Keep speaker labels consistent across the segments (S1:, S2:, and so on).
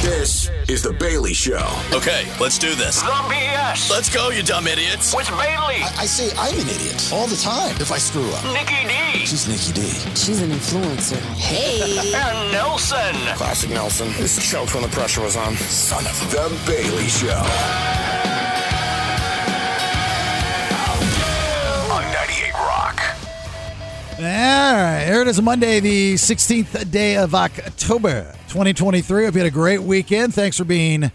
S1: This is The Bailey Show.
S2: Okay, let's do this.
S3: The BS
S2: Let's go, you dumb idiots.
S3: with Bailey,
S4: I say I'm an idiot all the time if I screw up.
S3: Nikki D,
S4: She's Nikki D.
S5: She's an influencer. Hey.
S3: and Nelson.
S6: Classic Nelson. This choked when the pressure was on. Son of a.
S1: The Bailey Show.
S3: On 98 Rock.
S7: All right, here it is Monday, the 16th day of October 2023. Hope you had a great weekend. Thanks for being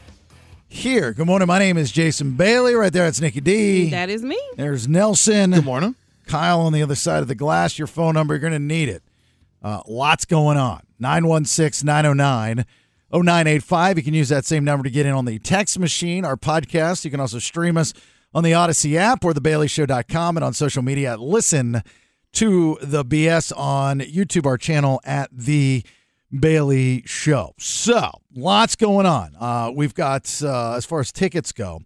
S7: here. Good morning. My name is Jason Bailey. Right there, it's Nikki D.
S8: That is me.
S7: There's Nelson. Good
S6: morning.
S7: Kyle on the other side of the glass. Your phone number, you're going to need it. Uh, lots going on. 916 909 0985. You can use that same number to get in on the text machine, our podcast. You can also stream us on the Odyssey app or thebaileyshow.com and on social media at Listen to the BS on YouTube, our channel at The Bailey Show. So, lots going on. Uh, we've got, uh, as far as tickets go,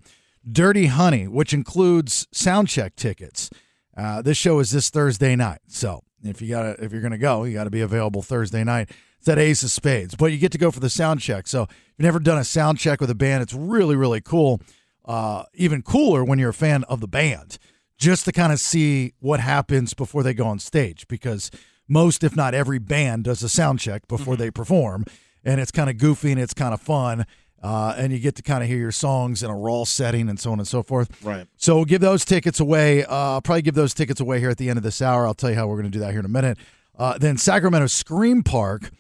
S7: Dirty Honey, which includes sound check tickets. Uh, this show is this Thursday night, so if you got to if you're gonna go, you got to be available Thursday night. It's at Ace of Spades, but you get to go for the sound check. So if you've never done a sound check with a band, it's really really cool. Uh, even cooler when you're a fan of the band, just to kind of see what happens before they go on stage, because most if not every band does a sound check before they perform, and it's kind of goofy and it's kind of fun. Uh, and you get to kind of hear your songs in a raw setting and so on and so forth.
S6: Right.
S7: So give those tickets away. Uh, probably give those tickets away here at the end of this hour. I'll tell you how we're going to do that here in a minute. Uh, then Sacramento Scream Park,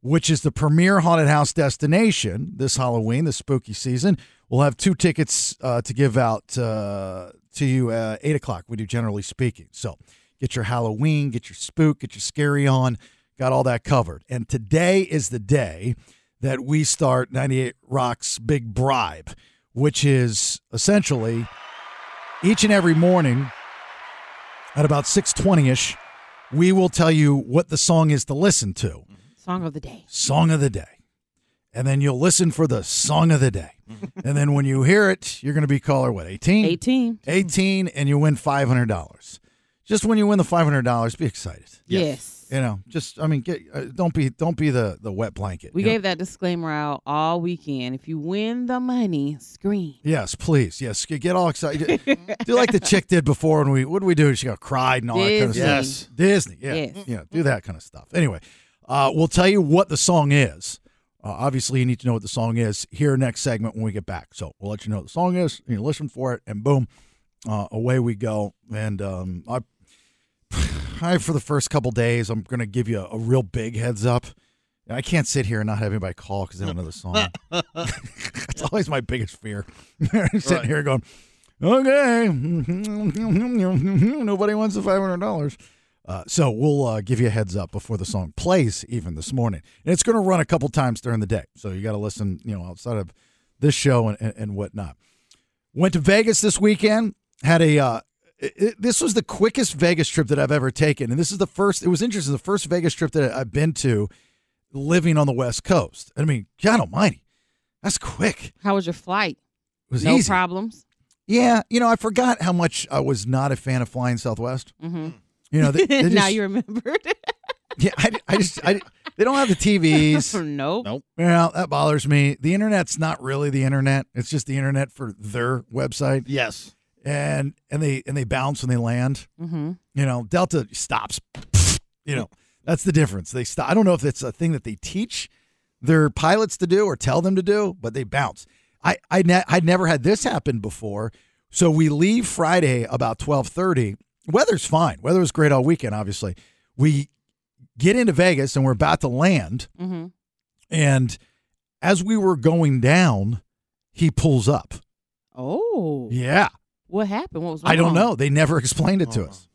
S7: which is the premier haunted house destination this Halloween, this spooky season. We'll have two tickets uh, to give out uh, to you at eight o'clock. We do generally speaking. So get your Halloween, get your spook, get your scary on. Got all that covered. And today is the day that we start 98 Rock's Big Bribe, which is essentially each and every morning at about 6.20ish we will tell you what the song is to listen to
S8: Song of the day.
S7: song of the day and then you'll listen for the song of the day and then when you hear it you're going to be caller what 18
S8: 18.
S7: 18 and you win $500 just when you win the $500 be excited
S8: Yes.
S7: you know just i mean get uh, don't be don't be the the wet blanket
S8: We
S7: you know?
S8: gave that disclaimer out all weekend. If you win the money, scream.
S7: Yes, please. Yes, g- get all excited. do like the chick did before when we what did we do? She got cried and all that kind of stuff. Disney.
S8: Disney.
S7: Yeah,
S8: Yes.
S7: yeah. Do that kind of stuff. Anyway, uh, we'll tell you what the song is. Uh, obviously, you need to know what the song is here next segment when we get back. So we'll let you know what the song is. And you listen for it, and boom, uh, away we go. And um, I, I for the first couple days, I'm gonna give you a, a real big heads up. I can't sit here and not have anybody call because they don't know the song. That's always my biggest fear. I'm sitting here going, okay, nobody wants the five hundred dollars. Uh, so we'll uh, give you a heads up before the song plays, even this morning, and it's going to run a couple times during the day. So you got to listen, you know, outside of this show and, and, and whatnot. Went to Vegas this weekend. Had a uh, it, it- this was the quickest Vegas trip that I've ever taken, and this is the first. It was interesting. The first Vegas trip that I've been to, living on the West Coast. I mean, God Almighty, that's quick. It
S8: How was your flight?
S7: was
S8: no
S7: easy.
S8: problems.
S7: Yeah, you know, I forgot how much I was not a fan of flying Southwest.
S8: Mhm.
S7: Mm. You know, they, they just,
S8: now you remembered.
S7: yeah, I, I just I, they don't have the TVs.
S8: nope.
S6: Nope.
S7: Well, that bothers me. The internet's not really the internet; it's just the internet for their website,
S6: Yes.
S7: and and they and they bounce when they land.
S8: Mm-hmm.
S7: You know, Delta stops. You know, that's the difference. They stop. I don't know if it's a thing that they teach their pilots to do or tell them to do, but they bounce. I I ne- I'd never had this happen before. So we leave Friday about twelve thirty. Weather's fine. Weather was great all weekend. Obviously, we get into Vegas and we're about to land.
S8: Mm-hmm.
S7: And as we were going down, he pulls up.
S8: Oh.
S7: Yeah,
S8: What happened? What was
S7: I don't
S8: wrong?
S7: know. They never explained it to
S6: Oh.
S7: us,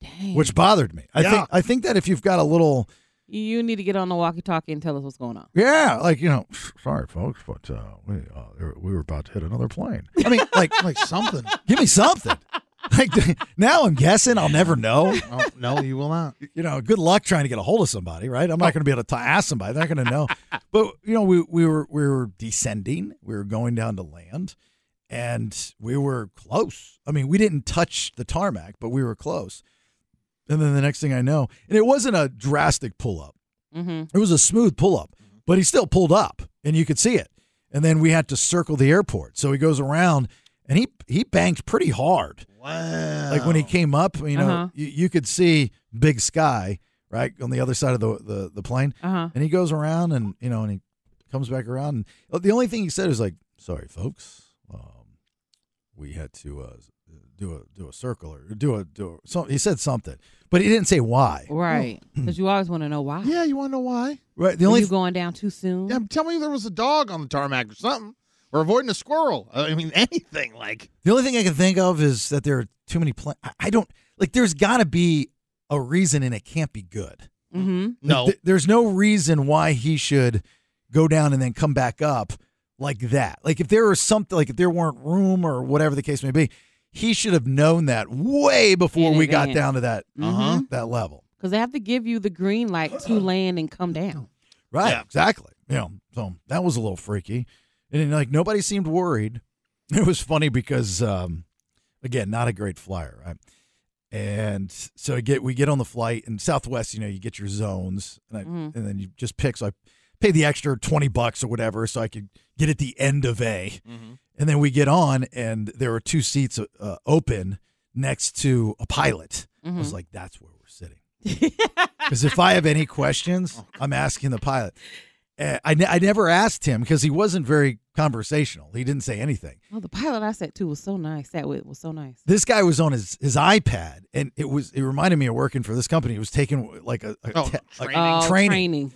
S8: Dang.
S7: which bothered me. I
S6: Yeah.
S7: think I think that if you've got a little
S8: You- you need to get on the walkie-talkie and tell us what's going on.
S7: Yeah, like you know, sorry folks, but uh, we uh, we were about to hit another plane. I mean, like
S6: Like something.
S7: give me something. Like now, I'm guessing I'll never know.
S6: oh, no, you will not. Oh.
S7: You know, good luck trying to get a hold of somebody, right? I'm not going to be able to t- ask somebody. They're not going to know. But you know, we we were we were descending. We were going down to land, and we were close. I mean, we didn't touch the tarmac, but we were close. And then the next thing I know, and it wasn't a drastic pull up.
S8: Mm-hmm.
S7: It was a smooth pull up, but he still pulled up, and you could see it. and then we had to circle the airport. So he goes around and he he banked pretty hard. Wow! Like when he came up, you know,
S8: Uh-huh.
S7: you, you could see big sky right on the other side of the the, the plane,
S8: Uh-huh.
S7: and he goes around and you know and he comes back around and the only thing he said is like, "Sorry, folks, um, we had to uh, do a do a circle or do a do a, so." He said something, but he didn't say why.
S8: Right. Because you always want to know why.
S9: Yeah, you want to know why?
S7: Right. The
S8: Are
S7: only
S8: you going down too soon?
S9: Yeah, tell me there was a dog on the tarmac or something. We're avoiding a squirrel. Uh, I mean, anything like.
S7: The only thing I can think of is that there are too many planes. I don't like. There's got to be a reason, and it can't be good.
S8: Mm-hmm.
S9: No.
S7: Th- there's no reason why he should go down and then come back up like that. Like if there was something, like if there weren't room or whatever the case may be, he should have known that way before
S8: In
S7: we got
S8: advance.
S7: down to that
S8: Uh-huh.
S7: that level.
S8: Because they have to give you the green light to land and come down.
S7: Right.
S9: Yeah.
S7: Exactly. You know, so that was a little freaky. And like nobody seemed worried. It was funny because um again, not a great flyer, right? And so I get we get on the flight and Southwest, you know, you get your zones and I,
S8: Mhm.
S7: and then you just pick so I paid the extra 20 bucks or whatever so I could get at the end of A. And then we get on and there were two seats uh, open next to a pilot. I
S9: Mm-hmm.
S8: Mm-hmm.
S7: was like that's where we're sitting. Because if I have any questions, I'm asking the pilot. Uh, I, ne- I never asked him because he wasn't very conversational. He didn't say anything.
S8: Oh, the pilot I sat to was so nice. That with was so nice.
S7: This guy was on his, his iPad, and it was it reminded me of working for this company. It was taking like a, a,
S9: Oh,
S7: te- a-
S9: training.
S8: Oh,
S7: training.
S8: training.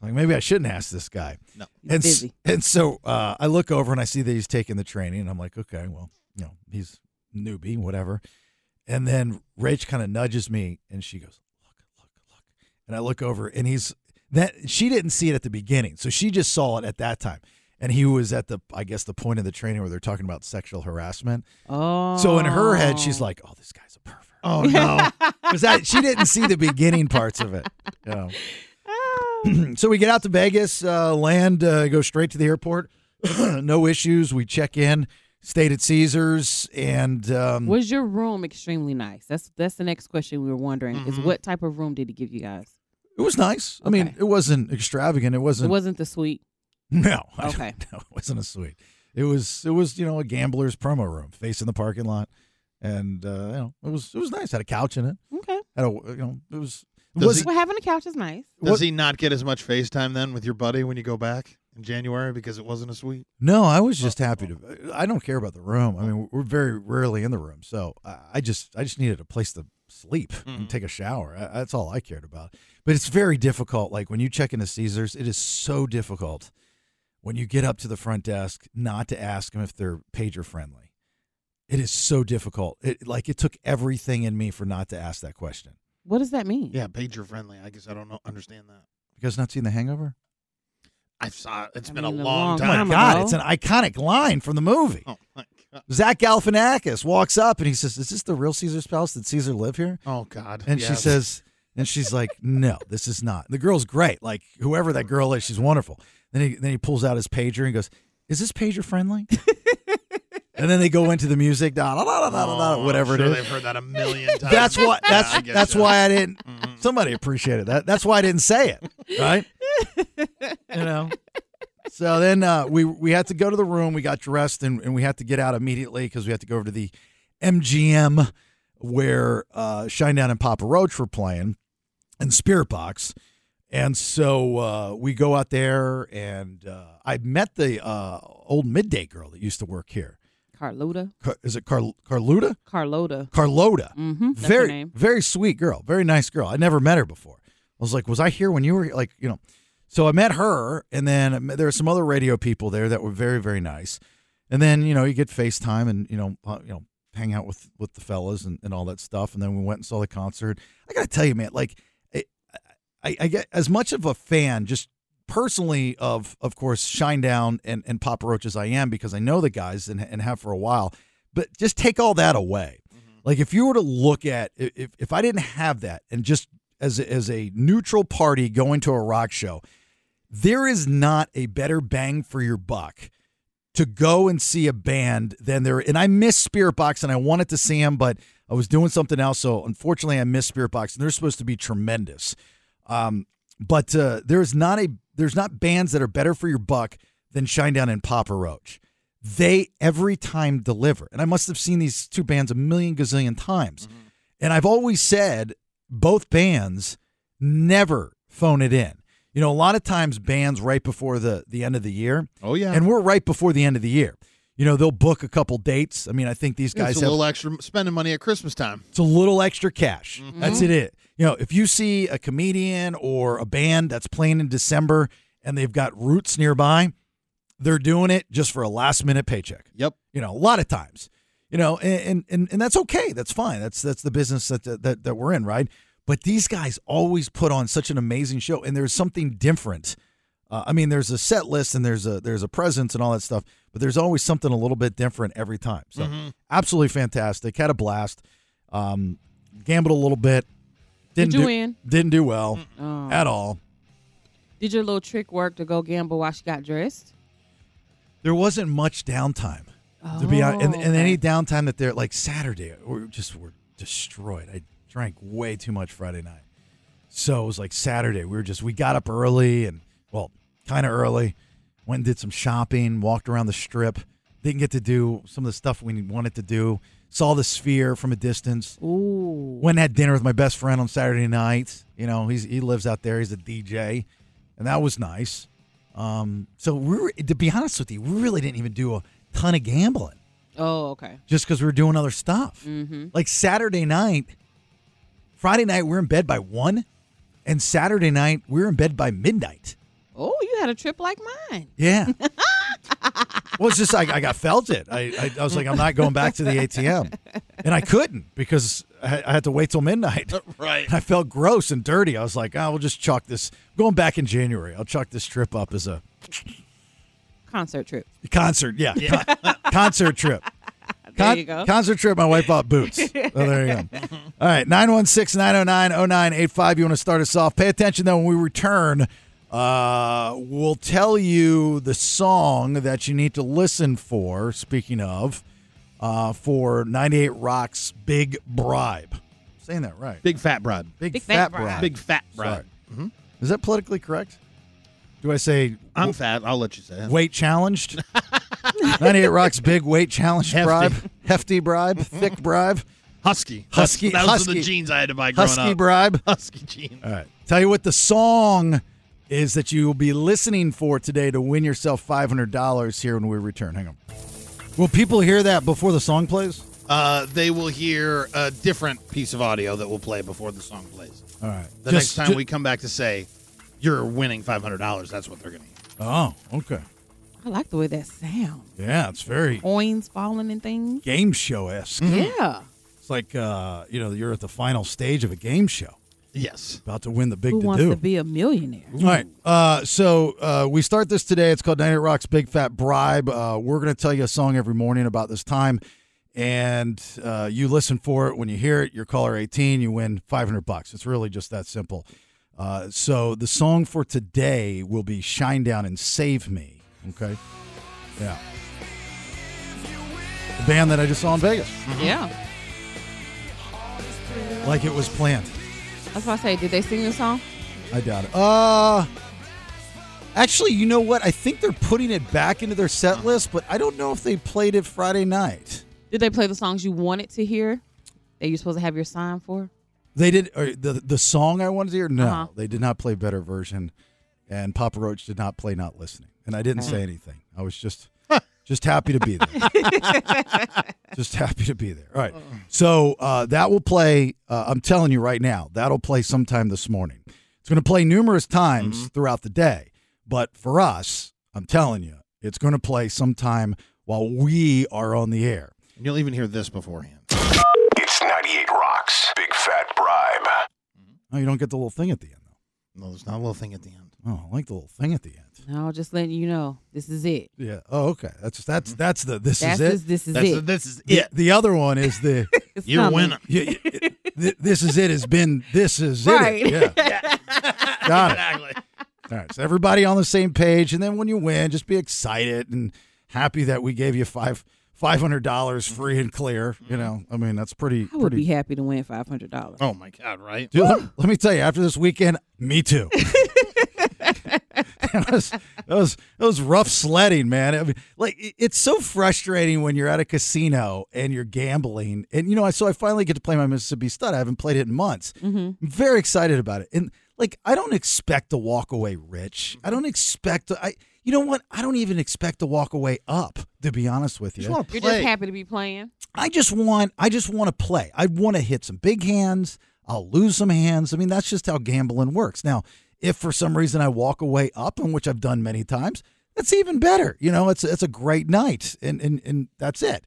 S7: Like maybe I shouldn't ask this guy.
S9: No.
S8: He's
S7: and s-
S8: busy.
S7: and so uh, I look over and I see that he's taking the training, and I'm like, okay, well, you know, he's newbie, whatever. And then Rach kind of nudges me, and she goes, look, look, look, and I look over, and he's that she didn't see it at the beginning, so she just saw it at that time. And he was at the, I guess, the point of the training where they're talking about sexual harassment.
S8: Oh.
S7: So in her head, she's like, "Oh, this guy's a pervert." Oh no, because that she didn't see the beginning parts of it. You know.
S8: Ah.
S7: so we get out to Vegas, uh, land, uh, go straight to the airport. no issues. We check in, stayed at Caesars, and um,
S8: Was your room extremely nice? That's that's the next question we were wondering. Is what type of room did he give you guys?
S7: Mm-hmm. it was nice. I mean,
S8: Okay.
S7: it wasn't extravagant. It
S8: It
S7: wasn't.
S8: wasn't the suite.
S7: no.
S8: Okay.
S7: no, it wasn't a suite. It was. It was you know a gambler's promo room facing the parking lot, and uh, you know it was it was nice. Had a couch in it.
S8: Okay.
S7: Had a you know it was.
S9: Does
S7: Was
S9: he-
S8: Well, having a couch is nice.
S9: Does
S7: What-
S9: he not get as much FaceTime then with your buddy when you go back in January because it wasn't a suite?
S7: No, I was just happy to. I don't care about the room. I mean, we're very rarely in the room, so I I just I just needed a place to sleep and take a shower. I- That's all I cared about. But it's very difficult. Like when you check into Caesars, it is so difficult when you get up to the front desk not to ask them if they're pager friendly. It is so difficult. It like it took everything in me for not to ask that question.
S8: What does that mean?
S9: Yeah, pager friendly. I guess I don't know, understand that.
S7: You guys not seen The Hangover?
S9: I've saw it. It's
S8: I
S9: been
S8: mean,
S9: a
S8: a
S9: long
S8: long
S7: Oh my
S9: time.
S8: time.
S7: God,
S8: ago.
S7: it's an iconic line from the movie.
S9: Oh my god.
S7: Zach Galifianakis walks up and he says, "Is this the real Caesar's palace? Did Caesar live here?"
S9: Oh god.
S7: And she
S9: Yes.
S7: says, "And she's like, no, this is not." The girl's great. Like whoever that girl is, she's wonderful. Then he then he pulls out his pager and goes, "Is this pager friendly?" and then they go into the music, da da da da da, da da,
S9: Oh,
S7: whatever
S9: I'm sure
S7: it is.
S9: They've heard that a million times.
S7: That's why. That's
S9: Yeah, I get Mm-hmm.
S7: that's
S9: you.
S7: why I didn't. Somebody appreciated that. That's why I didn't say it. Right. you know. So then uh, we we had to go to the room. We got dressed and, and we had to get out immediately because we had to go over to the MGM where uh, Shinedown and Papa Roach were playing and Spirit Box. And so uh, we go out there and uh, I met the uh, old midday girl that used to work here.
S8: Carlota.
S7: Car- is it Car- Carluta?
S8: Carlota.
S7: Carlota
S8: Mm-hmm. That's
S7: very
S8: her name.
S7: very sweet girl, very nice girl. I never met her before. I was like, was I here when you were here? like, you know? So I met her, and then I met- there were some other radio people there that were very very nice. And then you know you get FaceTime and you know uh, you know hang out with with the fellas and, and all that stuff. And then we went and saw the concert. I gotta tell you, man, like I, I, I get as much of a fan just personally of of course Shinedown and and Papa Roach as I am because I know the guys and and have for a while. But just take all that away. Like if you were to look at i- if if I didn't have that and just as a, as a neutral party going to a rock show, there is not a better bang for your buck to go and see a band than there. And I miss Spirit Box and I wanted to see them, but I was doing something else, so unfortunately I missed Spirit Box and they're supposed to be tremendous. Um, but uh, there is not a there's not bands that are better for your buck than Shinedown and Papa Roach. They every time deliver. And I must have seen these two bands a million gazillion times. And I've always said both bands never phone it in. You know, a lot of times bands right before the the end of the year,
S9: Oh yeah.
S7: and we're right before the end of the year. You know, they'll book a couple dates. I mean, I think these
S9: Yeah,
S7: guys
S9: it's a
S7: have
S9: little extra spending money at Christmas time.
S7: it's a little extra cash.
S9: Mm-hmm.
S7: That's it, it. You know, if you see a comedian or a band that's playing in December and they've got roots nearby, they're doing it just for a last minute paycheck.
S9: Yep.
S7: You know, a lot of times. You know, and and and that's okay. That's fine. That's that's the business that that that we're in, right? But these guys always put on such an amazing show, and there's something different. Uh, I mean, there's a set list and there's a there's a presence and all that stuff, but there's always something a little bit different every time. So, absolutely fantastic. Had a blast. Um, gambled a little bit. Didn't
S8: Did you
S7: do,
S8: win?
S7: Didn't do well
S8: Oh.
S7: at all.
S8: Did your little trick work to go gamble while she got dressed?
S7: There wasn't much downtime. to be honest. And,
S8: Oh,
S7: and any
S8: okay.
S7: downtime that they're like Saturday, we just were destroyed. I drank way too much Friday night, so it was like Saturday. We were just we got up early and well, kind of early, went and did some shopping, walked around the strip, didn't get to do some of the stuff we wanted to do. Saw the sphere from a distance.
S8: Ooh.
S7: Went and had dinner with my best friend on Saturday night. You know, he's he lives out there. He's a DJ, and that was nice. Um, so we were, to be honest with you, we really didn't even do a ton of gambling
S8: Oh, okay. Mm-hmm.
S7: just because we were doing other stuff. Like Saturday night, Friday night, we are in bed by one, and Saturday night, we are in bed by midnight.
S8: Oh, you had a trip like mine.
S7: Yeah. well, it's just like I got felt it. I, I, I was like, I'm not going back to the ATM. And I couldn't because I, I had to wait till midnight.
S9: Right.
S7: I felt gross and dirty. I was like, I will just chalk this. I'm going back in January, I'll chalk this trip up as a
S8: Concert trip.
S7: concert. Yeah. con- concert trip. Con-
S8: you go.
S7: Concert trip. My wife bought boots. oh, there you go. All right. 916 909 0985. You want to start us off? Pay attention, though, when we return. Uh, we'll tell you the song that you need to listen for, speaking of, uh, for 98 Rock's Big Bribe. saying that right.
S9: Big fat broad.
S8: Big Fat Bribe.
S9: Big fat Mm-hmm. broad.
S7: Sorry. Is that politically correct? Do I say
S9: I'm fat. I'll let you say it.
S7: weight challenged. 98 Rock's big weight challenge
S9: Hefty.
S7: bribe, hefty bribe, thick bribe,
S9: Husky.
S7: Husky-
S9: That's- Those are
S7: husky-
S9: the jeans I had to buy growing
S7: husky
S9: up.
S7: bribe.
S9: husky jeans.
S7: All right. Tell you what the song is that you will be listening for today to win yourself $500 here when we return. Hang on. Will people hear that before the song plays?
S9: Uh, they will hear a different piece of audio that will play before the song plays.
S7: All right.
S9: The next
S7: Just-
S9: time
S7: ju-
S9: we come back to say, you're winning $500, that's what they're going to hear.
S7: Oh, okay.
S8: I like the way that sounds.
S7: Yeah, it's very
S9: Oh.
S8: Coins falling and things.
S7: game show esque.
S8: Yeah.
S7: It's like, uh, you know, you're at the final stage of a game show,
S9: Yes.
S7: about to win the big
S8: Who
S7: to
S8: wants
S7: do.
S8: to be a millionaire?
S7: All right. Uh, so uh, we start this today. It's called Night at Rock's Big Fat Bribe. Uh, we're going to tell you a song every morning about this time, and uh, you listen for it. When you hear it, you're caller 18. You win 500 bucks. It's really just that simple. Uh, so the song for today will be "Shine Down and Save Me." Okay. Yeah. The band that I just saw in Vegas,
S8: Mm-hmm. Yeah.
S7: like it was planned.
S8: That's why I say, did they sing the song?
S7: I doubt it. Uh actually, you know what? I think they're putting it back into their set list, but I don't know if they played it Friday night.
S8: Did they play the songs you wanted to hear that you're supposed to have your sign for?
S7: They did or the the song I wanted to hear. No,
S8: Uh-huh.
S7: they did not play better version, and Papa Roach did not play not listening. And I
S9: Mm.
S7: didn't say anything. I was just just happy to be there. just happy to be there. All
S9: Oh.
S7: right. So uh, that will play. Uh, I'm telling you right now, that'll play sometime this morning. It's going to play numerous times
S9: Mm-hmm.
S7: throughout the day, but for us, I'm telling you, it's going to play sometime while we are on the air.
S9: And you'll even hear this beforehand.
S3: It's 98 Rock's Big Fat Bribe.
S7: Oh, you don't get the little thing at the end
S9: No, there's not a little thing at the end.
S7: though. Oh, I like the little thing at the end.
S8: No, just letting you know. This is it.
S7: Yeah. Oh, okay. That's that's that's the this
S8: That's
S7: is
S8: is
S7: it.
S8: this is
S9: Mm-hmm. That's
S8: it.
S9: this is
S7: The-
S9: it.
S7: The other one is the
S8: It's
S9: You're
S8: coming.
S9: winning.
S7: y- y- th- this is it has been this is
S8: Right.
S7: it. Yeah. Got it.
S9: Exactly.
S7: All right. So everybody on the same page, and then when you win, just be excited and happy that we gave you five five hundred dollars free and clear.
S9: Mm-hmm.
S7: You know, I mean that's pretty
S8: I would
S7: pretty.
S8: be happy to win five hundred dollars.
S9: Oh, my God, right?
S7: Dude, let, let me tell you, after this weekend, me too. that was that was that was rough sledding, man. I mean, like it- it's so frustrating when you're at a casino and you're gambling, and you know. I So I finally get to play my Mississippi Stud. I haven't played it in months.
S8: Mm-hmm.
S7: I'm very excited about it, and like I don't expect to walk away rich.
S9: Mm-hmm.
S7: I don't expect to, I. You know what? I don't even expect to walk away up. To be honest with you,
S9: just want to
S8: You're
S9: play.
S8: just happy to be playing.
S7: I just want I just want to play. I want to hit some big hands. I'll lose some hands. I mean, that's just how gambling works. Now, if for some reason I walk away up, and which I've done many times, that's even better. You know, it's it's a great night, and and and that's it.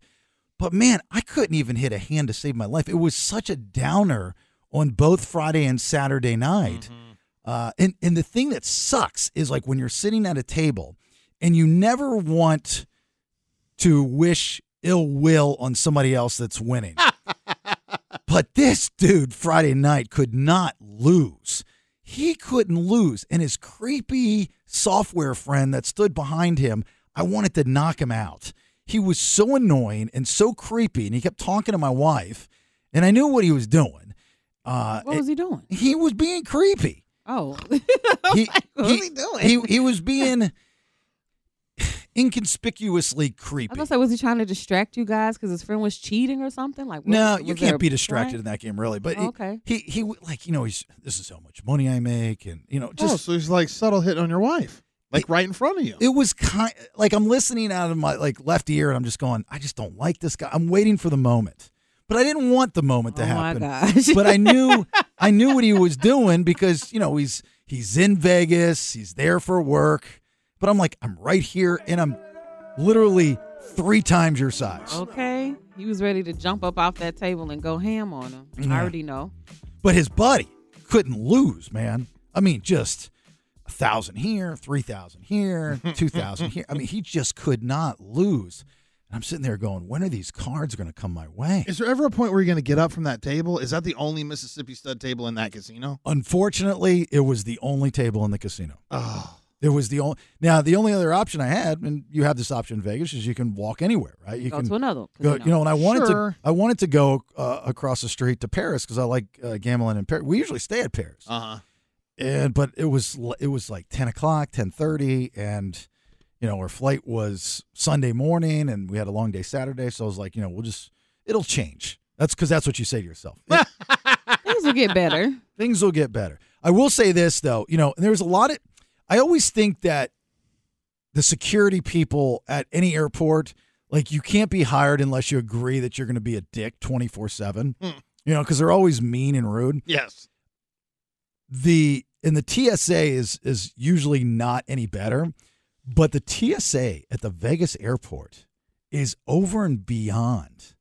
S7: But man, I couldn't even hit a hand to save my life. It was such a downer on both Friday and Saturday night. Uh, and and the thing that sucks is like when you're sitting at a table, and you never want to wish ill will on somebody else that's winning. but this dude Friday night could not lose. He couldn't lose. And his creepy software friend that stood behind him, I wanted to knock him out. He was so annoying and so creepy, and he kept talking to my wife, and I knew what he was doing. Uh,
S8: What was he doing?
S7: he was being creepy
S8: Oh,
S7: he,
S8: what was he doing?
S7: He, he was being inconspicuously
S8: I
S7: creepy.
S8: was gonna say, was he trying to distract you guys because his friend was cheating or something? Like, what-
S7: No,
S8: was
S7: you
S8: there a
S7: can't be distracted in
S8: plan?
S7: that game, really. But
S8: Oh, okay.
S7: he, he, he, like, you know, he's this is how much money I make, and you know,
S9: oh,
S7: just
S9: so he's like subtle hit on your wife, like right in front of you.
S7: it was kind like I'm listening out of my like left ear, and I'm just going, I just don't like this guy. I'm waiting for the moment, but I didn't want the moment to
S8: Oh my
S7: happen.
S8: gosh.
S7: but I knew I knew what he was doing because you know he's he's in Vegas, he's there for work, but I'm like I'm right here and I'm literally three times your size.
S8: Okay, he was ready to jump up off that table and go ham on him. I already know.
S7: But his buddy couldn't lose, man. I mean, just a thousand here, three thousand here, two thousand here. I mean, he just could not lose. And I'm sitting there going, when are these cards going to come my way?
S9: Is there ever a point where you're going to get up from that table? Is that the only Mississippi stud table in that casino?
S7: Unfortunately, it was the only table in the casino.
S9: Oh,
S7: It was the only. Now, the only other option I had, and you have this option in Vegas, is you can walk anywhere, right? You
S8: go
S7: can
S8: to another.
S7: go.
S8: casino.
S7: You know, and I wanted
S9: Sure.
S7: to. I wanted to go uh, across the street to Paris because I like uh, gambling in Paris. We usually stay at Paris,
S9: uh huh.
S7: and but it was l- it was like ten o'clock, ten thirty, and you know our flight was Sunday morning, and we had a long day Saturday, so I was like, you know, we'll just it'll change. That's because that's what you say to yourself.
S8: things will get better.
S7: things will get better. I will say this though, you know, and there's a lot of I always think that the security people at any airport, like you can't be hired unless you agree that you're going to be a dick 24/7.
S9: Hmm.
S7: You know, because they're always mean and rude.
S9: Yes.
S7: The and the TSA is is usually not any better, but the TSA at the Vegas airport is over and beyond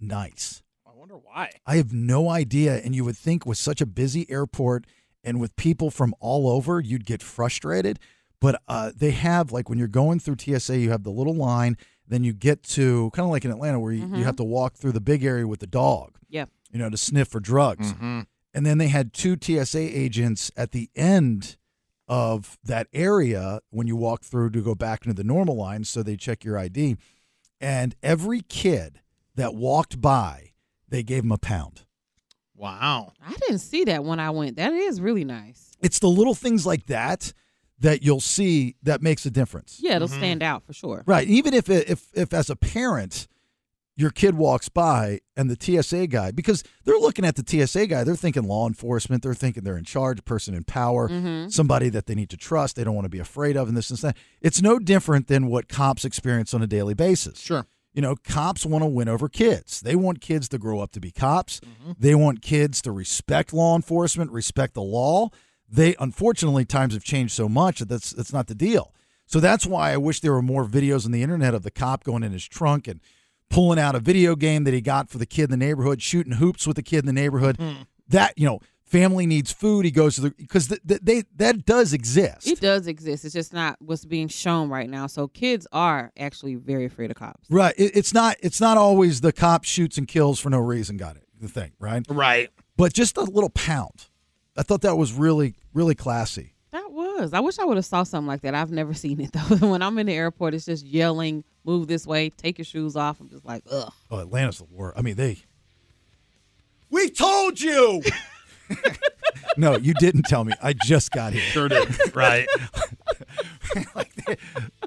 S7: nice.
S9: I wonder why.
S7: I have no idea. And you would think with such a busy airport and with people from all over, you'd get frustrated. But uh, they have, like, when you're going through TSA, you have the little line, then you get to kind of like in Atlanta where you,
S9: Mm-hmm.
S7: you have to walk through the big area with the dog,
S8: Yeah.
S7: you know, to sniff for drugs. And then they had two TSA agents at the end of that area when you walk through to go back into the normal line. So they check your ID. And every kid that walked by, they gave him a pound.
S9: Wow.
S8: I didn't see that when I went. That is really nice.
S7: It's the little things like that that you'll see that makes a difference.
S8: Yeah, it'll stand out for sure.
S7: Mm-hmm. Right. Even if if if as a parent your kid walks by and the TSA guy because they're looking at the TSA guy, they're thinking law enforcement, they're thinking they're in charge, a person in power, somebody that they need to trust, they don't want to be afraid of and this and that. It's no different than what cops experience on a daily basis.
S9: Sure.
S7: You know, cops want to win over kids. They want kids to grow up to be cops. They want kids to respect law enforcement, respect the law. They unfortunately times have changed so much that that's that's not the deal. So that's why I wish there were more videos on the internet of the cop going in his trunk and pulling out a video game that he got for the kid in the neighborhood, shooting hoops with the kid in the neighborhood. That you know, family needs food. He goes to the because th- th- they that does exist.
S8: It does exist. It's just not what's being shown right now. So kids are actually very afraid of cops.
S7: Right. It, it's not. It's not always the cop shoots and kills for no reason. Got it. The thing. Right.
S9: Right.
S7: But just a little pound. I thought that was really, really classy.
S8: That was. I wish I would have saw something like that. I've never seen it though. when I'm in the airport, it's just yelling, "Move this way, take your shoes off." I'm just like, ugh.
S7: Oh, Atlanta's the war. I mean, they. We told you. No, you didn't tell me. I just got here.
S9: Sure did. right.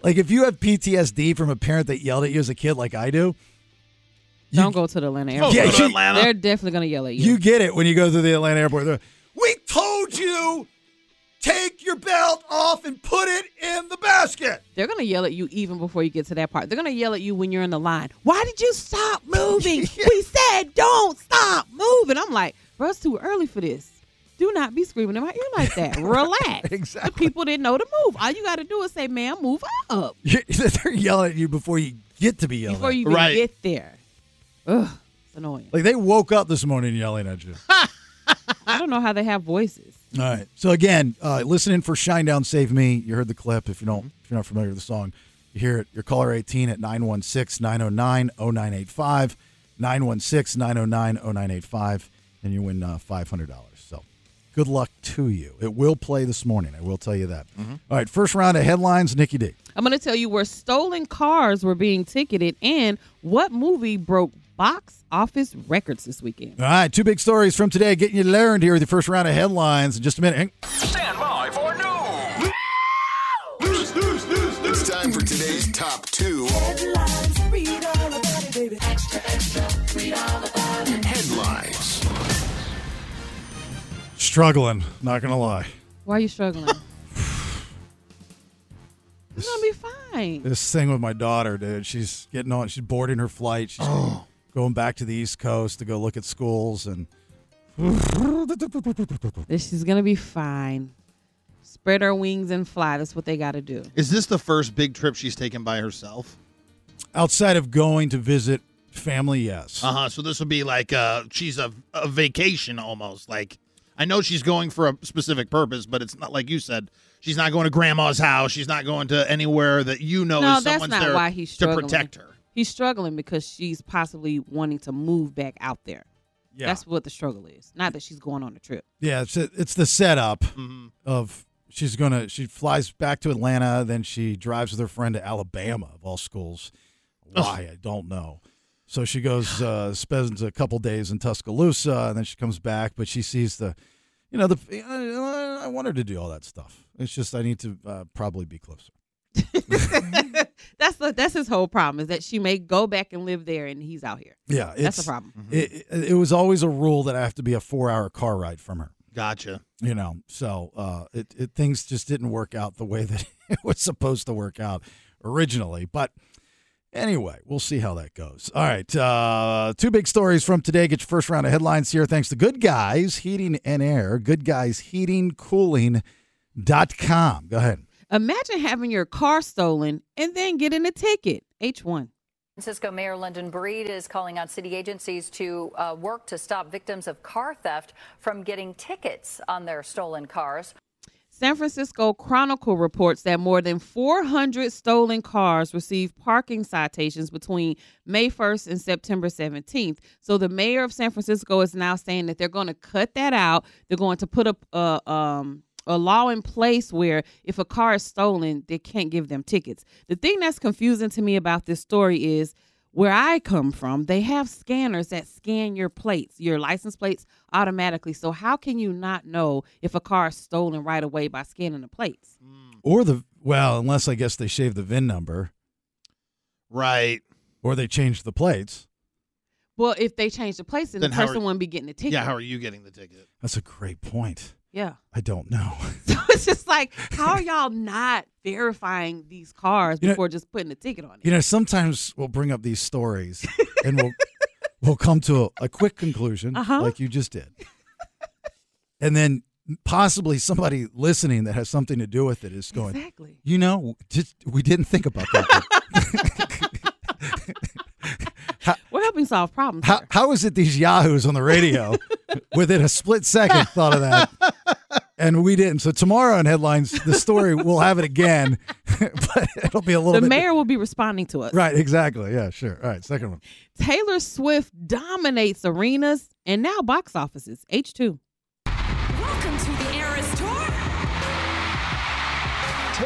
S7: Like if you have PTSD from a parent that yelled at you as a kid, like I do,
S8: Don't go to the Atlanta airport.
S7: Yeah,
S9: Go to
S7: you-
S9: Atlanta.
S8: They're definitely gonna yell at you.
S7: you get it when you go through the Atlanta airport. They're, we told you, take your belt off and put it in the basket.
S8: They're gonna yell at you even before you get to that part. They're gonna yell at you when you're in the line. Why did you stop moving? We said don't stop moving. I'm like, bro, it's too early for this. Do not be screaming in my ear like that. Relax.
S7: Exactly.
S8: The people didn't know to move. All you gotta do is say, "Ma'am, move up."
S7: They're yelling at you before you get to be yelled
S8: before
S7: at.
S8: you even
S9: Right.
S8: get there. Ugh, it's annoying.
S7: like they woke up this morning yelling at you.
S8: I don't know how they have voices.
S7: All right. So again, uh, listening for "Shine Down, Save Me." You heard the clip. If you don't, if you're not familiar with the song, you hear it. Your caller 18 at 916-909-0985, 916-909-0985, and you win uh, $500. So good luck to you. It will play this morning. I will tell you that. All right. First round of headlines. Nikki D.
S8: I'm going to tell you where stolen cars were being ticketed and what movie broke box office records this weekend.
S7: All right. Two big stories from today. Getting you learned here with the first round of headlines in just a minute. Hang-
S3: Stand by for news.
S1: It's time for today's top two. Headlines.
S7: Struggling. Not gonna lie.
S8: Why are you struggling? it's going to be fine.
S7: this thing with my daughter, dude. She's getting on. She's boarding her flight. She's going back to the East Coast to go look at schools, and
S8: This is going to be fine. Spread our wings and fly. That's what they got to do.
S9: Is this the first big trip she's taken by herself?
S7: outside of going to visit family, yes.
S9: Uh huh. So this would be like uh, she's a, a vacation almost. Like I know she's going for a specific purpose, but it's not like you said. She's not going to grandma's house. She's not going to anywhere that you know
S8: No,
S9: is
S8: that's
S9: someone's
S8: not
S9: there
S8: why he's
S9: to
S8: struggling.
S9: protect her.
S8: He's struggling because she's possibly wanting to move back out there.
S7: yeah,
S8: That's what the struggle is. Not that she's going on a trip.
S7: yeah. It's, it's the setup
S9: hmm
S7: of she's gonna. She flies back to Atlanta, then she drives with her friend to Alabama of all schools. Why I don't know. So she goes, uh, spends a couple days in Tuscaloosa, and then she comes back. But she sees the, you know, the I I want her to do all that stuff. It's just I need to uh, probably be closer.
S8: that's the, that's his whole problem is that she may go back and live there and he's out here.
S7: Yeah,
S8: That's
S7: it's,
S8: the problem.
S7: It, it, it was always a rule that I have to be a four-hour car ride from her.
S9: Gotcha.
S7: You know, so uh, it, it things just didn't work out the way that it was supposed to work out originally. But anyway, we'll see how that goes. All right, uh, two big stories from today. Get your first round of headlines here. Thanks to Good Guys Heating and Air, Good Guys Heating Cooling. Dot com. Go ahead.
S8: Imagine having your car stolen and then getting a ticket. H1.
S10: Francisco Mayor London Breed is calling on city agencies to uh, work to stop victims of car theft from getting tickets on their stolen cars.
S8: San Francisco Chronicle reports that more than 400 stolen cars received parking citations between May 1st and September 17th. So the mayor of San Francisco is now saying that they're going to cut that out. They're going to put up a um a law in place where if a car is stolen, they can't give them tickets. The thing that's confusing to me about this story is where I come from, they have scanners that scan your plates, your license plates automatically. So how can you not know if a car is stolen right away by scanning the plates?
S7: Or the well, unless I guess they shaved the VIN number
S9: Right.
S7: or they changed the plates.
S8: Well, if they change the plates, then,
S9: Then
S8: the
S9: how
S8: person
S9: are-
S8: wouldn't be getting a ticket.
S9: Yeah. How are you getting the ticket?
S7: That's a great point.
S8: yeah.
S7: I don't know.
S8: So it's just like, how are y'all not verifying these cars
S7: You know-
S8: before just putting a ticket on it?
S7: You know, sometimes we'll bring up these stories and we'll we'll come to a, a quick conclusion,
S8: Uh-huh.
S7: like you just did, and then possibly somebody listening that has something to do with it is going,
S8: exactly.
S7: you know, just we didn't think about that.
S8: We're helping solve problems.
S7: how,
S8: here.
S7: how is it these yahoos on the radio within a split second thought of that? And we didn't. So tomorrow on headlines, the story we'll have it again, but it'll be a little
S8: The
S7: bit
S8: mayor will be responding to us.
S7: right. Exactly. Yeah. Sure. All right. Second one.
S8: Taylor Swift dominates arenas and now box offices. H2.
S11: Welcome to the Eras Tour.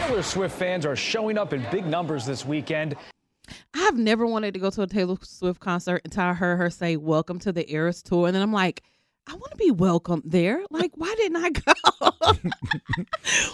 S12: Taylor Swift fans are showing up in big numbers this weekend.
S8: I've never wanted to go to a Taylor Swift concert until I heard her say, Welcome to the Eras Tour. And then I'm like, I want to be welcomed there. Like, why didn't I go?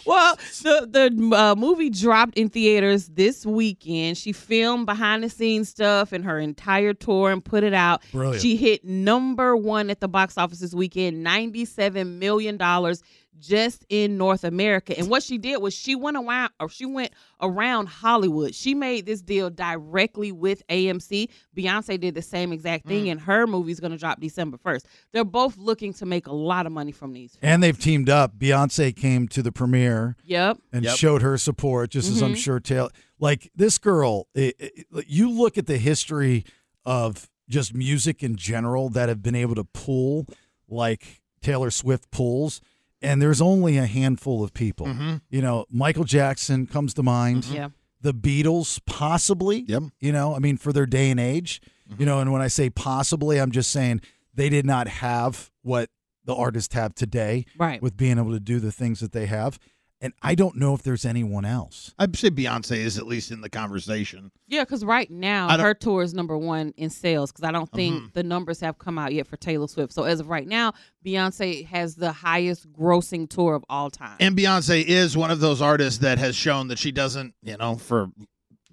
S8: well, the the uh, movie dropped in theaters this weekend. She filmed behind the scenes stuff and her entire tour and put it out.
S7: Brilliant.
S8: She hit number one at the box office this weekend, ninety seven million dollars just in North America. And what she did was she went around or she went around Hollywood. She made this deal directly with AMC. Beyonce did the same exact thing and her movie's going to drop December 1st. They're both looking to make a lot of money from these.
S7: And they've teamed up. Beyonce came to the premiere
S8: Yep.
S7: and
S8: Yep.
S7: showed her support, just as I'm
S8: Mhm.
S7: sure Taylor. Like this girl, it, it- it- you look at the history of just music in general that have been able to pull like Taylor Swift pulls, and there's only a handful of people.
S13: Mm-hmm.
S7: You know, Michael Jackson comes to mind.
S8: Mm-hmm. Yeah.
S7: The Beatles, possibly. Yep. You know, I mean, for their day and age, you know, and when I say possibly, I'm just saying they did not have what the artists have today
S8: Right.
S7: with being able to do the things that they have. And I don't know if there's anyone else.
S9: I'd say Beyonce is at least in the conversation.
S8: Yeah, because right now
S9: I don't- Mm-hmm.
S8: her tour is number one in sales because I don't think the numbers have come out yet for Taylor Swift. So as of right now, Beyonce has the highest grossing tour of all time.
S9: And Beyonce is one of those artists that has shown that she doesn't, you know, for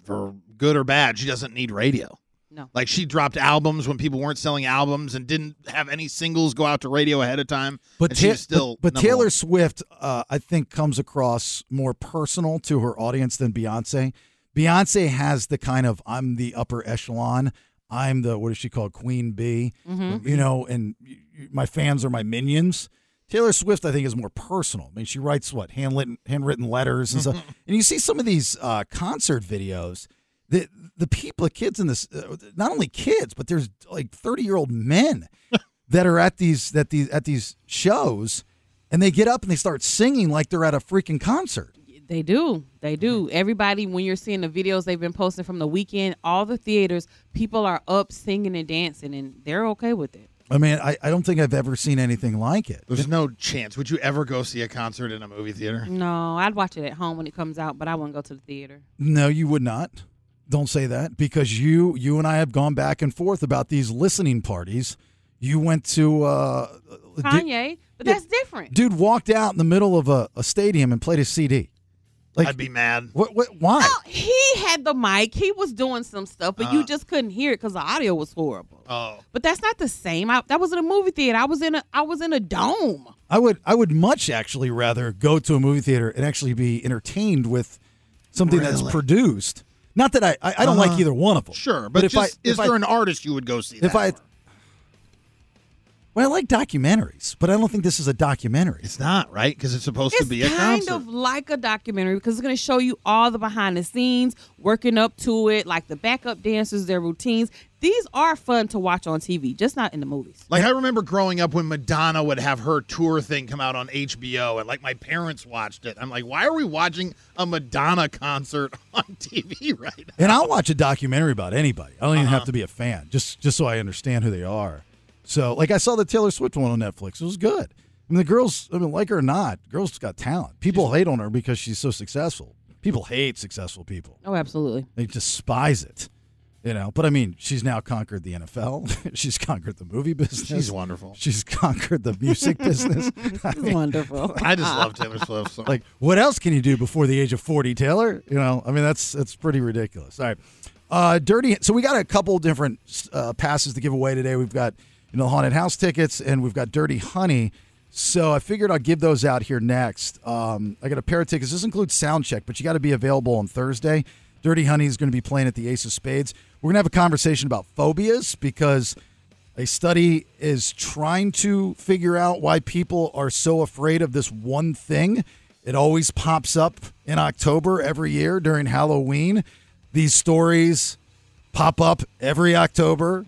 S9: for good or bad, she doesn't need radio.
S8: No.
S9: Like she dropped albums when people weren't selling albums and didn't have any singles go out to radio ahead of time.
S7: But,
S9: and
S7: Ta-
S9: she was still
S7: but, but
S9: number
S7: Taylor
S9: one.
S7: Swift, uh, I think, comes across more personal to her audience than Beyonce. Beyonce has the kind of I'm the upper echelon. I'm the what is she called, Queen Bee?
S8: Mhm.
S7: You know, and y- y- my fans are my minions. Taylor Swift, I think, is more personal. I mean, she writes what handwritten handwritten letters and stuff. and you see some of these uh, concert videos. The the people, the kids in this, uh, not only kids, but there's like thirty year old men that are at these that these at these shows, and they get up and they start singing like they're at a freaking concert.
S8: They do. They do. Everybody, when you're seeing the videos they've been posting from the weekend, all the theaters, people are up singing and dancing, and they're okay with it.
S7: I mean, I, I don't think I've ever seen anything like it.
S9: There's no chance. Would you ever go see a concert in a movie theater?
S8: No, I'd watch it at home when it comes out, but I wouldn't go to the theater.
S7: No, you would not. Don't say that because you you and I have gone back and forth about these listening parties. You went to uh, du-
S8: Kanye, but that's different.
S7: dude walked out in the middle of a, a stadium and played a CD. Like
S9: I'd be mad.
S7: what? What? Why?
S8: He had the mic. He was doing some stuff, but you just couldn't hear it because the audio was horrible.
S9: Oh.
S8: But that's not the same. I, that was in a movie theater. I was in a I was in a dome.
S7: I would I would much actually rather go to a movie theater and actually be entertained with something that's
S9: Really? Uh-huh.
S7: produced. Not that I I, I don't like either one of them.
S9: Sure, but,
S7: if
S9: just,
S7: I
S9: is
S7: if
S9: there
S7: I,
S9: an artist you would go see?
S7: if
S9: that
S7: I
S9: for?
S7: well, I like documentaries, but I don't think this is a documentary.
S9: it's not right because it's supposed to
S8: It's
S9: be a
S8: kind
S9: concert.
S8: of like a documentary because it's going to show you all the behind the scenes, working up to it, like the backup dancers, their routines. These are fun to watch on TV, just not in the movies.
S9: Like I remember growing up when Madonna would have her tour thing come out on HBO, and like my parents watched it. I'm like, why are we watching a Madonna concert on TV right now?
S7: And I'll watch a documentary about anybody. I don't even
S9: Uh-huh.
S7: have to be a fan, just just so I understand who they are. So, like, I saw the Taylor Swift one on Netflix. It was good. I mean, the girls, I mean, like her or not, the girls got talent. People hate on her because she's so successful. People hate successful people.
S8: Oh, absolutely.
S7: They despise it, you know. But I mean, she's now conquered the NFL. she's conquered the movie business.
S9: She's wonderful.
S7: She's conquered the music business. I mean,
S8: Wonderful.
S9: I just love Taylor Swift. So.
S7: like, what else can you do before the age of 40, Taylor? You know, I mean, that's that's pretty ridiculous. All right. Uh, dirty. So we got a couple different uh, passes to give away today. We've got, you know, haunted house tickets and we've got dirty honey. So I figured I'll give those out here next. Um, I got a pair of tickets. This includes sound check, but you got to be available on Thursday. Dirty Honey is going to be playing at the Ace of Spades. We're going to have a conversation about phobias because a study is trying to figure out why people are so afraid of this one thing. It always pops up in October every year during Halloween. These stories pop up every October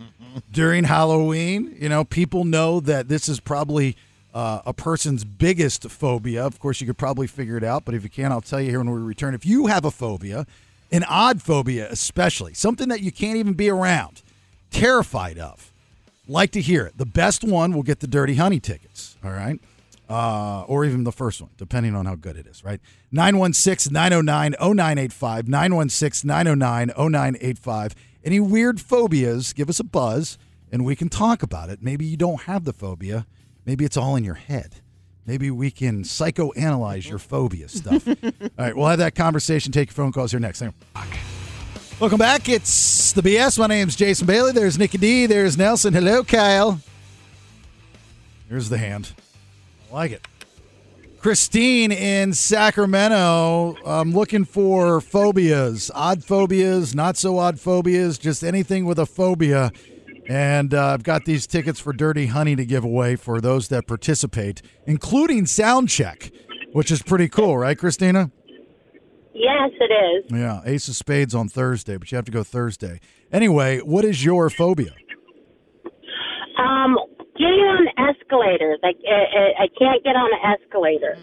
S7: during Halloween. You know, people know that this is probably uh, a person's biggest phobia. Of course, you could probably figure it out, but if you can, I'll tell you here when we return. If you have a phobia, an odd phobia especially, something that you can't even be around, terrified of, like to hear it. The best one will get the Dirty Honey tickets. All right. Uh, or even the first one, depending on how good it is, right? 916 909 0985. 916 909 0985. Any weird phobias, give us a buzz and we can talk about it. Maybe you don't have the phobia Maybe it's all in your head. Maybe we can psychoanalyze your phobia stuff. all right, we'll have that conversation. Take your phone calls here next. Hang on. Welcome back. It's the BS. My name's Jason Bailey. There's Nikki D. There's Nelson. Hello, Kyle. Here's the hand. I like it. Christine in Sacramento. I'm looking for phobias, odd phobias, not so odd phobias, just anything with a phobia. And uh, I've got these tickets for Dirty Honey to give away for those that participate, including sound check, which is pretty cool, right, Christina?
S14: Yes, it is.
S7: Yeah, Ace of Spades on Thursday, but you have to go Thursday. Anyway, what is your phobia?
S14: Um, getting on escalators. I, I, I can't get on an escalator.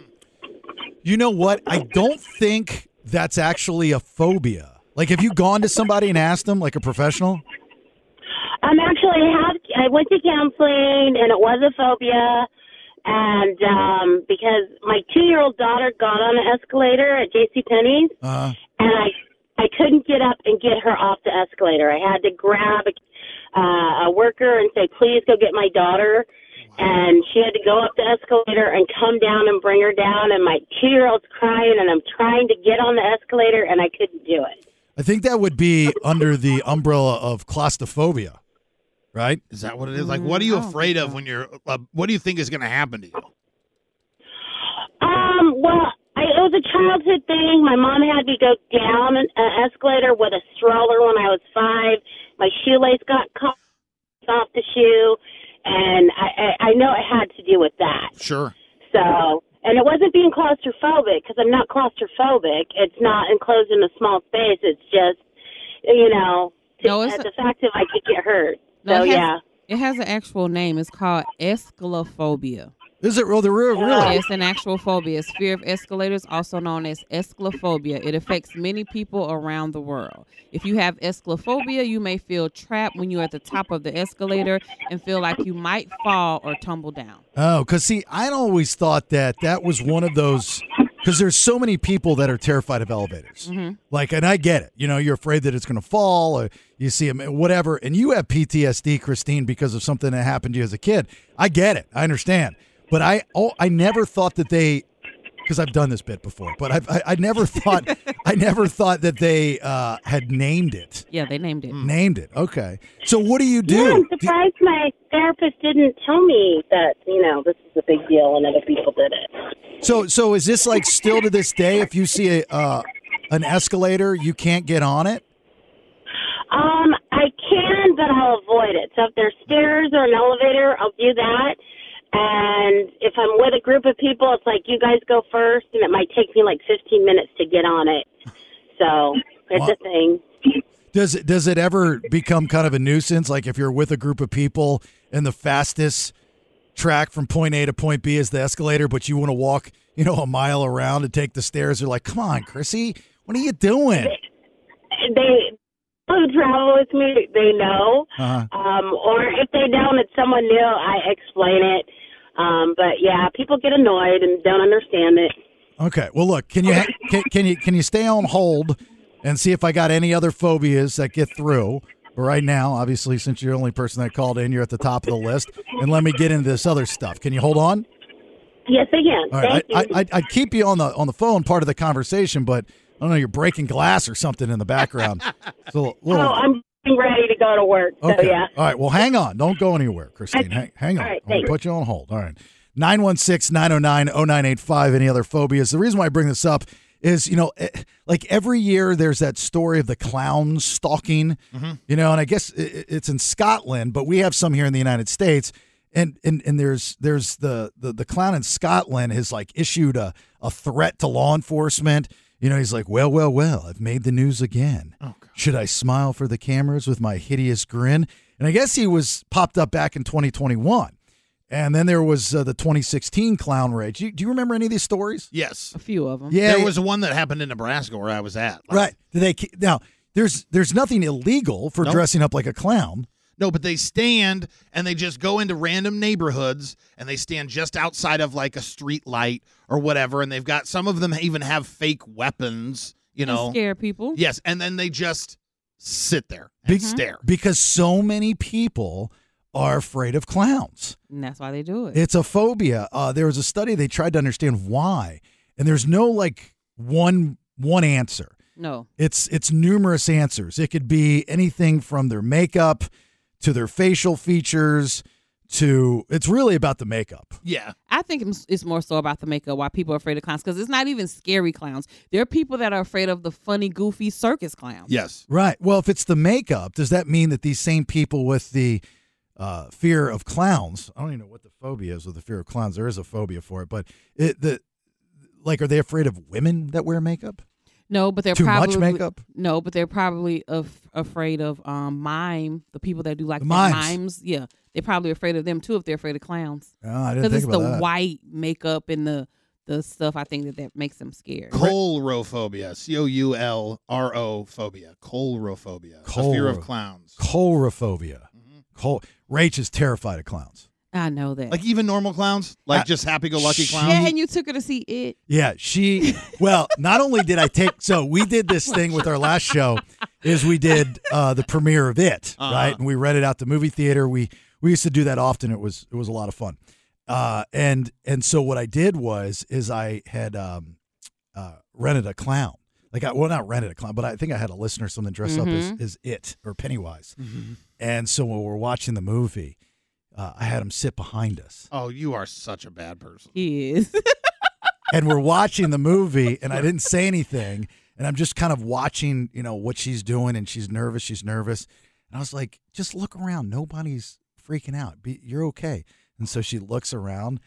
S7: You know what? I don't think that's actually a phobia. Like, have you gone to somebody and asked them, like a professional?
S14: I'm Um, actually have. I went to counseling, and it was a phobia. And um, because my two-year-old daughter got on an escalator at J.C. Penney's,
S7: Uh,
S14: and I I couldn't get up and get her off the escalator. I had to grab a, uh, a worker and say, "Please go get my daughter." And she had to go up the escalator and come down and bring her down. And my two-year-old's crying, and I'm trying to get on the escalator, and I couldn't do it.
S7: I think that would be under the umbrella of claustrophobia, right?
S9: Is that what it is? Like, what are
S8: Mm,
S9: you afraid of when you're? Uh, what do you think is going to happen to you?
S14: Um, well, I, it was a childhood thing. My mom had me go down an, an escalator with a stroller when I was five. My shoelace got caught off the shoe, and I, I, I know it had to do with that.
S9: Sure.
S14: So, and it wasn't being claustrophobic because I'm not claustrophobic. It's not enclosed in a small space. It's just, you know,
S8: No, it's
S14: the
S8: a-
S14: fact that I could get hurt.
S8: No,
S14: so,
S8: it has,
S14: Oh, yeah.
S8: It has an actual name. It's called escalophobia.
S7: Is it real? The real,
S8: really? It's an actual phobia. It's fear of escalators, also known as escalophobia. It affects many people around the world. If you have escalophobia, you may feel trapped when you're at the top of the escalator and feel like you might fall or tumble down.
S7: Oh, because see, I always thought that that was one of those. Because there's so many people that are terrified of elevators. Like, and I get it. You know, you're afraid that it's going to fall, or you see them, whatever. And you have PTSD, Christine, because of something that happened to you as a kid. I get it. I understand. But I, oh, I never thought that they, because I've done this bit before. But I've, I, I never thought, I never thought that they uh, had named it.
S8: Yeah, they named it.
S7: Named it. Okay. So what do you do?
S14: Yeah, I'm
S7: Do-
S14: surprised my therapist didn't tell me that, you know, this is a big deal and other people did it.
S7: So, so is this like still to this day? If you see a uh, an escalator, you can't get on it.
S14: Um, I can, but I'll avoid it. So if there's stairs or an elevator, I'll do that. And if I'm with a group of people, it's like you guys go first, and it might take me like 15 minutes to get on it. So it's
S7: Wow.
S14: a thing.
S7: Does it does it ever become kind of a nuisance? Like if you're with a group of people and the fastest track from point A to point B is the escalator, but you want to walk, you know, a mile around and take the stairs. You're like, come on, Chrissy, what are you doing?
S14: They who travel with me, they know.
S7: Uh-huh.
S14: Um, or if they don't, it's someone new. I explain it. Um, but yeah, people get annoyed and don't understand it.
S7: Okay. Well, look, can you can, can you can you stay on hold and see if I got any other phobias that get through? But right now, obviously, since you're the only person that called in, you're at the top of the list. And let me get into this other stuff. Can you hold on?
S14: Yes, they can.
S7: All
S14: Thank
S7: right.
S14: you.
S7: I, I, I'd- I'd keep you on the on the phone part of the conversation, but I don't know. You're breaking glass or something in the background. It's a little,
S14: oh, I'm getting ready to go to work. So
S7: Okay.
S14: yeah.
S7: All right. Well, hang on. Don't go anywhere, Christine. Hang, hang on.
S14: All right,
S7: I'm going to
S14: thanks.
S7: put you on hold. All right. 916 909 0985. Any other phobias? The reason why I bring this up is, you know, eh, like every year there's that story of the clown stalking, you know, and I guess i- i- it's in Scotland, but we have some here in the United States. And, and, and there's there's the, the the clown in Scotland has like issued a, a threat to law enforcement. You know, he's like, well, well, well, I've made the news again. Should I smile for the cameras with my hideous grin? And I guess he was popped up back in 2021. And then there was uh, the 2016 clown rage. You, do you remember any of these stories?
S9: Yes, a
S8: few of them.
S7: Yeah,
S9: there
S7: yeah.
S9: was one that happened in Nebraska where I was at. Like,
S7: Right. Do they ki- now? There's there's nothing illegal for
S9: Nope.
S7: dressing up like a clown.
S9: No, but they stand and they just go into random neighborhoods and they stand just outside of like a street light or whatever. And they've got some of them even have fake weapons, you
S8: They
S9: know.
S8: scare people.
S9: Yes.
S7: Mm-hmm.
S9: And then they just sit there and stare.
S7: Because so many people are afraid of clowns.
S8: And that's why they do it.
S7: It's a phobia. Uh, there was a study they tried to understand why, and there's no like one one answer.
S8: no.
S7: It's it's numerous answers. It could be anything from their makeup to their facial features to it's really about the makeup.
S9: Yeah.
S8: I think it's- it's more so about the makeup why people are afraid of clowns because it's not even scary clowns. There are people that are afraid of the funny, goofy circus clowns.
S9: Yes.
S7: Right. Well, if it's the makeup, does that mean that these same people with the uh, fear of clowns? I don't even know what the phobia is with the fear of clowns. There is a phobia for it, but it, the like, are they afraid of women that wear makeup?
S8: No, but they're
S7: Too much
S8: probably
S7: makeup?
S8: No, but they're probably af- afraid of um, mime. The people that do like the
S7: mimes.
S8: mimes. yeah, they're probably afraid of them too if they're afraid of clowns.
S7: Oh, I didn't think
S8: it's
S7: about
S8: the
S7: that.
S8: white makeup and the the stuff. I think that that makes them scared.
S9: Colrophobia. C O U L R O phobia. Colrophobia. The fear of
S7: Colro-
S9: clowns.
S7: Colrophobia.
S9: Mm-hmm.
S7: Col- Rach is terrified of clowns.
S8: I know that.
S9: Like even normal clowns? Like
S7: Uh,
S9: just happy go lucky
S7: she-
S9: clowns?
S8: yeah, and you took her to see it.
S7: Yeah, she. Well, not only did I take, so we did this thing with our last show, is we did uh, the premiere of it,
S9: Uh-huh.
S7: right? And we rented out the movie theater. We we used to do that often. It was it was a lot of fun. Uh, and and so what I did was is I had um, uh, rented a clown. Like I well not rented a clown, but I think I had a listener or something dressed up
S15: Mhm.
S7: as, as it or Pennywise. And so when we we're watching the movie, uh, I had him sit behind us
S9: Oh, you are such a bad person.
S8: He is.
S7: and we're watching the movie and I didn't say anything and I'm just kind of watching, you know, what she's doing and she's nervous, she's nervous. And I was like, just look around, nobody's freaking out. Be, you're okay. And so she looks around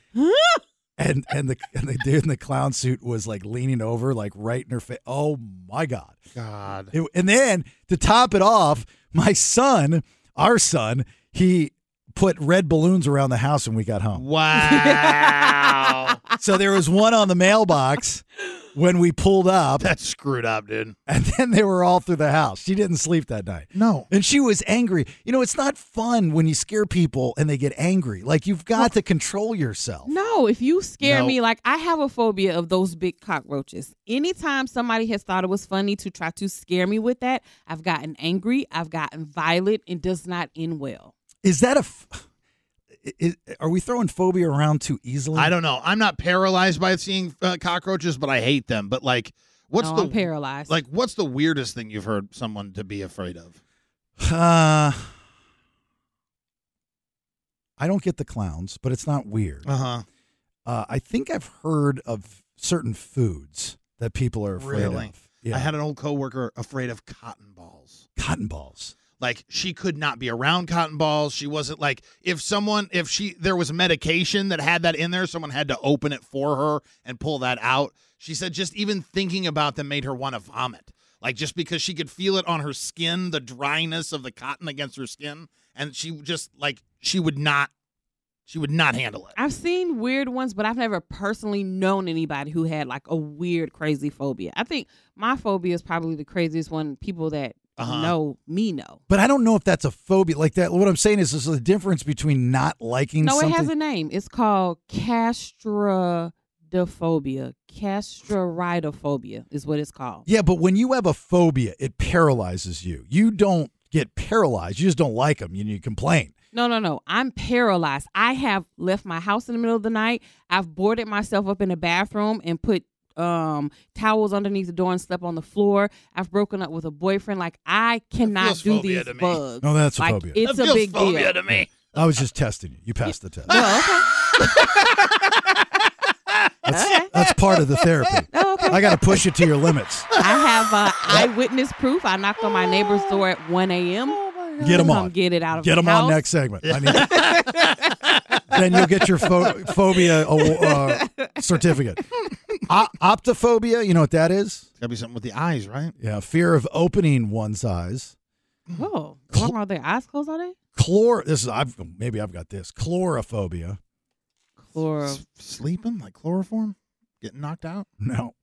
S7: and and the and the dude in the clown suit was like leaning over like right in her face. Oh my god.
S9: God.
S7: It- and then to top it off, my son, our son, he put red balloons around the house when we got home.
S9: Wow.
S7: So there was one on the mailbox when we pulled up,
S9: That's screwed up, dude.
S7: and then they were all through the house. She didn't sleep that night.
S9: No.
S7: And she was angry. You know, it's not fun when you scare people and they get angry. Like, you've got to control yourself.
S8: No, if you scare
S7: No.
S8: me, like I have a phobia of those big cockroaches. Anytime somebody has thought it was funny to try to scare me with that, I've gotten angry, I've gotten violent, and does not end well.
S7: Is that a. F- is, are we throwing phobia around too easily?
S9: I don't know. I'm not paralyzed by seeing uh, cockroaches, but I hate them. But like, what's
S8: No,
S9: the
S8: I'm paralyzed.
S9: Like, what's the weirdest thing you've heard someone to be afraid of?
S7: Uh, I don't get the clowns, but it's not weird.
S9: Uh-huh.
S7: Uh, I think I've heard of certain foods that people are afraid
S9: Really?
S7: of. Yeah.
S9: I had an old coworker afraid of cotton balls.
S7: cotton balls.
S9: Like she could not be around cotton balls. She wasn't like if someone if she there was medication that had that in there, someone had to open it for her and pull that out. She said just even thinking about them made her want to vomit. Like just because she could feel it on her skin, the dryness of the cotton against her skin, and she just like she would not she would not handle it.
S8: I've seen weird ones, but I've never personally known anybody who had like a weird, crazy phobia. I think my phobia is probably the craziest one people that
S7: Uh-huh.
S8: know me know.
S7: But I don't know if that's a phobia like that. What I'm saying is, there's a difference between not liking
S8: No,
S7: something.
S8: it has a name. It's called castrophobia. Castroridophobia is what it's called.
S7: Yeah, but when you have a phobia, it paralyzes you. You don't get paralyzed. You just don't like them, and you complain.
S8: No, no, no. I'm paralyzed. I have left my house in the middle of the night. I've boarded myself up in the bathroom and put um towels underneath the door and slept on the floor. I've broken up with a boyfriend. Like I cannot
S9: feels
S8: do
S9: phobia
S8: these
S9: to me.
S8: bugs.
S7: No, that's a
S8: like,
S7: phobia.
S8: It's
S9: That
S8: a
S9: feels
S8: big
S9: phobia
S8: deal.
S9: to me.
S7: I was just testing you. You passed the test. that's, that's part of the therapy. I got to push it to your limits.
S8: Oh, I have uh, eyewitness proof. I knocked on my neighbor's door at 1 a.m.
S9: Oh,
S7: Get them
S8: Come
S7: on.
S8: Get it out of
S7: Get
S8: the
S7: them
S8: house.
S7: on next segment. I need then you'll get your pho- phobia uh, uh, certificate. O- optophobia, you know what that is?
S9: It's gotta be something with the eyes, right?
S7: Yeah, fear of opening one's eyes.
S8: Oh, what are their eyes closed all day?
S7: Chlor. This is I've maybe I've got this chlorophobia.
S8: Chloro-
S9: sleeping like chloroform, getting knocked out.
S7: No,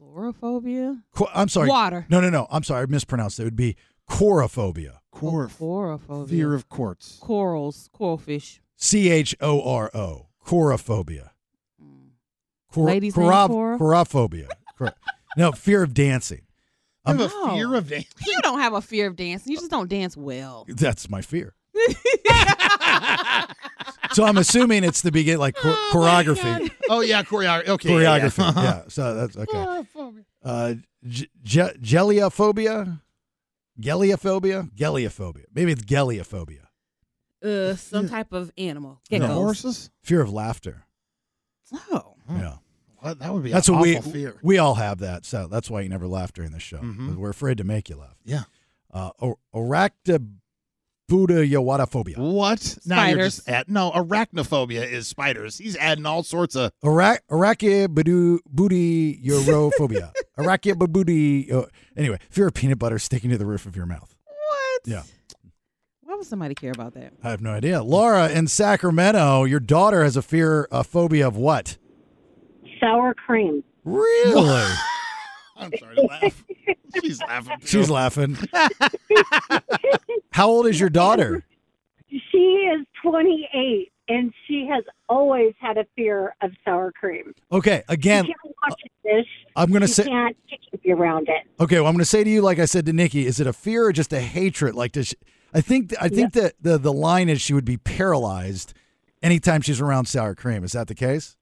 S8: chlorophobia.
S7: Qu- I'm sorry.
S8: Water.
S7: No, no, no. I'm sorry. I mispronounced. It would be chorophobia.
S9: Chlor-
S8: Oh, Chlorophobia.
S9: fear of quartz.
S8: corals, coralfish.
S7: C H O R O. Chorophobia. Chor-
S8: Mm. Ladies name chor?
S7: Chorophobia. Chor- no, fear of dancing. Um,
S8: Oh.
S9: have a fear of dancing.
S8: You don't have a fear of dancing. You just don't dance well.
S7: that's my fear. so I'm assuming it's the begin like chor- choreography.
S9: Oh yeah, choreography. Okay, yeah, Uh-huh. Oh, yeah.
S7: choreography. Yeah, So that's okay. Uh, j- j- geliophobia, geliophobia, geliophobia. Maybe it's geliophobia.
S8: Uh, some type of animal. Get
S7: No. Fear of laughter.
S8: No.
S7: Yeah.
S9: What? That would be
S7: That's
S9: an
S7: what we
S9: awful fear. Mm-hmm.
S7: we all have that. So that's why you never laugh during the show. 'cause We're afraid to make you laugh.
S9: Yeah.
S7: Uh, or- arachnobudayophobia.
S9: What? Now you're
S7: Spiders.
S9: just at no arachnophobia is spiders. He's adding all sorts of
S7: Ara- Arachibudubudiurophobia. Arachibudibudi. Uh, anyway, fear of peanut butter sticking to the roof of your mouth.
S8: What?
S7: Yeah.
S8: Why would somebody care about that?
S7: I have no idea. Laura in Sacramento, your daughter has a fear, a phobia of what?
S14: Sour cream.
S7: Really?
S9: I'm sorry to laugh. She's laughing.
S7: She's laughing. How old is your daughter?
S14: She is 28, and she has always had a fear of sour cream.
S7: Okay, again,
S14: she can't watch this.
S7: I'm gonna
S14: she
S7: say-
S14: can't, she can't be around it.
S7: Okay, well, I'm going to say to you, like I said to Nikki, is it a fear or just a hatred? Like, does she, I think I think that the the line is she would be paralyzed anytime she's around sour cream. Is that the case?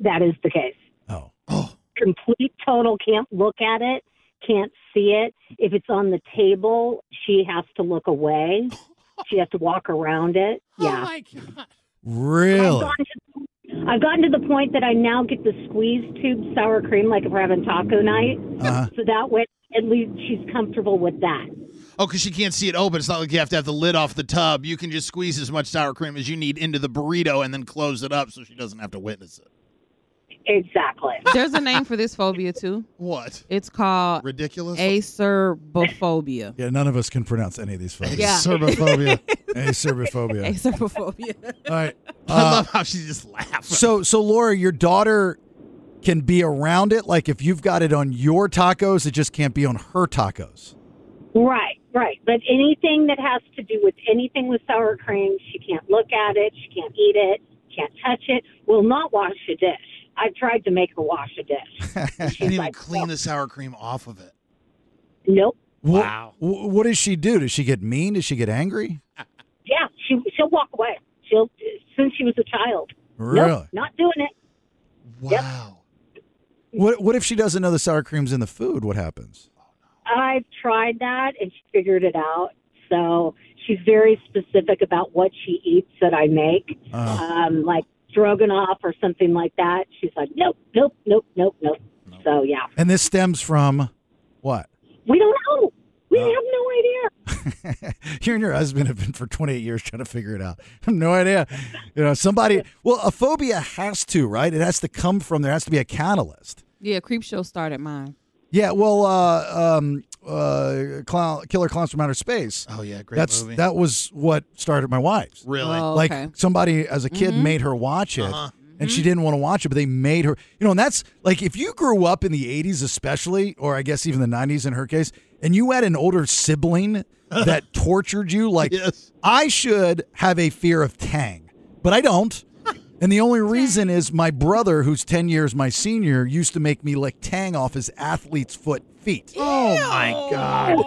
S14: That is the case.
S7: Oh.
S14: Complete total can't look at it, can't see it. If it's on the table, she has to look away. She has to walk around it. Yeah.
S7: Really?
S14: I've gotten to the point that I now get the squeeze tube sour cream like if we're having taco night.
S9: Uh-huh.
S14: So that way at least she's comfortable with that.
S9: Oh, because she can't see it open. It's not like you have to have the lid off the tub. You can just squeeze as much sour cream as you need into the burrito and then close it up so she doesn't have to witness it.
S14: Exactly.
S8: There's a name for this phobia too.
S9: What?
S8: It's called
S9: ridiculous
S8: acerbophobia.
S7: Yeah, none of us can pronounce any of these phobias.
S8: Yeah.
S9: Serbophobia.
S7: Acerbophobia.
S8: Acerbophobia.
S7: All right.
S9: I
S7: Uh,
S9: love how she just laughs.
S7: so, so Laura, your daughter can be around it. Like, if you've got it on your tacos, it just can't be on her tacos.
S14: Right, right. But anything that has to do with anything with sour cream, she can't look at it, she can't eat it, can't touch it, will not wash a dish. I've tried to make her wash a dish.
S9: She didn't even clean the sour cream off of it.
S14: Nope.
S7: Wow. What, what does she do? Does she get mean? Does she get angry?
S14: Yeah, she she'll walk away. She'll since she was a child.
S7: Really?
S14: Nope, not doing it.
S9: Wow.
S7: What What if she doesn't know the sour cream's in the food? What happens?
S14: I've tried that and she figured it out. So she's very specific about what she eats that I make,
S7: Uh,
S14: um, like stroganoff or something like that. She's like, nope, nope, nope, nope, nope. So yeah,
S7: And this stems from what?
S14: we don't know. We have no idea.
S7: you and your husband have been for 28 years trying to figure it out. I have no idea. You know, somebody, well, a phobia has to, right? It has to come from, there has to be a catalyst.
S8: Yeah, creep show started mine.
S7: Yeah, well, uh, um, uh, Clown, Killer Clowns from Outer Space.
S9: Oh, yeah, great
S7: That's,
S9: movie.
S7: That was what started my wife's.
S9: Really? Oh, okay.
S7: Like somebody as a kid made her watch it. And she didn't want to watch it, but they made her. You know, and that's like if you grew up in the 80s, especially, or I guess even the 90s in her case, and you had an older sibling that tortured you, like I should have a fear of Tang, but I don't. And the only reason is my brother, who's 10 years my senior, used to make me lick Tang off his athlete's foot feet.
S9: Oh, my God.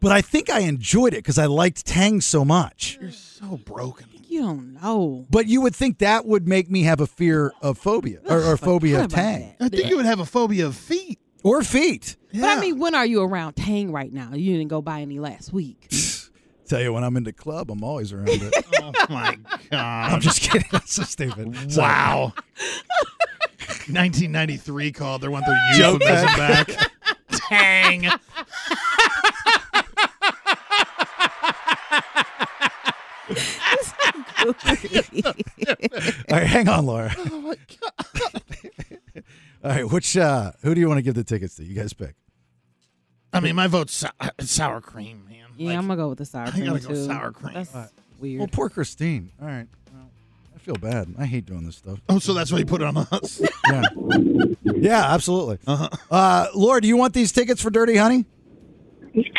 S7: But I think I enjoyed it because I liked Tang so much.
S9: You're so broken.
S8: You don't know.
S7: But you would think that would make me have a fear of phobia or, or phobia of Tang
S9: I think you would have a phobia of feet.
S7: or feet.
S8: But I mean, when are you around Tang right now? You didn't go buy any last week.
S7: Tell you, when I'm in the club, I'm always around it.
S9: Oh, my God.
S7: I'm just kidding. That's so stupid. Sorry.
S9: Wow. 1993 called. They want their
S7: Joke
S9: euphemism
S7: back.
S9: back. Tang.
S7: All right, hang on, Laura. All right, which uh, who do you want to give the tickets to? You guys pick.
S9: I mean, my vote's sou- uh, sour cream, man.
S8: Yeah, I'm gonna go with the sour
S9: I
S8: cream
S9: gotta
S8: too.
S9: go sour cream.
S8: That's weird.
S7: Well, poor Christine. All right. Well, I feel bad. I hate doing this stuff.
S9: Oh, so that's why you put it on us.
S7: Yeah. yeah, absolutely. Uh-huh. Uh, Laura, do you want these tickets for Dirty Honey?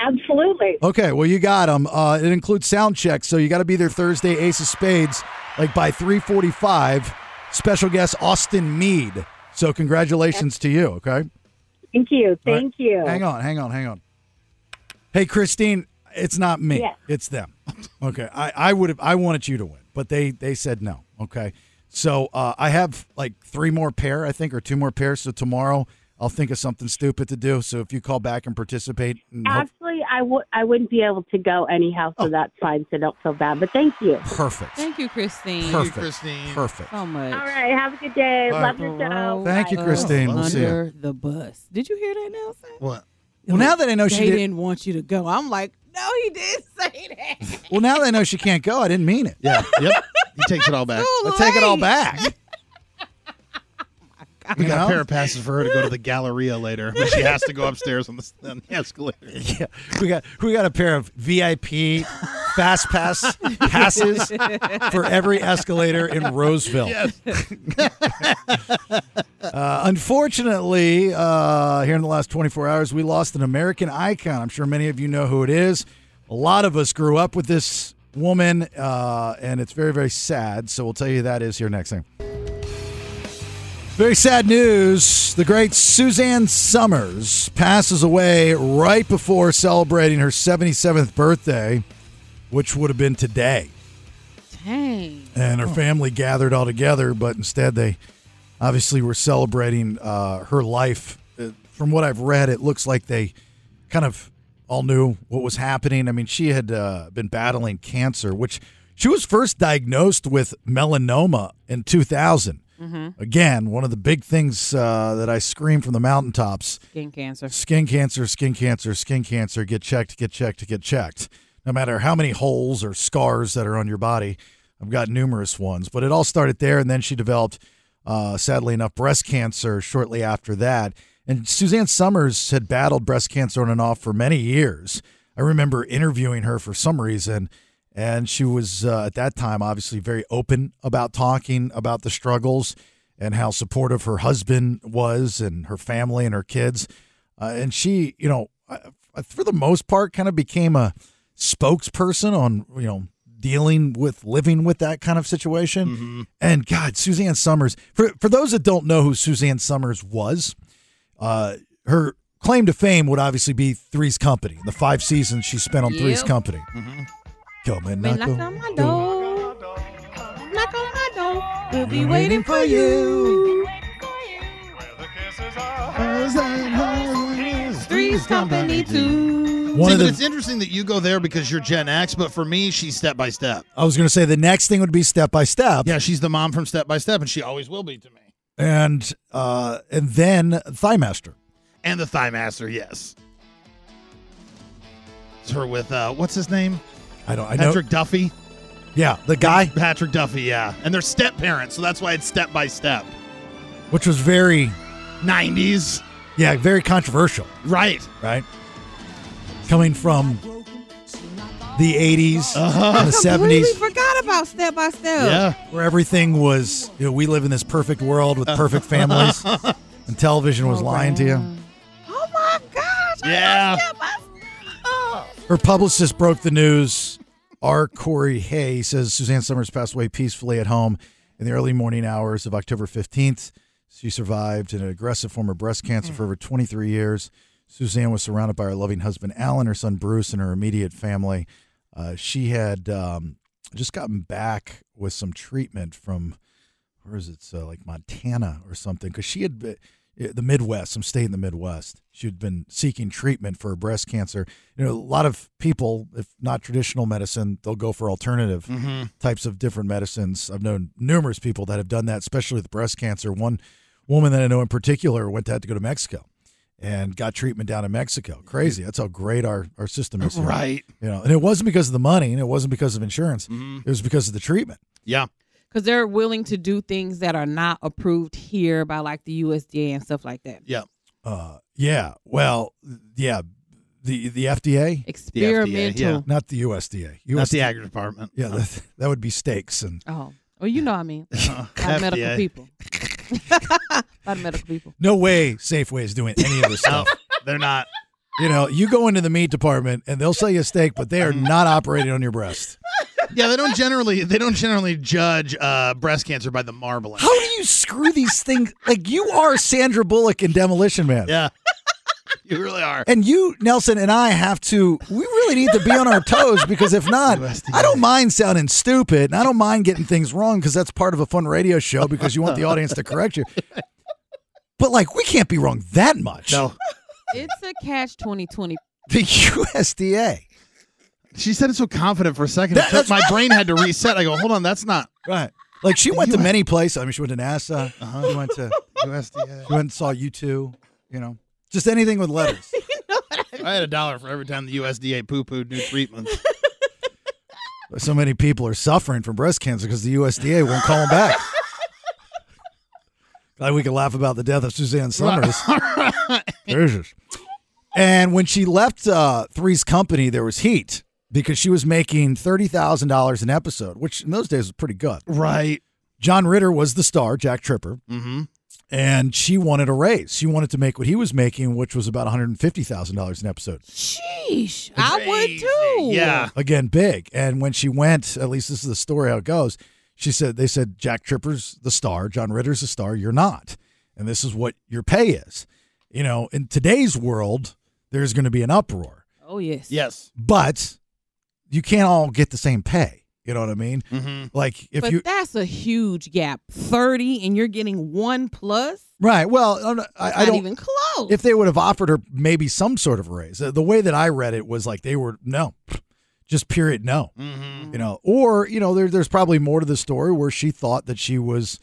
S14: Absolutely.
S7: Okay, well, you got them. Uh, it includes sound checks, so you got to be there Thursday, Ace of Spades, like by 345. Special guest Austin Mead. So congratulations to you, okay?
S14: Thank you.
S7: All right.
S14: Thank you.
S7: Hang on, hang on, hang on. Hey, Christine, it's not me.
S14: Yes.
S7: It's them. Okay, I, I would have I wanted you to win, but they they said no. Okay, so uh, I have like three more pair, I think, or two more pairs. So tomorrow I'll think of something stupid to do. So if you call back and participate, and hope-
S14: Actually, I w- I wouldn't be able to go anyhow,
S7: Oh.
S14: so that's fine. So don't feel bad. But thank you.
S7: perfect,
S8: Thank you, Christine.
S7: perfect,
S9: Christine.
S7: perfect.
S8: So
S14: All
S8: much.
S14: right. Have a good day.
S7: All
S14: Love
S7: right.
S14: your show.
S7: Thank you,
S14: Bye.
S7: Christine. We'll see you.
S8: Under the bus. Did you hear that, Nelson?
S9: What?
S7: Well, now that I know
S8: they
S7: she did,
S8: didn't want you to go, I'm like, no, he did say that.
S7: well, now that I know she can't go, I didn't mean it.
S9: Yeah. Yep. He takes it all back.
S8: Too
S7: I take it all
S8: late.
S7: back.
S9: We got
S7: know?
S9: a pair of passes for her to go to the Galleria later, but she has to go upstairs on the, on the escalator.
S7: Yeah, we got we got a pair of VIP fast pass passes for every escalator in Roseville.
S9: Yes.
S7: Uh, unfortunately, uh, here in the last 24 hours, we lost an American icon. I'm sure many of you know who it is. A lot of us grew up with this woman, uh, and it's very, very sad. So we'll tell you who that is here next thing. Very sad news. The great Suzanne Summers passes away right before celebrating her 77th birthday, which would have been today
S8: Dang.
S7: and her family gathered all together, but instead they obviously were celebrating uh, her life. Uh, From what I've read, it looks like they kind of all knew what was happening. I mean, she had uh, been battling cancer, which she was first diagnosed with melanoma in 2000.
S8: Mm-hmm.
S7: Again, one of the big things uh, that I scream from the mountaintops
S8: Skin cancer.
S7: skin cancer, skin cancer, skin cancer, get checked, get checked, get checked. No matter how many holes or scars that are on your body, I've got numerous ones, but it all started there. And then she developed, uh, sadly enough, breast cancer shortly after that. And Suzanne Summers had battled breast cancer on and off for many years. I remember interviewing her for some reason, and she was uh, at that time obviously very open about talking about the struggles and how supportive her husband was and her family and her kids. Uh, and she, you know, I- I- for the most part, kind of became a spokesperson on, you know, dealing with living with that kind of situation.
S9: Mm-hmm.
S7: And God, Suzanne Summers, for, for those that don't know who Suzanne Summers was, uh, her claim to fame would obviously be Three's Company, the five seasons she spent on Three's
S8: Yep.
S7: Company. Come and
S8: Man,
S7: knock,
S8: knock on my door. Knock on my door. We'll be
S7: We're
S8: waiting for you. Three's company too.
S7: One
S9: See,
S7: of
S9: but
S7: the-
S9: it's interesting that you go there because you're Gen X, but for me, she's step by step.
S7: I was going to say the next thing would be Step by Step.
S9: Yeah, she's the mom from Step by Step, and she always will be to me.
S7: And, uh, and then Thighmaster.
S9: And the Thigh Master, yes. It's her with, uh, what's his name?
S7: I don't, I know.
S9: Patrick Duffy.
S7: Yeah, the guy.
S9: Patrick Duffy, yeah. And they're step parents, so that's why it's step by step.
S7: which was very,
S9: 90s.
S7: yeah, very controversial,
S9: Right.
S7: right? Coming from the 80s
S9: Uh-huh.
S7: and the
S8: Completely
S7: 70s,
S8: forgot about step by step.
S9: Yeah.
S7: where everything was, you know, we live in this perfect world with perfect families, and television was lying to you.
S8: Oh my gosh. I
S9: Yeah.
S8: love Step by Step. Oh.
S7: Her publicist broke the news. R. Corey Hay says Suzanne Summers passed away peacefully at home in the early morning hours of October 15th. She survived an aggressive form of breast cancer for over 23 years. Suzanne was surrounded by her loving husband, Alan, her son, Bruce, and her immediate family. Uh, she had um, just gotten back with some treatment from, where is it, so like Montana or something, because she had been, eh, the Midwest, some state in the Midwest. She had been seeking treatment for breast cancer. You know, a lot of people, if not traditional medicine, they'll go for alternative types of different medicines. I've known numerous people that have done that, especially with breast cancer. One woman that I know in particular went to had to go to Mexico and got treatment down in Mexico. Crazy. That's how great our, our system is. here.
S9: Right.
S7: You know, and it wasn't because of the money and it wasn't because of insurance.
S9: Mm-hmm.
S7: It was because of the treatment.
S9: Yeah.
S8: Because they're willing to do things that are not approved here by like the USDA and stuff like that.
S9: Yeah.
S7: Uh, yeah. Well, yeah. The the FDA,
S8: Experimental.
S9: yeah.
S7: not the USDA. USDA
S9: That's the Agri Department.
S7: yeah, that, that would be steaks and
S8: Oh. Well, you know what I mean. By
S9: FDA.
S8: medical people. By medical people.
S7: no way Safeway is doing any of this
S9: No,
S7: stuff.
S9: they're not.
S7: You know, you go into the meat department and they'll sell you a steak, but they are not operating on your breast.
S9: Yeah, they don't generally they don't generally judge uh, breast cancer by the marbling.
S7: How do you screw these things? Like you are Sandra Bullock in Demolition Man.
S9: Yeah. You really are.
S7: And you, Nelson, and I have to, we really need to be on our toes because if not, I don't mind sounding stupid and I don't mind getting things wrong because that's part of a fun radio show because you want the audience to correct you. But like, we can't be wrong that much.
S9: No.
S8: It's a catch 2020.
S7: The USDA.
S9: She said it so confident for a second. It took- my brain had to reset. I go, hold on, that's not
S7: right. Like she went to many places. I mean, she went to NASA. Uh-huh. She went to
S9: USDA.
S7: she went and saw you two. You know, just anything with letters.
S9: I had a dollar for every time the USDA poo pooed new treatments.
S7: So many people are suffering from breast cancer because the USDA won't call them back. Glad we could laugh about the death of Suzanne Summers. Jesus. And when she left uh, Three's Company, there was heat because she was making thirty thousand dollars an episode, which in those days was pretty good.
S9: Right.
S7: John Ritter was the star, Jack Tripper,
S9: Mm-hmm.
S7: and she wanted a raise. She wanted to make what he was making, which was about one hundred fifty thousand dollars an episode.
S8: Sheesh. I would too.
S9: Yeah.
S7: again big. And when she went, at least this is the story how it goes. She said they said Jack Tripper's the star, John Ritter's the star, you're not, and this is what your pay is. You know, in today's world, there's going to be an uproar,
S8: Oh, yes.
S9: Yes.
S7: but you can't all get the same pay. You know what I mean?
S9: Mm-hmm.
S7: Like if
S8: but
S7: you
S8: that's a huge gap. 30 and you're getting one plus?
S7: right, well, I'm not- I, I
S8: It's not
S7: don't
S8: even close.
S7: if they would have offered her maybe some sort of raise. The the way that I read it was like they were no, just period no. You know, or you know, there, there's probably more to the story where she thought that she was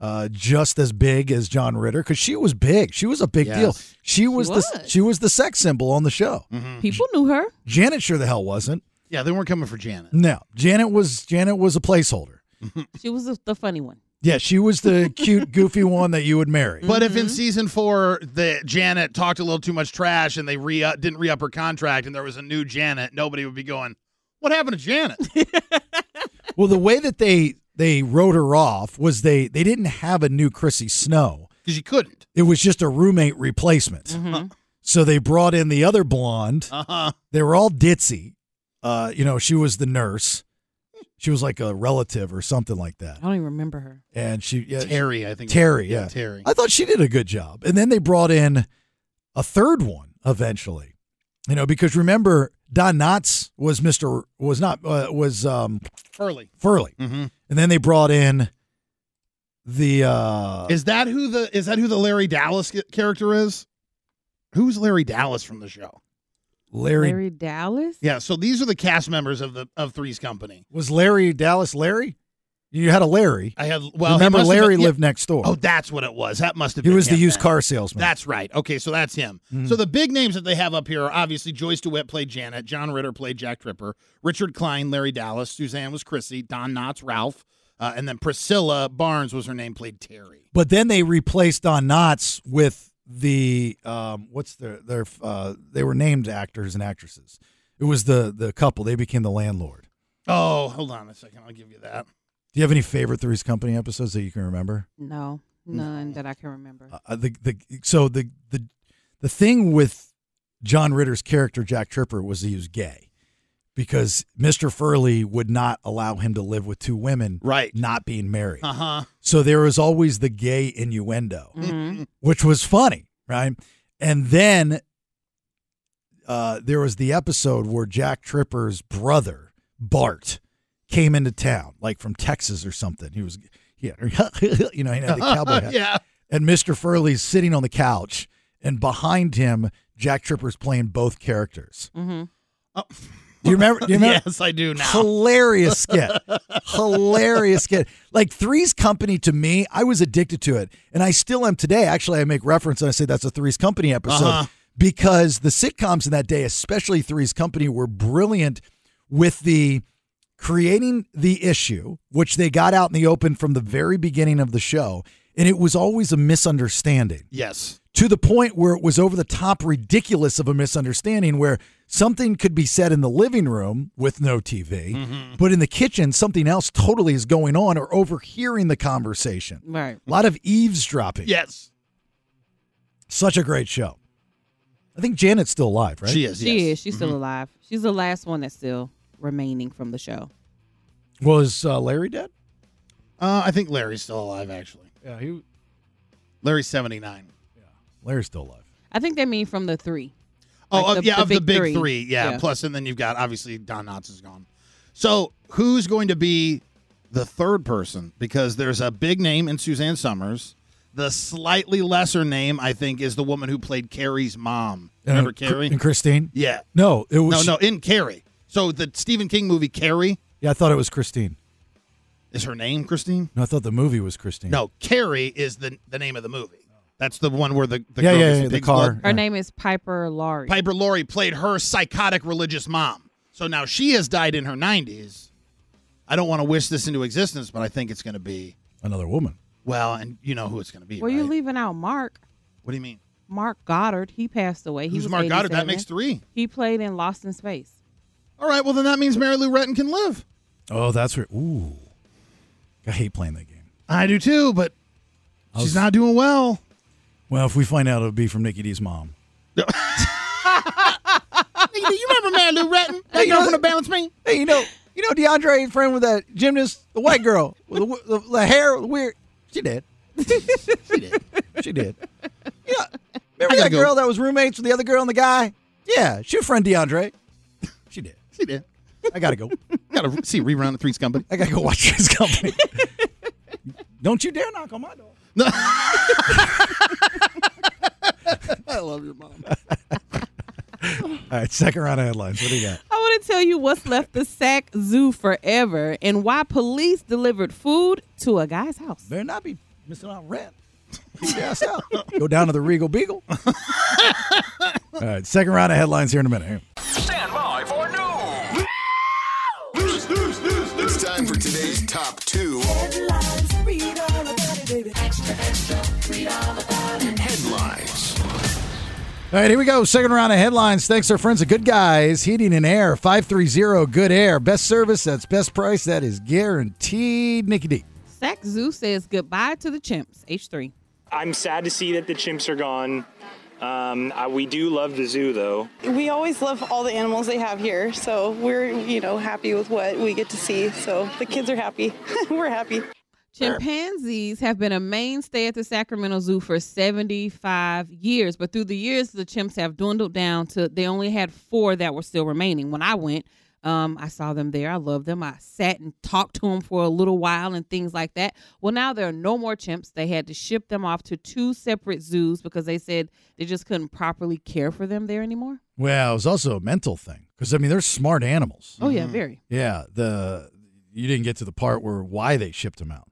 S7: uh, just as big as John Ritter because she was big. She was a big deal.
S9: Yes.
S7: She was, the
S8: was. Mm-hmm.
S7: she was the sex symbol on the show.
S9: Mm-hmm.
S8: People knew her.
S7: Janet sure the hell wasn't.
S9: Yeah, they weren't coming for Janet.
S7: No, Janet was Janet was a placeholder.
S8: She was the, the funny one.
S7: Yeah, she was the cute, goofy one that you would marry.
S9: But if in season four the Janet talked a little too much trash and they re uh, didn't re up her contract and there was a new Janet, nobody would be going, "What happened to Janet?"
S7: Well, the way that they they wrote her off was they they didn't have a new Chrissy Snow.
S9: Because you couldn't.
S7: It was just a roommate replacement. So they brought in the other blonde.
S9: Uh huh.
S7: They were all ditzy. Uh, you know, she was the nurse. She was like a relative or something like that.
S8: I don't even remember her.
S7: And she yeah, she-
S9: Terry, I think.
S7: Terry, yeah.
S9: Terry.
S7: I thought she did a good job. And then they brought in a third one eventually. You know, because remember Don Knotts was Mr. was not uh, was um
S9: Furley.
S7: Furley.
S9: Mm-hmm.
S7: And then they brought in the uh
S9: Is that who the is that who the Larry Dallas ca- character is? Who's Larry Dallas from the show?
S7: Larry,
S8: Larry Dallas?
S9: Yeah, so these are the cast members of the of Three's Company.
S7: was Larry Dallas Larry? You had a Larry.
S9: I had well, he
S7: remember
S9: must have
S7: Larry
S9: been- yeah.
S7: lived next door.
S9: Oh, that's what it was. That must have
S7: he
S9: been
S7: was the
S9: him
S7: used
S9: then.
S7: car salesman. Mm.
S9: That's right. Okay, so that's him. So the big names that they have up here are obviously Joyce DeWitt played Janet, John Ritter played Jack Tripper, Richard Klein, Larry Dallas, Suzanne was Chrissy, Don Knotts, Ralph, uh, and then Priscilla Barnes was her name, played Terry.
S7: but then they replaced Don Knotts with the um what's their their uh they were named actors and actresses. It was the the couple. They became the landlord.
S9: Oh, hold on a second. I'll give you that.
S7: Do you have any favorite Three's Company episodes that you can remember?
S8: No, none that I can remember.
S7: Uh, the the so the the the thing with John Ritter's character Jack Tripper was he was gay because Mr. Furley would not allow him to live with two women
S9: Right.
S7: not being married.
S9: Uh huh.
S7: So there was always the gay innuendo,
S8: Mm-hmm.
S7: which was funny, right? And then uh, there was the episode where Jack Tripper's brother Bart came into town, like from Texas or something. He was, yeah, you know, he had the cowboy hat
S9: yeah.
S7: and Mr. Furley's sitting on the couch, and behind him, Jack Tripper's playing both characters.
S8: Mm-hmm.
S7: Do you remember? Do you remember?
S9: Yes, I do now.
S7: Hilarious skit. Hilarious skit. Like Three's Company to me, I was addicted to it. And I still am today. Actually, I make reference and I say that's a Three's Company episode
S9: Uh-huh.
S7: because the sitcoms in that day, especially Three's Company, were brilliant with the creating the issue, which they got out in the open from the very beginning of the show. And it was always a misunderstanding
S9: Yes.
S7: to the point where it was over the top ridiculous of a misunderstanding where something could be said in the living room with no TV,
S9: Mm-hmm.
S7: but in the kitchen, something else totally is going on or overhearing the conversation.
S8: Right.
S7: A lot of eavesdropping.
S9: Yes.
S7: Such a great show. I think Janet's still alive, right?
S9: She is.
S8: She
S9: yes. Mm-hmm.
S8: is. She's still alive. She's the last one that's still remaining from the show.
S7: Was uh, Larry dead?
S9: Uh, I think Larry's still alive, actually.
S7: Yeah, he.
S9: Larry's 79.
S7: Larry's still alive.
S8: I think they mean from the three.
S9: Oh,
S8: Like
S9: of- yeah, of the big three. Yeah,
S8: Yeah.
S9: plus, and then you've got obviously Don Knotts is gone. So who's going to be the third person? Because there's a big name in Suzanne Summers. The slightly lesser name, I think, is the woman who played Carrie's mom. Remember
S7: And-
S9: Carrie?
S7: and Uh, Christine.
S9: Yeah.
S7: No, it
S9: No,
S7: was
S9: no, in Carrie. So the Stephen King movie Carrie
S7: Yeah, I thought it was Christine.
S9: is her name, Christine.
S7: No, I thought the movie was Christine.
S9: No, Carrie is the the name of the movie. That's the one where the, the
S7: Yeah,
S9: girl
S7: yeah,
S9: gets
S7: yeah, the
S9: pig's
S7: car.
S9: blood.
S8: Her name is Piper Laurie.
S9: Piper Laurie played her psychotic religious mom. So now she has died in her 90s. I don't want to wish this into existence, but I think it's going to be
S7: another woman.
S9: well, and you know who it's going to be.
S8: well,
S9: right?
S8: you're leaving out Mark.
S9: What do you mean?
S8: Mark Goddard. He passed away. He
S9: Who's
S8: was
S9: Mark Goddard? That
S8: 87.
S9: makes three.
S8: He played in Lost in Space.
S9: All right, well then that means Mary Lou Retton can live.
S7: Oh, that's right. Ooh. I hate playing that game.
S9: I do too, but she's not doing well.
S7: Well, if we find out it'll be from Nikki D's mom.
S9: Hey, do you remember Mary Lou Retton? That girl from the Balance Me?
S15: Hey, you know, you know DeAndre ain't friend with that gymnast, the white girl with the, wi- the, the hair, the weird. She did.
S7: She did.
S15: Remember
S7: I gotta
S15: that
S7: go.
S15: girl that was roommates with the other girl and the guy?
S7: Yeah, she a friend DeAndre. She did.
S9: She did.
S7: I gotta go.
S9: Got to see a rerun of Three's Company.
S7: I gotta go watch Three's Company. Don't you dare knock on my door.
S9: I love your mom.
S7: All right, second round of headlines. What do you got?
S8: I want to tell you what's left the Sac Zoo forever and why police delivered food to a guy's house.
S7: Better not be missing out rent. Yes, Go down to the Regal Beagle. All right, second round of headlines here in a minute. Here.
S1: Stand by for news. News, news, news, news. It's time for today's top two. Headlines. Read all about it, baby. Extra, extra. Read all about it. Headlines.
S7: All right, here we go. Second round of headlines. Thanks to our friends at Good Guys Heating and Air, 530 Good Air. Best service, that's best price, that is guaranteed. Nikki D.
S8: Sac Zoo says goodbye to the chimps. H3.
S16: I'm sad to see that the chimps are gone. Um, I, we do love the zoo, though.
S17: We always love all the animals they have here, so we're, you know, happy with what we get to see. So the kids are happy. we're happy.
S8: Chimpanzees have been a mainstay at the Sacramento Zoo for 75 years, but through the years, the chimps have dwindled down to they only had four that were still remaining. When I went, um, I saw them there. I loved them. I sat and talked to them for a little while and things like that. Well, now there are no more chimps. They had to ship them off to two separate zoos because they said they just couldn't properly care for them there anymore.
S7: Well, it was also a mental thing because, I mean, they're smart animals.
S8: Oh, yeah, very.
S7: Yeah, the you didn't get to the part where why they shipped them out.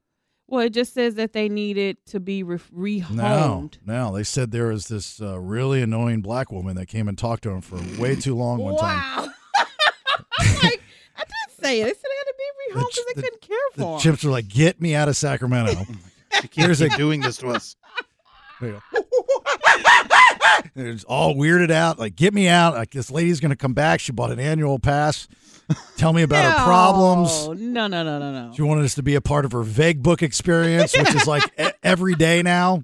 S8: Well, it just says that they needed to be re- rehomed.
S7: No, no, they said there was this uh, really annoying black woman that came and talked to him for way too long one time.
S8: Wow. I'm like, I did say it. They said it had to be rehomed because they couldn't care
S7: The
S8: for 'em.
S7: chimps were like, "Get me out of
S9: Oh
S7: Sacramento."
S9: She can't keep doing this to us.
S7: There you go. It's all weirded out. Like, get me out. Like, this lady's going to come back. She bought an annual pass. Tell me about her problems.
S8: No, no, no, no, no.
S7: She wanted us to be a part of her vague book experience, which is like e- every day now.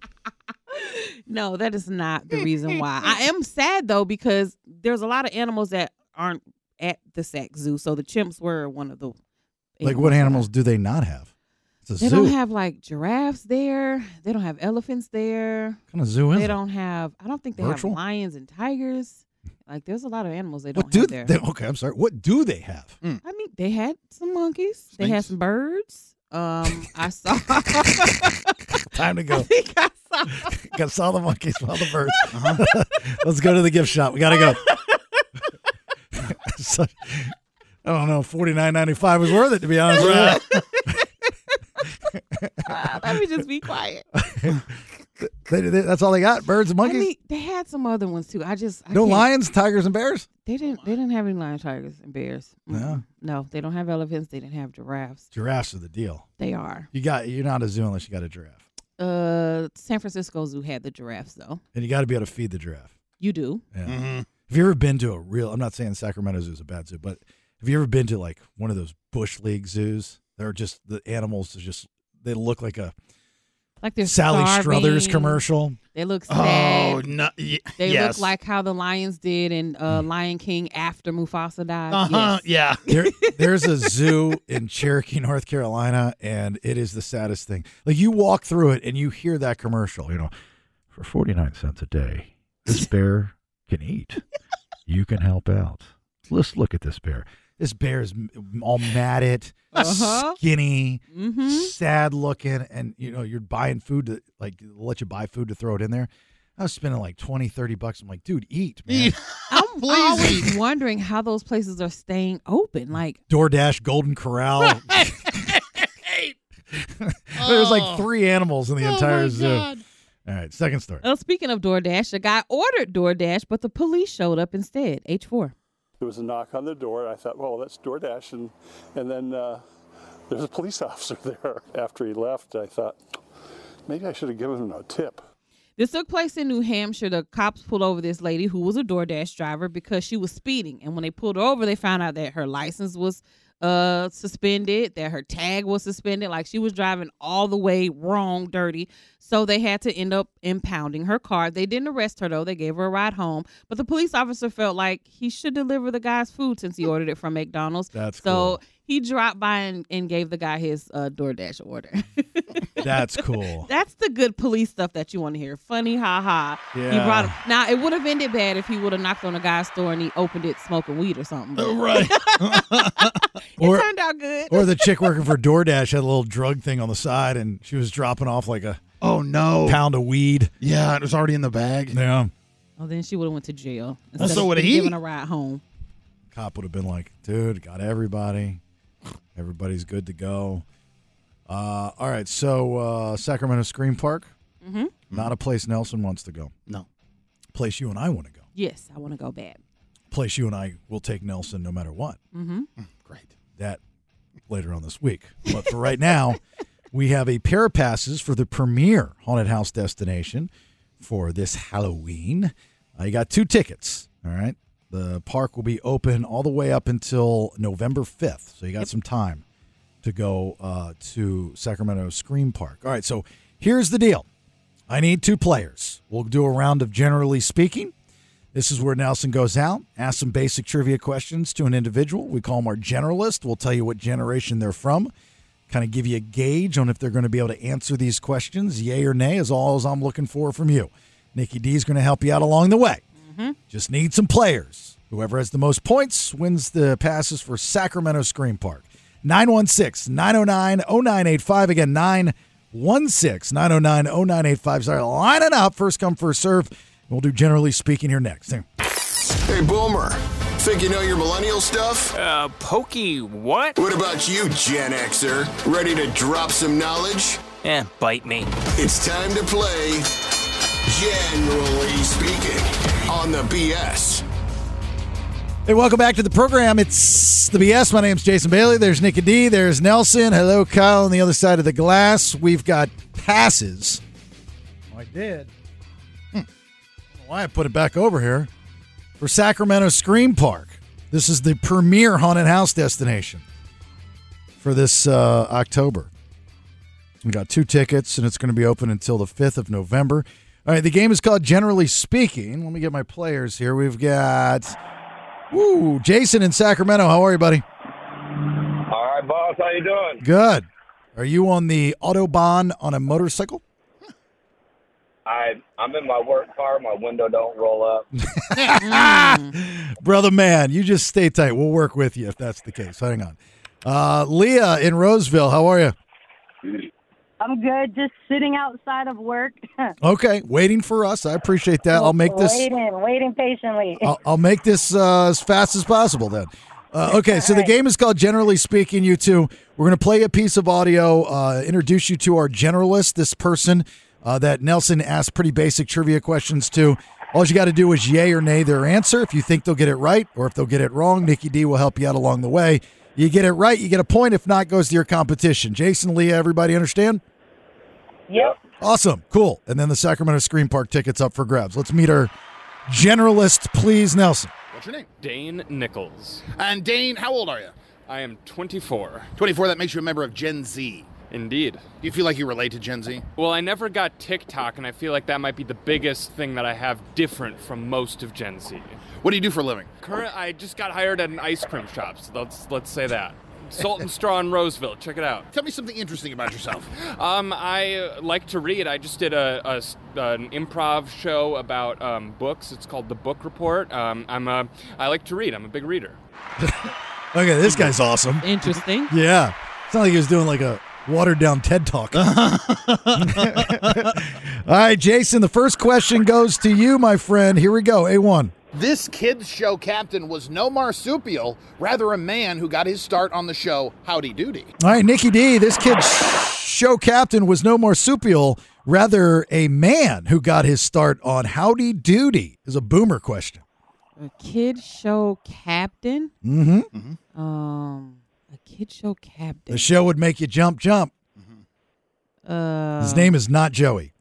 S8: No, that is not the reason why. I am sad though because there's a lot of animals that aren't at the Sac Zoo. So the chimps were one of the
S7: Like, what animals do they not have? It's a
S8: They
S7: zoo.
S8: don't have like giraffes there. They don't have elephants there.
S7: Kind of zoo is
S8: They
S7: it?
S8: don't have. I don't think they
S7: Virtual?
S8: have lions and tigers. Like there's a lot of animals they don't
S7: what do
S8: have
S7: they,
S8: there.
S7: Okay, I'm sorry. What do they have?
S8: I mean, they had some monkeys. They had
S7: Snakes?
S8: some birds. Um, I saw.
S7: Time to go.
S8: I think I saw.
S7: Got saw the monkeys, saw the birds. Uh-huh. Let's go to the gift shop. We gotta go. So- I don't know. Forty nine ninety five was worth it, to be honest. With
S8: Let me just Ah, be quiet.
S7: you. They- they- that's all they got: birds and
S8: I
S7: monkeys.
S8: mean, they had some other ones too. I just I
S7: no
S8: can't-
S7: lions, tigers, and bears.
S8: They didn't. They didn't have any lion, tigers, and bears. Mm-mm.
S7: No.
S8: No, they don't have elephants. They didn't have giraffes.
S7: Giraffes are the deal.
S8: They are.
S7: You got. You're not a zoo unless you got a giraffe,
S8: Uh, San Francisco Zoo had the giraffes though.
S7: and you got to be able to feed the giraffe.
S8: You do.
S7: Yeah.
S9: Mm-hmm.
S7: Have you ever been to a real? I'm not saying Sacramento Zoo is a bad zoo, but have you ever been to like one of those bush league zoos? They're just the animals are just they look like a
S8: Like they're
S7: Sally Struthers
S8: starving. Uh,
S7: commercial.
S8: They look
S9: Oh,
S8: sad.
S9: no- y-
S8: they
S9: yes.
S8: look like how the lions did in uh,
S7: Mm.
S8: Lion King after Mufasa died.
S9: Uh-huh,
S8: Yes.
S9: yeah.
S7: There, there's a zoo in Cherokee, North Carolina, and it is the saddest thing. Like you walk through it and you hear that commercial, you know, for 49 cents a day, This bear can eat. You can help out. Let's look at this bear. This bear is m- all matted,
S8: Uh-huh.
S7: skinny,
S8: Mhm.
S7: sad looking, and you know you're buying food to like let you buy food to throw it in there. I was spending like 20, 30 bucks. I'm like, dude, eat, man.
S8: I'm always wondering how those places are staying open. Like,
S7: DoorDash, Golden Corral. there was like three animals in the
S8: Oh,
S7: entire
S8: my
S7: zoo.
S8: God.
S7: All right, second story.
S8: well, Oh, speaking of DoorDash, a guy ordered DoorDash, but the police showed up instead. H4.
S18: There was a knock on the door, and I thought, well, that's DoorDash. And, and then uh, there's a police officer there. After he left, I thought, maybe I should have given him a tip.
S8: This took place in New Hampshire. The cops pulled over this lady who was a DoorDash driver because she was speeding. And when they pulled her over, they found out that her license was uh suspended, that her tag was suspended, like she was driving all the way wrong, dirty. So they had to end up impounding her car. They didn't arrest her though. They gave her a ride home. But the police officer felt like he should deliver the guy's food since he ordered it from McDonald's.
S7: That's
S8: so he dropped by and, and gave the guy his uh, DoorDash order.
S7: That's cool.
S8: That's the good police stuff that you want to hear. Funny, haha. He
S7: Yeah.
S8: brought now it would have ended bad if he would have knocked on a guy's door and he opened it smoking weed or something. Oh,
S7: right.
S8: it
S7: Or-
S8: turned out good.
S7: Or the chick working for DoorDash had a little drug thing on the side, and she was dropping off like a
S9: oh no
S7: pound of weed.
S9: Yeah, it was already in the bag.
S7: Yeah,
S8: oh, then she would have went to jail.
S9: Oh,
S8: instead
S9: so
S8: of
S9: would've
S8: being
S9: he.
S8: given a ride home.
S7: cop would have been like, "Dude, got everybody. Everybody's good to go." Uh, all right, so uh, Sacramento Scream Park,
S8: Mm-hmm.
S7: not a place Nelson wants to go.
S9: No,
S7: place you and I want to go.
S8: Yes, I want to go bad.
S7: Place you and I will take Nelson no matter what.
S8: Mm-hmm.
S7: that later on this week. But for right now, we have a pair of passes for the premier haunted house destination for this Halloween. Uh, you got two tickets. All right. The park will be open all the way up until November 5th. So you got some time to go uh, to Sacramento Scream Park. All right. So here's the deal I need two players. We'll do a round of generally speaking. This is where Nelson goes out, asks some basic trivia questions to an individual. We call them our generalist. We'll tell you what generation they're from, kind of give you a gauge on if they're going to be able to answer these questions. Yay or nay is all I'm looking for from you. Nikki D is going to help you out along the way. Just need some players. Whoever has the most points wins the passes for Sacramento Scream Park. 916 909 0985. Again, 916 909 0985. Sorry, line it up. First come, first serve. We'll do generally speaking here next. There.
S1: Hey, Boomer. Think you know your millennial stuff? Uh, pokey what? What about you, Gen Xer? Ready to drop some knowledge? Eh, bite me. It's time to play Generally Speaking on the BS.
S7: Hey, welcome back to the program. It's the BS. My name's Jason Bailey. There's Nikki D. There's Nelson. Hello, Kyle on the other side of the glass. We've got passes. Oh, I did. Why I put it back over here for Sacramento Scream Park. This is the premier haunted house destination for this uh, October. We got two tickets, and it's going to be open until the 5th of November. All right, the game is called Generally Speaking. Let me get my players here. We've got, woo, Jason in Sacramento. How are you, buddy?
S19: All right, boss. How you doing?
S7: Good. Are you on the Autobahn on a motorcycle?
S19: I I'm in my work car. My window don't roll up.
S7: Brother man, you just stay tight. We'll work with you if that's the case. Hang on. Uh, Leah in Roseville, how are you?
S13: I'm good. Just sitting outside of work.
S7: Okay, waiting for us. I appreciate that. I'll make this. Oh,
S13: Waiting, waiting patiently.
S7: I'll, I'll make this uh, as fast as possible then. Uh, okay, so the game is called Generally Speaking, you two. We're going to play a piece of audio, uh, introduce you to our generalist, this person uh, that Nelson asked pretty basic trivia questions to. All you got to do is yay or nay their answer. If you think they'll get it right or if they'll get it wrong, Nikki D will help you out along the way. You get it right, you get a point. If not, goes to your competition. Jason, Leah, everybody understand?
S13: Yep.
S7: Awesome. Cool. And then the Sacramento Screen Park tickets up for grabs. Let's meet our generalist, please, Nelson.
S9: What's your name?
S20: Dane Nichols.
S9: And Dane, how old are you?
S20: I am 24.
S9: 24. That makes you a member of Gen Z.
S20: Indeed. Do
S9: you feel like you relate to Gen Z?
S20: Well, I never got TikTok, and I feel like that might be the biggest thing that I have different from most of Gen Z.
S9: What do you do for a living?
S20: Current, I just got hired at an ice cream shop, so let's let's say that. Salt and Straw in Roseville. Check it out.
S21: Tell me something interesting about yourself.
S20: Um, I uh, like to read. I just did a, a s- an improv show about um, books. It's called The Book Report. Um, I'm a, I like to read. I'm a big reader.
S7: Okay, this guy's awesome.
S8: Interesting.
S7: Yeah. It's not like he was doing like a watered down TED talk. All right, Jason, the first question goes to you, my friend. Here we go. A1.
S21: This kids' show captain was no marsupial, rather a man who got his start on the show Howdy Doody.
S7: All right, Nikki D, this kid's show captain was no marsupial, rather a man who got his start on Howdy Doody is a boomer question.
S8: A kid show captain.
S7: Mm-hmm.
S8: Um, a kid show captain.
S7: The show would make you jump, jump.
S8: Uh,
S7: His name is not Joey.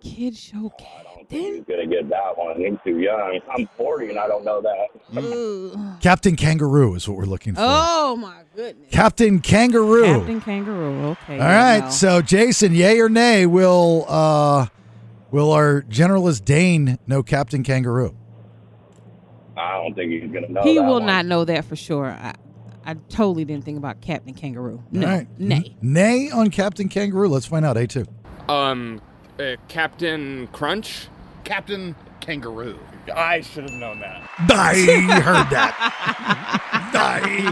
S8: Kid
S19: Oh,
S8: show captain.
S19: He's gonna get that one. He's too young. I'm 40 and I don't know that.
S13: Mm.
S8: Ooh.
S7: Captain Kangaroo is what we're looking for.
S8: Oh my goodness.
S7: Captain Kangaroo.
S8: Captain Kangaroo. Okay.
S7: All
S8: yeah,
S7: right,
S8: no.
S7: so Jason, yay or nay, will uh, will our generalist Dane know Captain Kangaroo?
S19: I don't think he's gonna know.
S8: he
S19: that
S8: will
S19: one.
S8: not know Oh, that for sure. I, I totally didn't think about Captain Kangaroo. No,
S7: All right.
S8: nay.
S7: N- nay on Captain Kangaroo. Let's find out. A two.
S20: Um, uh, Captain Crunch.
S21: Captain Kangaroo.
S20: I should have known that.
S7: I heard that.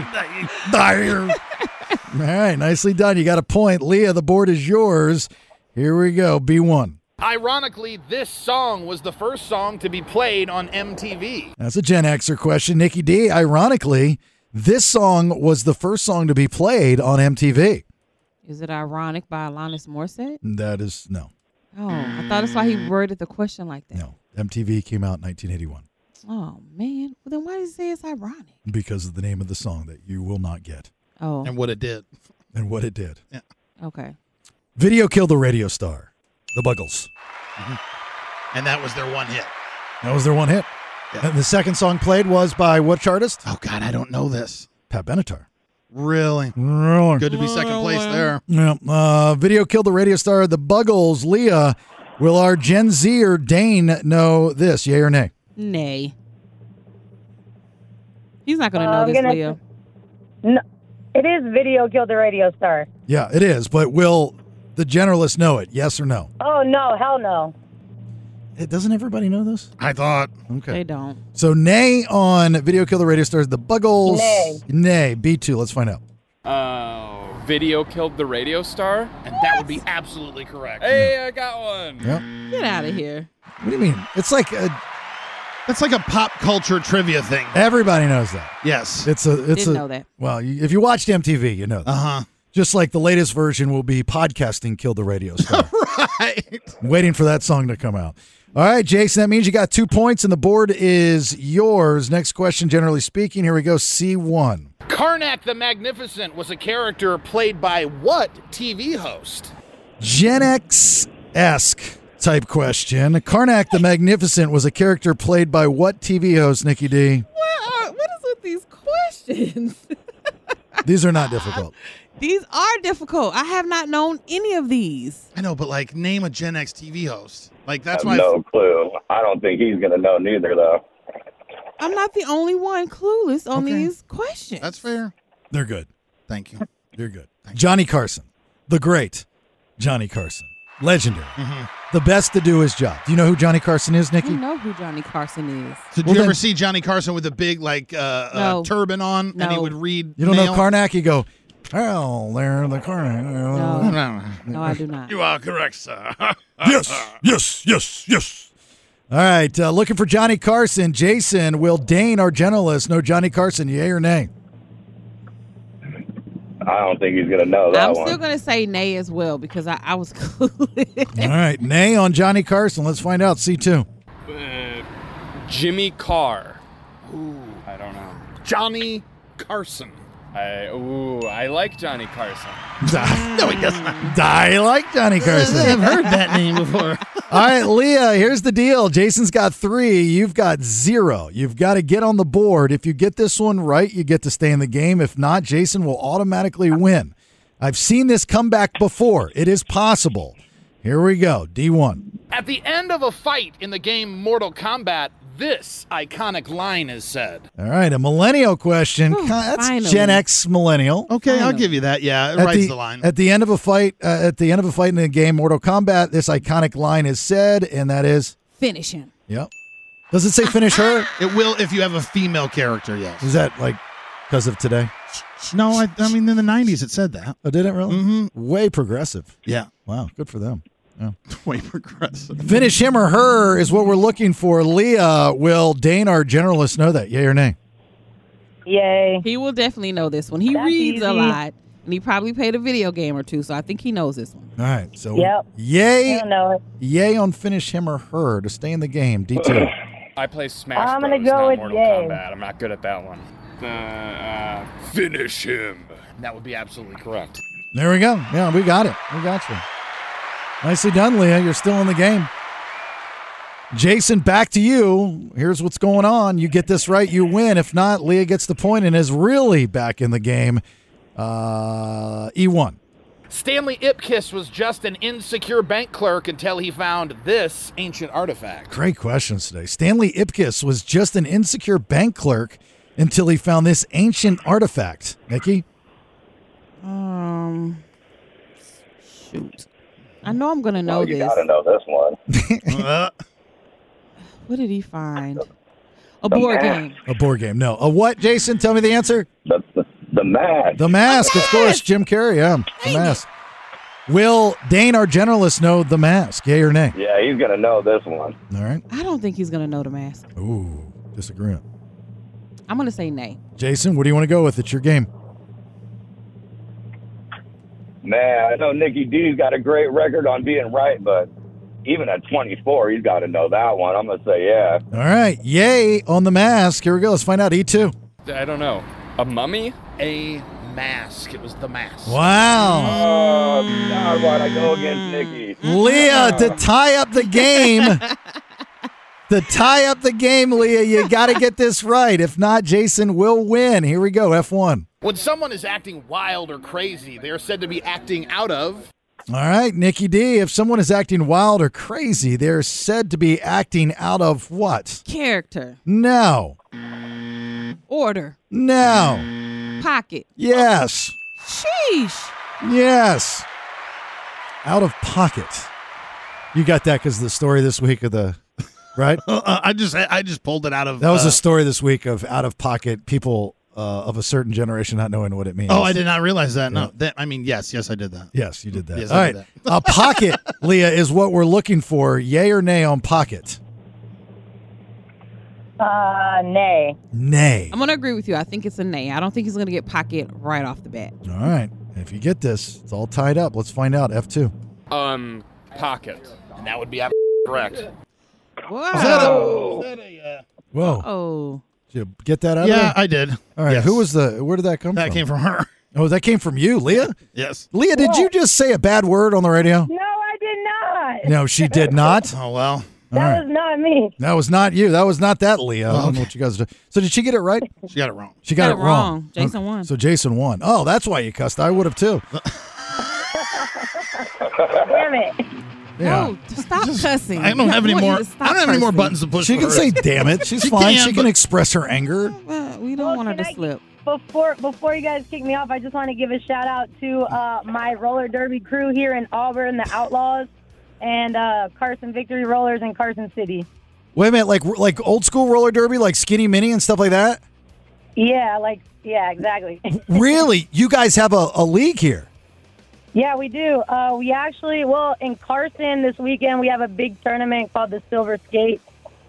S7: Dire. All right, nicely done. You got a point, Leah. The board is yours. Here we go. B one.
S21: Ironically, this song was the first song to be played on MTV.
S7: That's a Gen Xer question. Nikki D. Ironically, this song was the first song to be played on MTV.
S8: Is it ironic by Alanis Morissette?
S7: That is no.
S8: Oh, I thought that's why
S9: Mm.
S8: he worded the question like that.
S7: No. MTV came out in 1981
S8: Oh man. Well, then why did he say it's ironic?
S7: because of the name of the song that you will not get
S8: Oh.
S9: and what it did.
S7: and what it did.
S8: Okay.
S7: Video killed the radio star, the Buggles.
S9: And that was their one hit.
S7: That was their one hit. And the second song played was by which artist?
S9: Oh God, I don't know this.
S7: Pat Benatar.
S9: Really?
S7: Really?
S9: Good to be second place there.
S7: Yeah. Uh, video killed the radio star, the Buggles. Leah, will our Gen Z or Dane know this? Yay or nay?
S8: Nay. He's not gonna
S13: Uh,
S8: know
S13: I'm
S8: this,
S13: gonna-
S8: Leo.
S13: No, it is Video Killed the Radio Star.
S7: Yeah, it is. But will the generalists know it? Yes or no?
S13: Oh, no, hell no.
S7: It doesn't everybody know this?
S9: I thought.
S8: They
S7: Okay.
S8: don't.
S7: So nay on video killed the radio stars, the Buggles.
S13: Nay.
S7: Nay. B two. Let's find out.
S20: Oh, video killed the radio star.
S21: And that would be absolutely correct.
S20: Hey, I got one.
S7: Yeah.
S8: Get out of here.
S7: What do you mean? It's like uh,
S9: That's like a pop culture trivia thing.
S7: everybody knows that.
S9: Yes.
S7: It's a. It's
S8: Didn't
S7: a.
S8: know that.
S7: Well, you, if you watched MTV, you know. That.
S9: Uh
S7: Just like the latest version will be podcasting killed the radio star.
S9: huh. Right.
S7: Waiting for that song to come out. All right, Jason. That means you got two points, and the board is yours. Next question. Generally speaking, here we go. C one.
S21: Karnak the Magnificent was a character played by what TV host?
S7: Gen X esque type question. Karnak the Magnificent was a character played by what TV host, Nikki D?
S8: What are, what is with these questions?
S7: These are not difficult.
S8: these are difficult. I have not known any of these.
S9: I know, but like, name a Gen X TV host. Like that's
S19: I
S9: my.
S19: have no clue. I don't think he's gonna know neither though.
S8: I'm not the only one clueless on
S9: Okay.
S8: these questions.
S9: That's fair.
S7: They're good.
S9: Thank you.
S7: You're good. Johnny Carson, the great Johnny Carson, legendary,
S9: Mm-hmm.
S7: the best to do his job. Do you know who Johnny Carson is,
S8: I
S7: Nikki?
S8: know who Johnny Carson is.
S9: So did
S7: Well,
S9: you ever
S7: then-
S9: see Johnny Carson with a big like uh,
S8: No.
S9: uh, turban on, and he
S8: No.
S9: would read?
S7: You don't know
S9: mail?
S7: Karnak? You go, oh, there, the Karnak.
S8: No, no, I do not.
S21: You are correct, sir.
S7: Yes, yes, yes, yes. All right, uh, looking for Johnny Carson. Jason, will Dane, our generalist, know Johnny Carson? Yay or nay?
S19: I don't think he's gonna know that
S8: I'm
S19: one.
S8: still gonna say nay as well because I, I was clueless.
S7: All right, nay on Johnny Carson. Let's find out. C2.
S20: Uh, Jimmy Carr. Ooh, I don't know.
S21: Johnny Carson.
S20: I ooh, I like Johnny Carson.
S7: no, he doesn't. I like Johnny Carson.
S9: heard that name before.
S7: All right, Leah, here's the deal. Jason's got three. You've got zero. You've got to get on the board. If you get this one right, you get to stay in the game. If not, Jason will automatically win. I've seen this comeback before. It is possible. Here we go. D1.
S21: At the end of a fight in the game Mortal Kombat, this iconic line is said?
S7: All right, a millennial question. Ki- That's Gen
S21: finally.
S7: X millennial.
S9: Okay, I'll give you that. Yeah, Uh, it rides the, line.
S7: At the end of a fight, uh, at the end of a fight in the game Mortal Kombat, this iconic line is said, and that is,
S5: Finish him.
S7: yep. Does it say finish her?
S9: It will if you have a female character, yes.
S7: Is that like because of today?
S9: No, I, I mean, in the 90s it said that.
S7: Oh, did it really?
S9: Mm-hmm.
S7: Way progressive.
S9: Yeah.
S7: Wow, good for them. Yeah.
S9: Way progressive.
S7: Finish him or her is what we're looking for. Leah, will Dane, our generalist, know that? Yay or nay?
S8: Yay. He will definitely know this one. He
S13: That's
S8: reads
S13: easy.
S8: a lot and he probably played a video game or two, so I think he knows this one.
S7: All right. So
S8: Yep.
S7: yay,
S13: I don't know it.
S7: yay on finish him or her to stay in the game. D2.
S20: I play Smash
S13: I'm gonna
S20: Bros,
S13: go
S20: not
S13: with
S20: Mortal
S13: Yay.
S20: Kombat. I'm not good at that one. Uh, uh, finish him. That would be absolutely correct.
S7: There we go. Yeah, we got it. We got you. Nicely done, Leah. You're still in the game. Jason, back to you. Here's what's going on. You get this right, you win. If not, Leah gets the point and is really back in the game. Uh, E1.
S21: Stanley Ipkiss was just an insecure bank clerk until he found this ancient artifact.
S7: Great questions today. Stanley Ipkiss was just an insecure bank clerk until he found this ancient artifact. Nikki?
S8: Um, shoot. I know I'm going to know
S19: oh,
S8: this.
S19: you gotta know this one.
S8: What did he find? A board game.
S7: A board game. No. A what, Jason? Tell me the answer.
S19: The, the, the mask.
S7: The mask, of course. Jim Carrey. Yeah. The mask. Will Dane, our generalist, know the mask? Yay or nay?
S19: Yeah, he's gonna know this one.
S7: All right.
S8: I don't think he's going to know the mask.
S7: Ooh, disagreement.
S8: I'm going to say nay.
S7: Jason, what do you want to go with? It's your game.
S19: Man, I know Nikki D's got a great record on being right, but even at 24, he's got to know that one. I'm gonna say yeah.
S7: All right. Yay on the mask. Here we go. Let's find out. E E2.
S20: I don't know. A mummy?
S21: A mask. It was the mask.
S7: Wow.
S19: Oh, God, why'd I go against Nikki?
S7: Leah, to tie up the game. to tie up the game, Leah, you got to get this right. If not, Jason will win. Here we go. F1.
S21: When someone is acting wild or crazy, they are said to be acting out of
S7: All right, Nikki D. If someone is acting wild or crazy, they're said to be acting out of what?
S8: Character,
S7: No.
S8: order,
S7: No.
S8: pocket.
S7: Yes.
S8: Sheesh.
S7: Yes. Out of pocket. You got that because the story this week of the right.
S9: Uh, I just I just pulled it out of
S7: That was
S9: uh,
S7: a story this week of out of pocket people uh, of a certain generation not knowing what it means.
S9: Oh, I did not realize that. No, that, I mean, yes, yes, I did that.
S7: Yes, you did that.
S9: Yes,
S7: All
S9: I
S7: right,
S9: did
S7: a pocket, Leah, is what we're looking for. Yay or nay on pocket?
S13: Uh, nay.
S7: Nay.
S8: I'm going to agree with you. I think it's a nay. I don't think he's going to get pocket right off the bat.
S7: All right. If you get this, it's all tied up. Let's find out. F2.
S20: Um, pocket.
S21: And that would be ab- correct.
S8: Wow.
S7: Whoa.
S8: Oh.
S7: Did you get that out of
S9: Yeah,
S7: there?
S9: I did.
S7: all right.
S9: yes.
S7: Who was the, where did that come
S9: that
S7: from?
S9: came from her?
S7: Oh, that came from you, Leah?
S9: Yes.
S7: Leah, did you just say a bad word on the radio?
S13: No, I did not.
S7: No, she did not.
S9: Oh well.
S7: All
S13: That
S7: right.
S13: was not me.
S7: That was not you. That was not that, Leah.
S9: Oh,
S7: I don't know what you guys are doing. So did she get it right?
S9: She got it wrong.
S7: She got,
S8: Got it wrong. Jason
S7: Okay.
S8: won.
S7: So Jason won. Oh, that's why you cussed. I would have too.
S13: Damn it.
S7: Yeah.
S8: No, stop cussing.
S9: I don't have any
S8: want you
S9: more.
S8: to
S9: I
S8: stop
S9: don't have any more
S8: cursing.
S9: buttons to push.
S7: She
S9: for
S7: can
S9: her.
S7: say damn it. She's
S9: She
S7: fine.
S9: can,
S7: she can
S9: but-
S7: express her anger.
S8: Well, Uh, we don't want her to
S13: can I-
S8: slip.
S13: Before before you guys kick me off, I just want to give a shout out to uh, my roller derby crew here in Auburn, the Outlaws, and uh, Carson Victory Rollers in Carson City.
S7: Wait a minute, like like old school roller derby, like skinny mini and stuff like that?
S13: Yeah, like yeah, exactly.
S7: Really? You guys have a, a league here.
S13: yeah, we do. Uh, we actually well in Carson this weekend we have a big tournament called the Silver Skate.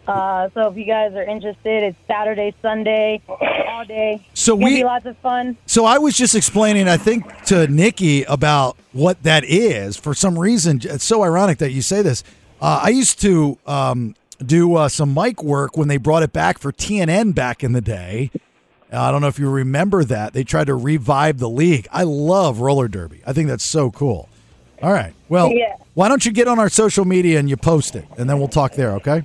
S13: Uh, so if you guys are interested, it's Saturday, Sunday, all day.
S7: So
S13: It's gonna
S7: we-
S13: be lots of fun.
S7: So I was just explaining, I think, to Nikki about what that is. For some reason, it's so ironic that you say this. Uh, I used to um, do uh, some mic work when they brought it back for TNN back in the day. Uh, I don't know if you remember that. They tried to revive the league. I love roller derby. I think that's so cool. All right. Well,
S13: Yeah.
S7: why don't you get on our social media and you post it, and then we'll talk there, okay?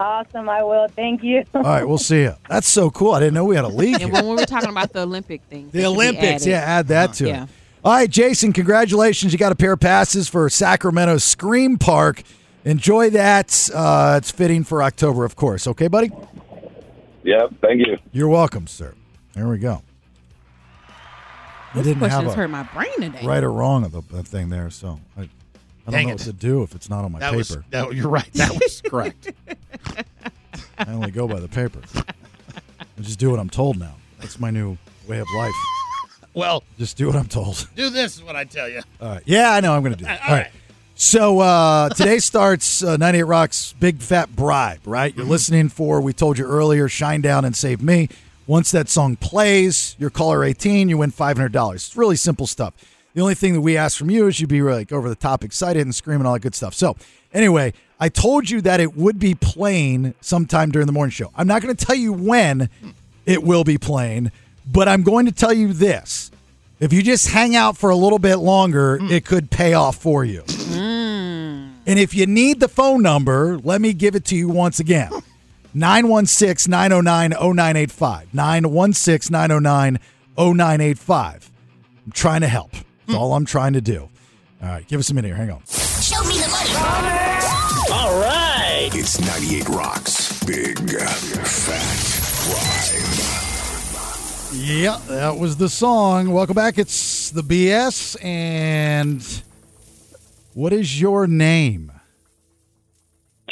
S13: Awesome, I will. Thank you.
S7: All right. We'll see you. That's so cool. I didn't know we had a league
S8: And
S7: here.
S8: when we were talking about the Olympic thing, it
S7: The
S8: should be
S7: Olympics,
S8: added.
S7: yeah, add
S9: Uh-huh.
S7: that to
S8: Yeah.
S7: it. All right, Jason, congratulations. You got a pair of passes for Sacramento Scream Park. Enjoy that. Uh, it's fitting for October, of course. Okay, buddy?
S19: Yep. Thank you.
S7: You're welcome, sir. There we go. I
S8: These
S7: didn't have
S8: questions
S7: a
S8: hurt my brain today.
S7: right or wrong of the that thing there, so I, I don't
S9: Dang
S7: know
S9: it.
S7: what to do if it's not on my
S9: That
S7: paper.
S9: was- that- you're right. That was correct.
S7: I only go by the paper. I just do what I'm told now. That's my new way of life.
S9: Well,
S7: Just do what I'm told.
S9: do this is what I tell you.
S7: All right. Yeah, I know. I'm going to do that. Uh, All right. So uh, today starts uh, 98 Rock's Big Fat Bribe, right? You're listening for, we told you earlier, Shine Down and Save Me. Once that song plays, you're caller 18, you win $500. It's really simple stuff. The only thing that we ask from you is you be like over the top excited and screaming all that good stuff. So, anyway, I told you that it would be playing sometime during the morning show. I'm not going to tell you when it will be playing, but I'm going to tell you this. If you just hang out for a little bit longer, it could pay off for you. And if you need the phone number, let me give it to you once again 916 909 0985. 916 909 0985. I'm trying to help. That's all I'm trying to do. All right, give us a minute here. Hang on.
S1: Show me the money. All right. It's 98 Rocks. Big Fat
S7: Yeah, that was the song. Welcome back. It's the BS. And what is your name?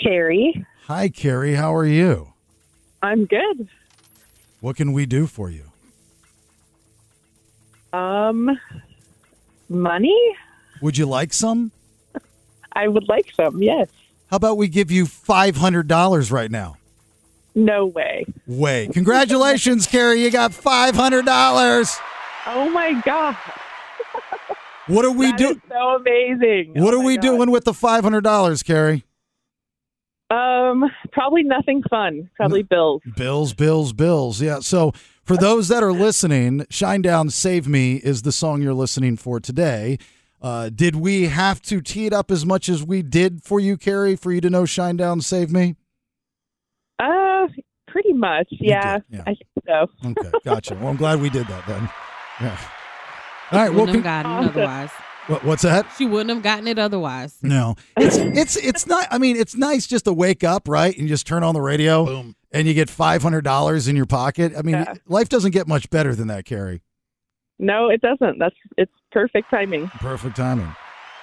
S2: Carrie,
S7: Hi, Carrie. How are you?
S2: I'm good.
S7: What can we do for you?
S2: Um, money?
S7: Would you like some?
S2: I would like some, yes.
S7: How about we give you five hundred dollars right now?
S2: No way.
S7: Way. Congratulations, Carrie. You got five hundred dollars.
S2: Oh my God.
S7: What are we doing?
S2: So amazing. Oh
S7: What are we doing with the five hundred dollars, Carrie?
S2: Um, probably nothing fun. Probably bills.
S7: Bills, bills, bills. Yeah. So for those that are listening, "Shine Down, Save Me" is the song you're listening for today. Uh, did we have to tee it up as much as we did for you, Carrie, for you to know "Shine Down, Save Me"?
S2: Uh, pretty much. Yeah,
S7: yeah.
S2: I think so.
S7: Okay, gotcha. well, I'm glad we did that then. Yeah. All right.
S8: She
S7: Well,
S8: wouldn't
S7: con-
S8: have gotten it otherwise.
S7: What- what's that?
S8: She wouldn't have gotten it otherwise.
S7: No, it's it's it's not. I mean, it's nice just to wake up, right, and just turn on the radio,
S9: Boom.
S7: and you get five hundred dollars in your pocket. I mean, life doesn't get much better than that, Carrie.
S2: No, it doesn't. That's it's perfect timing.
S7: Perfect timing.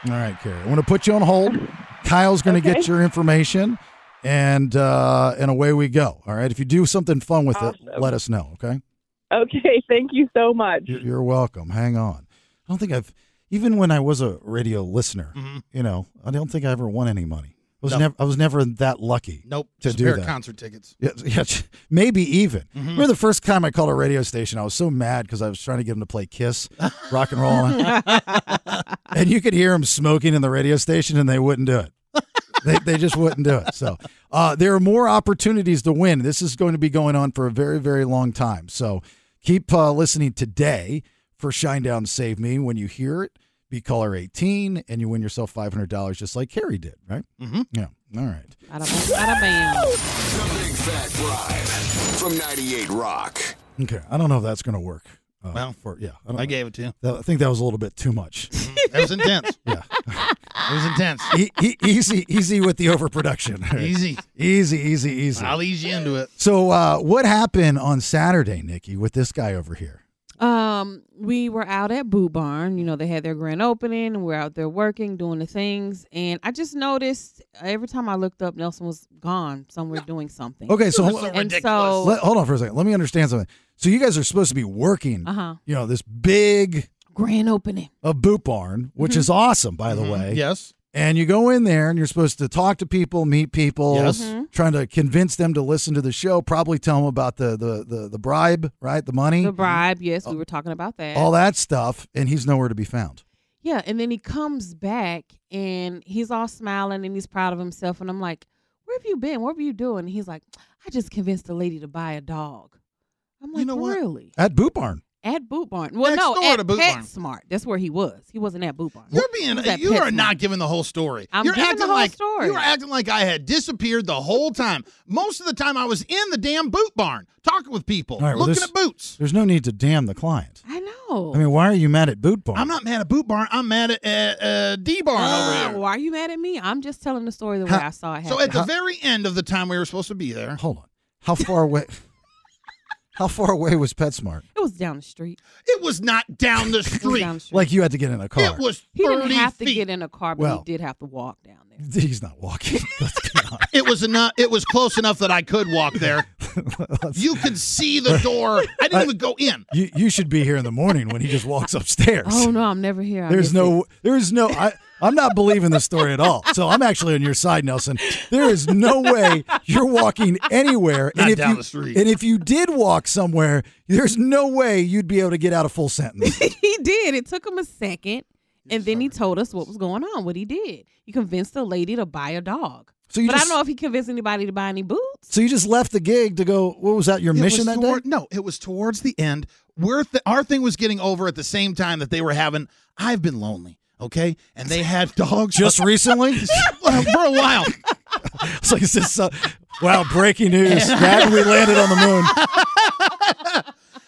S7: All right, Carrie, I'm going to put you on hold. Kyle's going to get
S2: Okay.
S7: your information, and uh, and away we go. All right, if you do something fun with it, let us know. Okay,
S2: Okay, thank you so much.
S7: you're, you're welcome. Hang on. I don't think I've even when I was a radio listener, you know, I don't think I ever won any money. I was
S9: Mm-hmm. No.
S7: never I was never that lucky.
S9: Nope.
S7: to
S9: just a
S7: do
S9: pair of
S7: that.
S9: concert tickets.
S7: Yeah, yeah, maybe even. Remember the first time I called a radio station, I was so mad because I was trying to get him to play Kiss, rock and roll, and you could hear him smoking in the radio station, and they wouldn't do it. They, they just wouldn't do it. So uh, there are more opportunities to win. This is going to be going on for a very very long time. So keep uh, listening today for Shine Down Save Me. When you hear it, be caller eighteen, and you win yourself five hundred dollars, just like Carrie did. Right? Mm-hmm. Yeah. All right.
S8: Bada boom, bada bam.
S3: Bribe from 98 Rock.
S7: Okay, I don't know if that's going to work. Uh, for yeah, I, don't
S9: I
S7: know.
S9: gave it to you.
S7: That- I think that was a little bit too much.
S9: That was intense. yeah. It was intense.
S7: E- e- easy, easy with the overproduction.
S9: Easy.
S7: easy, easy, easy.
S9: I'll ease you into it.
S7: So, uh, what happened on Saturday, Nikki, with this guy over here?
S8: Um, we were out at Boo Barn. You know, they had their grand opening, and we're out there working, doing the things. And I just noticed every time I looked up, Nelson was gone somewhere doing something.
S7: Okay, so hold-
S8: and so
S7: Let- hold on for a second. Let me understand something. So, you guys are supposed to be working.
S8: Uh-huh.
S7: You know, this big
S8: grand opening.
S7: a boot barn, which
S9: Mm-hmm.
S7: is awesome, by the way.
S9: Yes.
S7: And you go in there and you're supposed to talk to people, meet people,
S9: Yes.
S8: Mm-hmm.
S9: Mhm.
S7: trying to convince them to listen to the show, probably tell them about the the the, the bribe, right? The money,
S8: The bribe, yes, we were talking about that.
S7: Oh. all that stuff, and he's nowhere to be found.
S8: Yeah, and then he comes back and he's all smiling and he's proud of himself. And I'm like, Where have you been? What were you doing? And he's like, I just convinced a lady to buy a dog. I'm like, Really?
S7: At Boot Barn.
S8: At Boot Barn. Well,
S9: Next
S8: no,
S9: door
S8: at
S9: to Boot Barn.
S8: PetSmart. That's where he was. He wasn't at Boot Barn.
S9: You're
S8: He
S9: being
S8: was at
S9: you are
S8: PetSmart.
S9: not giving the whole story.
S8: I'm
S9: you're
S8: giving
S9: acting
S8: the whole
S9: like
S8: story.
S9: you were acting like I had disappeared the whole time. Most of the time I was in the damn boot barn talking with people,
S7: All right, well,
S9: looking
S7: this-
S9: at boots.
S7: There's no need to damn the client.
S8: I know. Oh.
S7: I mean, why are you mad at Boot Barn?
S9: I'm not mad at Boot Barn. I'm mad at uh, uh, D Barn over here.
S8: Why are you mad at me? I'm just telling the story the way I saw it happen.
S9: So at the very end of the time we were supposed to be there,
S7: hold on. How far away? how far away was PetSmart?
S8: it was down the street.
S9: It was not down the street.
S8: down the street.
S7: Like you had to get in a car.
S9: It was
S8: He didn't
S9: 30
S8: have to
S9: feet.
S8: get in a car, but
S7: Well.
S8: he did have to walk down there.
S7: He's not walking. Let's get on.
S9: It was enough. It was close enough that I could walk there. you could see the door. I didn't even go in.
S7: You you should be here in the morning when he just walks upstairs.
S8: Oh no, I'm never here. I
S7: There's
S8: missed
S7: no, there's no, I, I'm not believing this story at all. So I'm actually on your side, Nelson. There is no way you're walking anywhere.
S9: Not down
S7: you,
S9: the street.
S7: And if you did walk somewhere, there's no way you'd be able to get out a full sentence.
S8: it. he did. It took him a second, and then he told us what was going on. What he did, he convinced a lady to buy a dog.
S7: So you
S8: but
S7: just-
S8: I don't know if he convinced anybody to buy any boots.
S7: So you just left the gig to go. What was that? Your
S9: It
S7: mission
S9: was
S7: that
S9: toward-
S7: day?
S9: No, it was towards the end. We're th- our thing was getting over at the same time that they were having. I've been lonely, okay, and they had dogs
S7: Just recently?
S9: Uh, for a while.
S7: It's like is this? Uh, wow! Breaking news. Dad, we landed on the moon.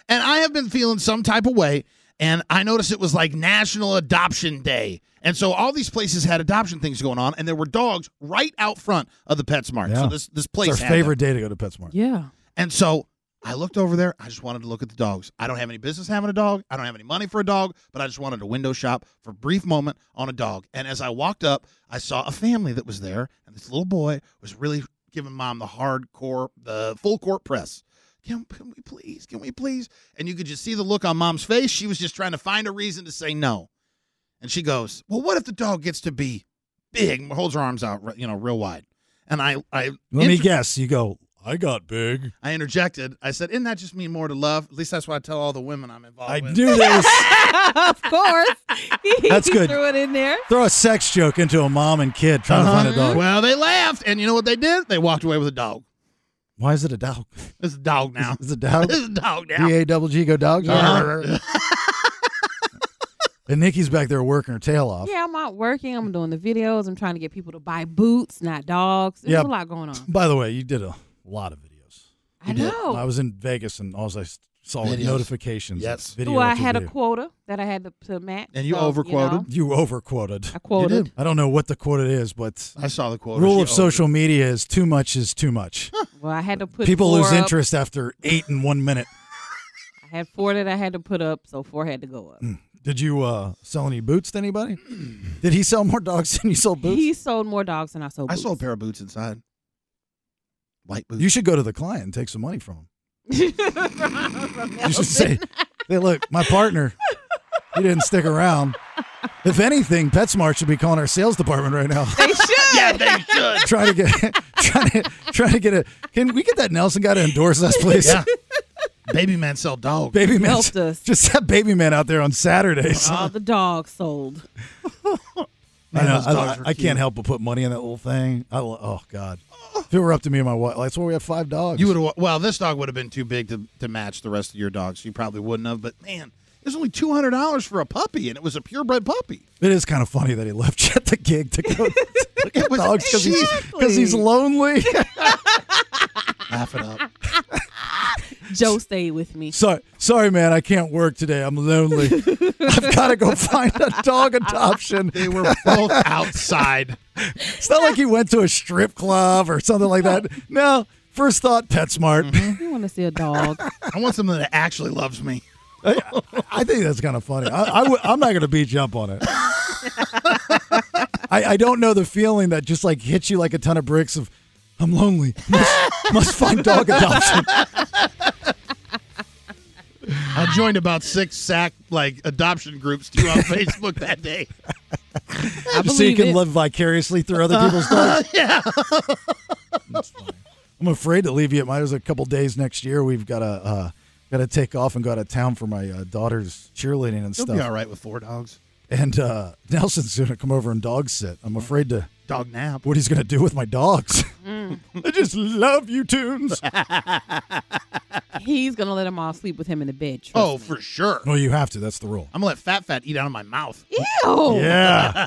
S9: and I have been feeling some type of way. And I noticed it was like National Adoption Day. And so all these places had adoption things going on, and there were dogs right out front of the PetSmart.
S7: Yeah.
S9: So this this place
S7: It's our
S9: had them.
S7: favorite day to go to PetSmart.
S8: Yeah.
S9: And so I looked over there. I just wanted to look at the dogs. I don't have any business having a dog. I don't have any money for a dog, but I just wanted to window shop for a brief moment on a dog. And as I walked up, I saw a family that was there, and this little boy was really giving mom the hardcore, the full court press. Can, can we please? Can we please? And you could just see the look on mom's face. She was just trying to find a reason to say no. And she goes, "Well, what if the dog gets to be big?" Holds her arms out, you know, real wide. And I, I
S7: Let me
S9: inter-
S7: guess. You go. I got big.
S9: I interjected. I said, "Isn't that just mean more to love?" At least that's what I tell all the women I'm involved
S7: I
S9: with.
S7: knew this.
S8: of course. He
S7: That's good.
S8: Threw it in there.
S7: Throw a sex joke into a mom and kid trying
S9: Uh-huh.
S7: to find a dog.
S9: Well, they laughed, and you know what they did? They walked away with a dog.
S7: Why is it a dog?
S9: It's a dog now.
S7: Is it a dog?
S9: it's a dog now.
S7: D A double G go dogs. And Nikki's back there working her tail off.
S8: Yeah, I'm out working. I'm doing the videos. I'm trying to get people to buy boots, not dogs. There's
S7: Yeah.
S8: a lot going on.
S7: By the way, you did a lot of videos.
S8: I know.
S7: I was in Vegas and all I s- saw was
S9: Videos.
S7: notifications.
S9: Yes.
S7: Video
S8: well, I
S7: after
S8: had a
S7: video.
S8: quota that I had to, to match.
S9: And you
S8: so,
S9: overquoted?
S8: know,
S7: You overquoted.
S8: I quoted.
S7: I don't know what the quote it is, but
S9: I saw the quote.
S7: rule
S9: She
S7: of
S9: owed
S7: social media is too much is too much.
S8: Well, I had to put
S7: People
S8: four
S7: lose
S8: up.
S7: interest after eight in one minute.
S8: I had four that I had to put up, so four had to go up.
S7: Did you uh, sell any boots to anybody? Did he sell more dogs than you sold boots?
S8: He sold more dogs than I sold.
S9: it. I
S8: Boots.
S9: sold a pair of boots inside. White boots.
S7: you should go to the client and take some money from him.
S8: From
S7: You should
S8: Nelson.
S7: say, hey, look, my partner, he didn't stick around. If anything, PetSmart should be calling our sales department right now.
S8: they should.
S9: yeah, they should.
S7: trying to get trying to trying to get a can we get that Nelson guy to endorse us, please?
S9: yeah. Baby man sell dog.
S7: Baby man
S8: Helped us.
S7: just have baby man out there on Saturdays.
S8: All the dogs sold.
S7: I,
S9: Man,
S7: know,
S9: those
S7: I, I-
S9: dogs were
S7: I
S9: cute.
S7: can't help but put money in that little thing. I lo- oh god. If it were up to me and my wife, that's why we have five dogs.
S9: You would have. Well, this dog would have been too big to, to match the rest of your dogs. You probably wouldn't have. But man, it was only two hundred dollars for a puppy, and it was a purebred puppy.
S7: It is kind of funny that he left you at the gig to go look at
S9: was-
S7: dogs because he's because he's
S8: Exactly.
S7: lonely.
S9: Laugh it up.
S8: Joe stayed with me.
S7: sorry, sorry, man, I can't work today. I'm lonely. I've got to go find a dog adoption.
S9: They were both outside.
S7: It's not like he went to a strip club or something like that. No, first thought, PetSmart.
S8: You want to see a dog?
S9: Mm-hmm. I want someone that actually loves me.
S7: Uh, I think that's kind of funny. I, I w- I'm not going to beat you up on it. I, I don't know the feeling that just like hits you like a ton of bricks of, I'm lonely. Must, must find dog adoption.
S9: I joined about six sack like adoption groups too on Facebook that day.
S8: I
S7: Just so you
S8: believe
S7: can
S8: it.
S7: live vicariously through other people's dogs.
S9: Yeah.
S7: I'm afraid to leave you at mine. There's a couple days next year. We've got to uh, got to take off and go out of town for my uh, daughter's cheerleading and
S9: You'll
S7: stuff.
S9: be all right with four dogs.
S7: And uh, Nelson's going to come over and dog sit. I'm afraid to.
S9: Dog nap.
S7: what he's going to do with my dogs. I Mm. just love you tunes.
S8: He's gonna let them all sleep with him in the bed. trust
S9: Oh,
S8: me.
S9: for sure.
S7: well, you have to. That's the rule.
S9: I'm gonna let Fat Fat eat out of my mouth.
S8: Ew.
S7: Yeah.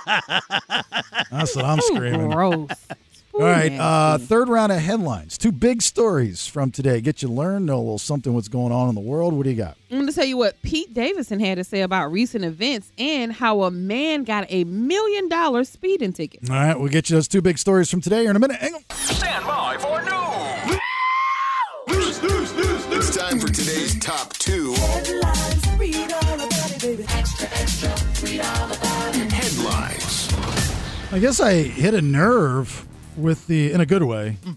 S7: That's what I'm
S8: Ooh,
S7: screaming.
S8: Gross.
S7: All right, uh, third round of headlines. Two big stories from today. Get you learned, know a little something what's going on in the world. What do you got?
S8: I'm going to tell you what Pete Davidson had to say about recent events and how a man got a million dollar speeding ticket.
S7: All right, we'll get you those two big stories from today here in a minute. Hang on.
S1: Stand by for news. News, news, news, news. It's time for today's top two. Headlines. Read all about it, baby. Extra, extra. Read all about it. Headlines.
S7: I guess I hit a nerve with the in a good way.
S8: Mm.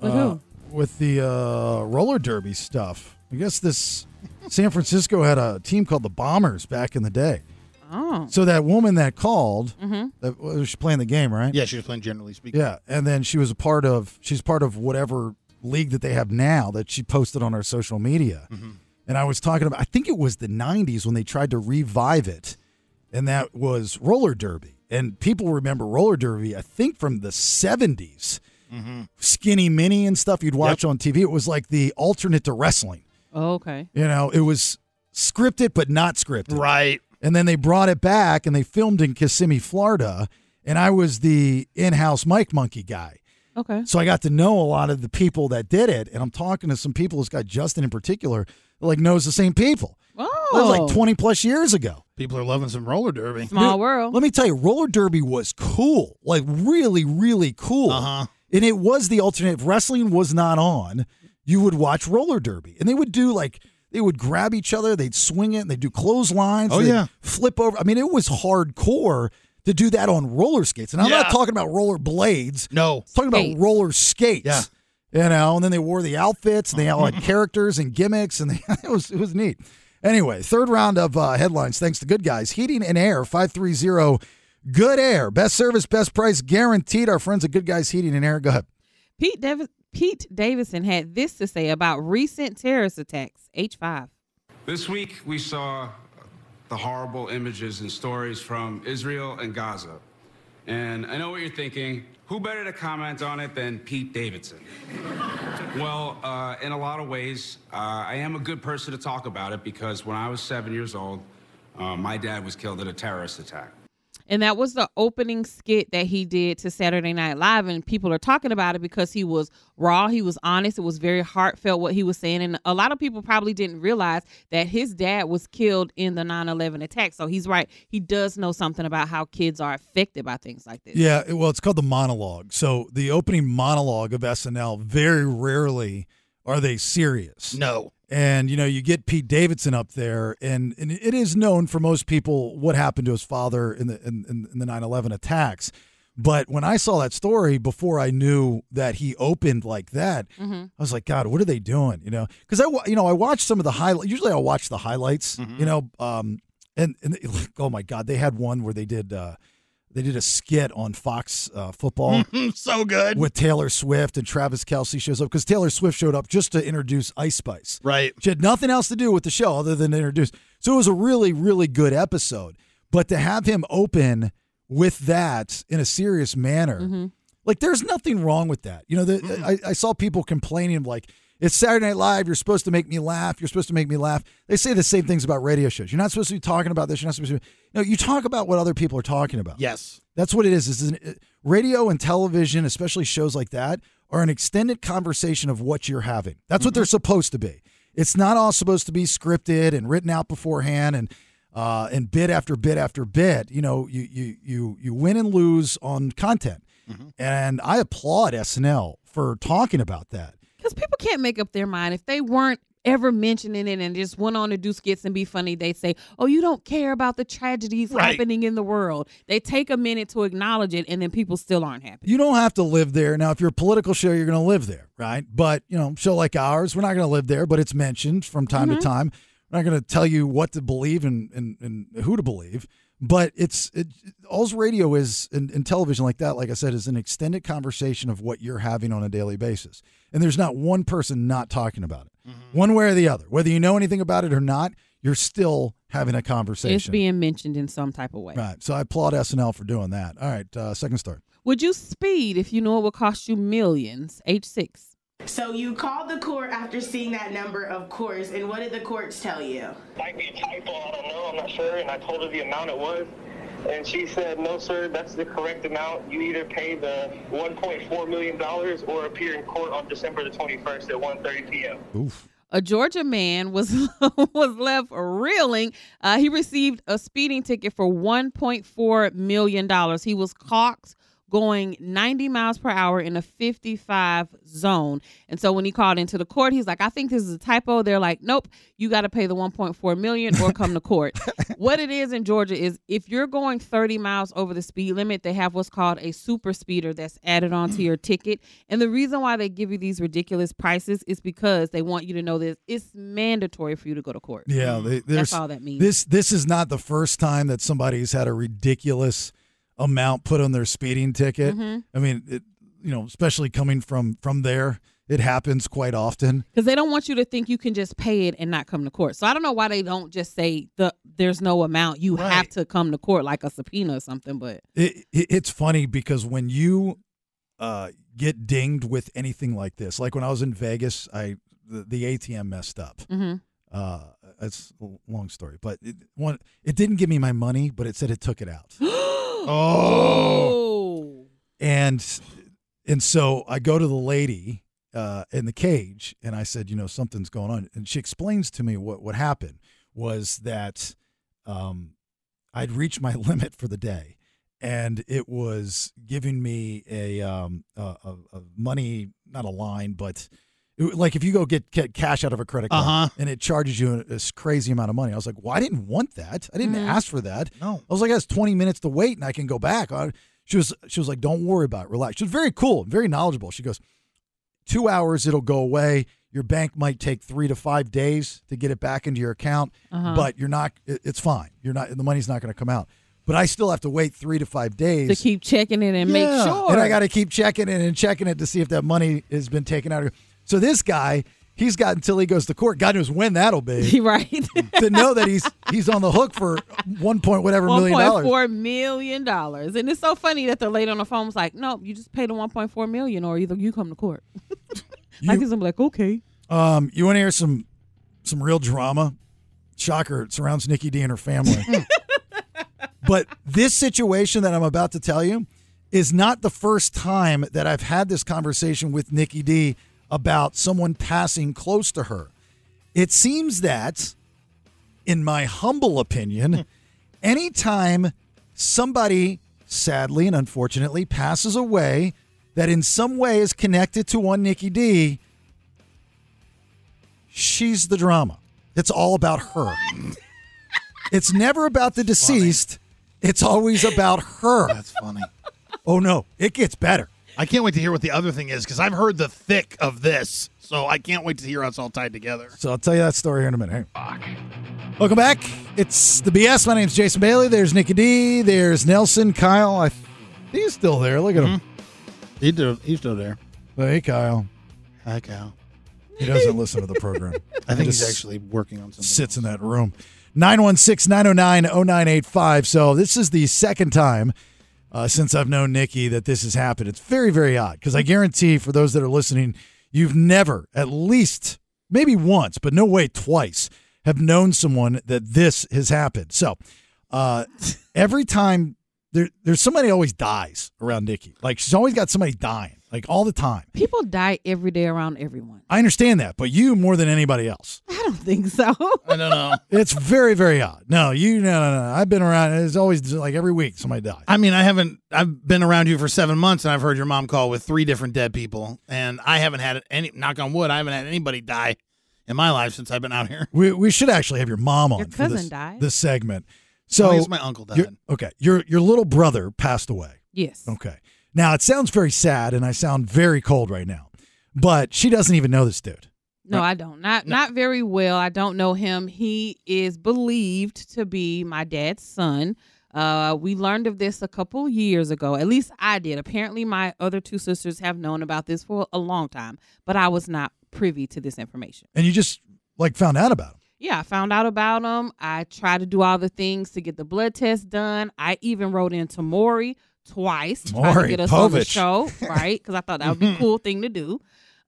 S8: With
S7: uh,
S8: who?
S7: With the uh, roller derby stuff. I guess this San Francisco had a team called the Bombers back in the day.
S8: Oh.
S7: So that woman that called,
S8: Mhm.
S7: that well, she's playing the game, right?
S9: Yeah, she was playing generally speaking.
S7: Yeah, and then she was a part of she's part of whatever league that they have now that she posted on her social media.
S9: Mm-hmm.
S7: And I was talking about I think it was the 90s when they tried to revive it and that was roller derby. And people remember roller derby I think from the 70s. Skinny mini and stuff you'd watch on TV. It was like the alternate to wrestling.
S8: Oh, okay.
S7: You know, it was scripted but not scripted.
S9: Right.
S7: And then they brought it back and they filmed in Kissimmee, Florida. And I was the in house Mike Monkey guy.
S8: Okay.
S7: So I got to know a lot of the people that did it. And I'm talking to some people, this guy Justin in particular, that, like knows the same people.
S8: Oh.
S7: That was like 20 plus years ago.
S9: People are loving some roller derby.
S8: Small
S7: Dude,
S8: world.
S7: Let me tell you, roller derby was cool. Like really, really cool. Uh-huh. And it was the alternative. If wrestling was not on, you would watch roller derby. And they would do like they would grab each other, they'd swing it, and they'd do clotheslines.
S9: Oh,
S7: they'd
S9: yeah.
S7: Flip over. I mean, it was hardcore to do that on roller skates. And I'm
S9: Yeah.
S7: not talking about roller blades.
S9: No.
S7: I'm talking
S9: Skates.
S7: about roller skates.
S9: Yeah.
S7: You know, and then they wore the outfits and they all had characters and gimmicks, and they, it was it was neat. Anyway, third round of uh, headlines. Thanks to Good Guys Heating and Air five three zero. Good Air, best service, best price, guaranteed. Our friends at Good Guys Heating and Air. Go ahead.
S8: Pete, Dav- Pete Davidson had this to say about recent terrorist attacks, H5.
S4: This week, we saw the horrible images and stories from Israel and Gaza. And I know what you're thinking who better to comment on it than Pete Davidson? well, uh, in a lot of ways, uh, I am a good person to talk about it because when I was seven years old, uh, my dad was killed in a terrorist attack.
S8: And that was the opening skit that he did to Saturday Night Live. And people are talking about it because he was raw, he was honest, it was very heartfelt what he was saying. And a lot of people probably didn't realize that his dad was killed in the 9 11 attack. So he's right. He does know something about how kids are affected by things like this.
S7: Yeah, it- well, it's called the monologue. So the opening monologue of SNL. Very rarely are they serious.
S9: No.
S7: And you know, you get Pete Davidson up there, and, and it is known for most people what happened to his father in the in, in, in the 9/11 attacks. But when I saw that story before I knew that he opened like that,
S1: Mhm.
S7: I was like, God, what are they doing? You know, because I wa- you know I watch some of the highlights. Usually, I watch the highlights. You know, um, and and they- like, oh my God, they had one where they did uh, they did a skit on Fox uh, football
S9: so good.
S7: with Taylor Swift and Travis Kelsey shows up because Taylor Swift showed up just to introduce Ice Spice.
S9: Right.
S7: She had nothing else to do with the show other than to introduce. So it was a really, really good episode. But to have him open with that in a serious manner, like there's nothing wrong with that. You know, the, I, I saw people complaining like, it's Saturday Night Live. You're supposed to make me laugh. You're supposed to make me laugh. They say the same things about radio shows. You're not supposed to be talking about this. You're not supposed to. Be, no, you talk about what other people are talking about.
S9: Yes.
S7: That's what it is. Is an, uh, radio and television, especially shows like that, are an extended conversation of what you're having. That's what they're supposed to be. It's not all supposed to be scripted and written out beforehand and uh, and bit after bit after bit. You know, you you you you win and lose on content, and I applaud SNL for talking about that.
S8: Because people can't make up their mind. If they weren't ever mentioning it and just went on to do skits and be funny, they say, Oh, you don't care about the tragedies
S7: Right.
S8: happening in the world. They take a minute to acknowledge it, and then people still aren't happy.
S7: You don't have to live there. Now, if you're a political show, you're going to live there, right? But, you know, show like ours, we're not going to live there, but it's mentioned from time
S1: Mhm.
S7: to time. We're not going to tell you what to believe and, and, and who to believe. But it's it, all's radio is and, and television like that, like I said, is an extended conversation of what you're having on a daily basis. And there's not one person not talking about it, one way or the other. Whether you know anything about it or not, you're still having a conversation.
S8: It's being mentioned in some type of way.
S7: right. So I applaud SNL for doing that. All right. Uh, second start.
S8: Would you speed if you know it would cost you millions? H6.
S22: So you called the court after seeing that number, of course, and what did the courts tell you?
S23: Might be a typo, I don't know, I'm not sure, and I told her the amount it was.
S6: And she said, no, sir, that's the correct amount. You either pay the $1.4 million or appear in court on December the 21st at 1.30 p.m.
S8: A Georgia man was was left reeling. Uh, he received a speeding ticket for 1.4 million dollars. He was caught going 90 miles per hour in a 55 zone. And so when he called into the court, he's like, "I think this is a typo." They're like, "Nope, you got to pay the 1.4 million or come to court." what it is in Georgia is if you're going 30 miles over the speed limit, they have what's called a super speeder that's added onto your ticket. And the reason why they give you these ridiculous prices is because they want you to know this. It's mandatory for you to go to court.
S7: Yeah, they, there's,
S8: Mm-hmm. that's all that means.
S7: This this is not the first time that somebody's had a ridiculous amount put on their speeding ticket.
S8: Mhm.
S7: I mean, it, you know, especially coming from from there, it happens quite often.
S8: because they don't want you to think you can just pay it and not come to court. So I don't know why they don't just say the there's no amount you have to come to court like a subpoena or something. But
S7: It, it it's funny because when you uh, get dinged with anything like this, like when I was in Vegas, I the, the ATM messed up.
S8: Mhm.
S7: Uh, it's a long story, but it, one it didn't give me my money, but it said it took it out.
S8: oh,
S7: and and so I go to the lady uh, in the cage, and I said, you know, something's going on, and she explains to me what what happened was that um, I'd reached my limit for the day, and it was giving me a um, a, a, a money not a line, but it, like if you go get, get cash out of a credit card
S9: Uh-huh.
S7: and it charges you this crazy amount of money, I was like, well, I didn't want that. I didn't
S9: Mhm.
S7: ask for that.
S9: No.
S7: I was like, that's 20 minutes to wait and I can go back. I- she was she was like, don't worry about it. Relax. She was very cool, very knowledgeable. She goes, two hours, it'll go away. Your bank might take three to five days to get it back into your account,
S9: Uh-huh.
S7: but you're not. it- It's fine. You're not. The money's not going to come out. But I still have to wait three to five days
S8: to keep checking it and make
S7: yeah.
S8: sure.
S7: And I got to keep checking it and checking it to see if that money has been taken out. So this guy, he's got until he goes to court. God knows when that'll be.
S8: right.
S7: to know that he's he's on the hook for one point whatever
S8: One
S7: million
S8: point
S7: dollars.
S8: four million dollars, and it's so funny that the lady on the phone was like, "No, you just pay the one point four million, or either you come to court." like, I'm like, okay.
S7: Um, you want to hear some some real drama? Shocker it surrounds Nikki D and her family. but this situation that I'm about to tell you is not the first time that I've had this conversation with Nikki D about someone passing close to her. It seems that, in my humble opinion, anytime somebody sadly and unfortunately passes away that in some way is connected to one Nikki D, she's the drama. It's all about her. It's never about the deceased. It's always about her. That's
S9: funny.
S7: Oh no, it gets better.
S9: I can't wait to hear what the other thing is because I've heard the thick of this, so I can't wait to hear how it's all tied together.
S7: So I'll tell you that story here in a minute. Hey. Welcome back. It's the BS. My name's Jason Bailey. There's Nikki D. There's Nelson. Kyle. I think he's still there. Look at him.
S9: He's still, he's still there.
S7: Hey, Kyle.
S9: Hi, Cal.
S7: He doesn't listen to the program.
S9: I think he's
S7: Just
S9: actually working on something.
S7: sits in that room. 916 909 0985. So this is the second time uh, since I've known Nikki that this has happened. It's very, very odd because I guarantee for those that are listening, you've never, at least maybe once, but no way twice, have known someone that this has happened. So uh, every time there, there's somebody always dies around Nikki. Like she's always got somebody dying, like all the time.
S8: People die every day around everyone.
S7: I understand that, but you more than anybody else.
S8: I don't think so.
S9: I don't know.
S7: It's very, very odd. No, you, no, no, no. I've been around. It's always like every week somebody dies.
S9: I mean, I haven't. I've been around you for seven months, and I've heard your mom call with three different dead people, and I haven't had any. Knock on wood, I haven't had anybody die in my life since I've been out here.
S7: We, we should actually have your mom on
S9: Your
S7: for this,
S9: cousin died?
S7: this segment. So
S9: At least Oh, my uncle died.
S7: your- okay, your your little brother passed away.
S8: Yes.
S7: Okay. Now it sounds very sad, and I sound very cold right now, but she doesn't even know this dude.
S8: No, I don't. Not not very well. I don't know him. He is believed to be my dad's son. Uh, we learned of this a couple years ago. At least I did. Apparently, my other two sisters have known about this for a long time, but I was not privy to this information.
S7: And you just like found out about him.
S8: Yeah, I found out about him. I tried to do all the things to get the blood test done. I even wrote in to Maury twice tried to
S7: Maury
S8: get us on the
S7: Povich. Mm-hmm.
S8: show, right? Because I thought that would be a cool thing to do.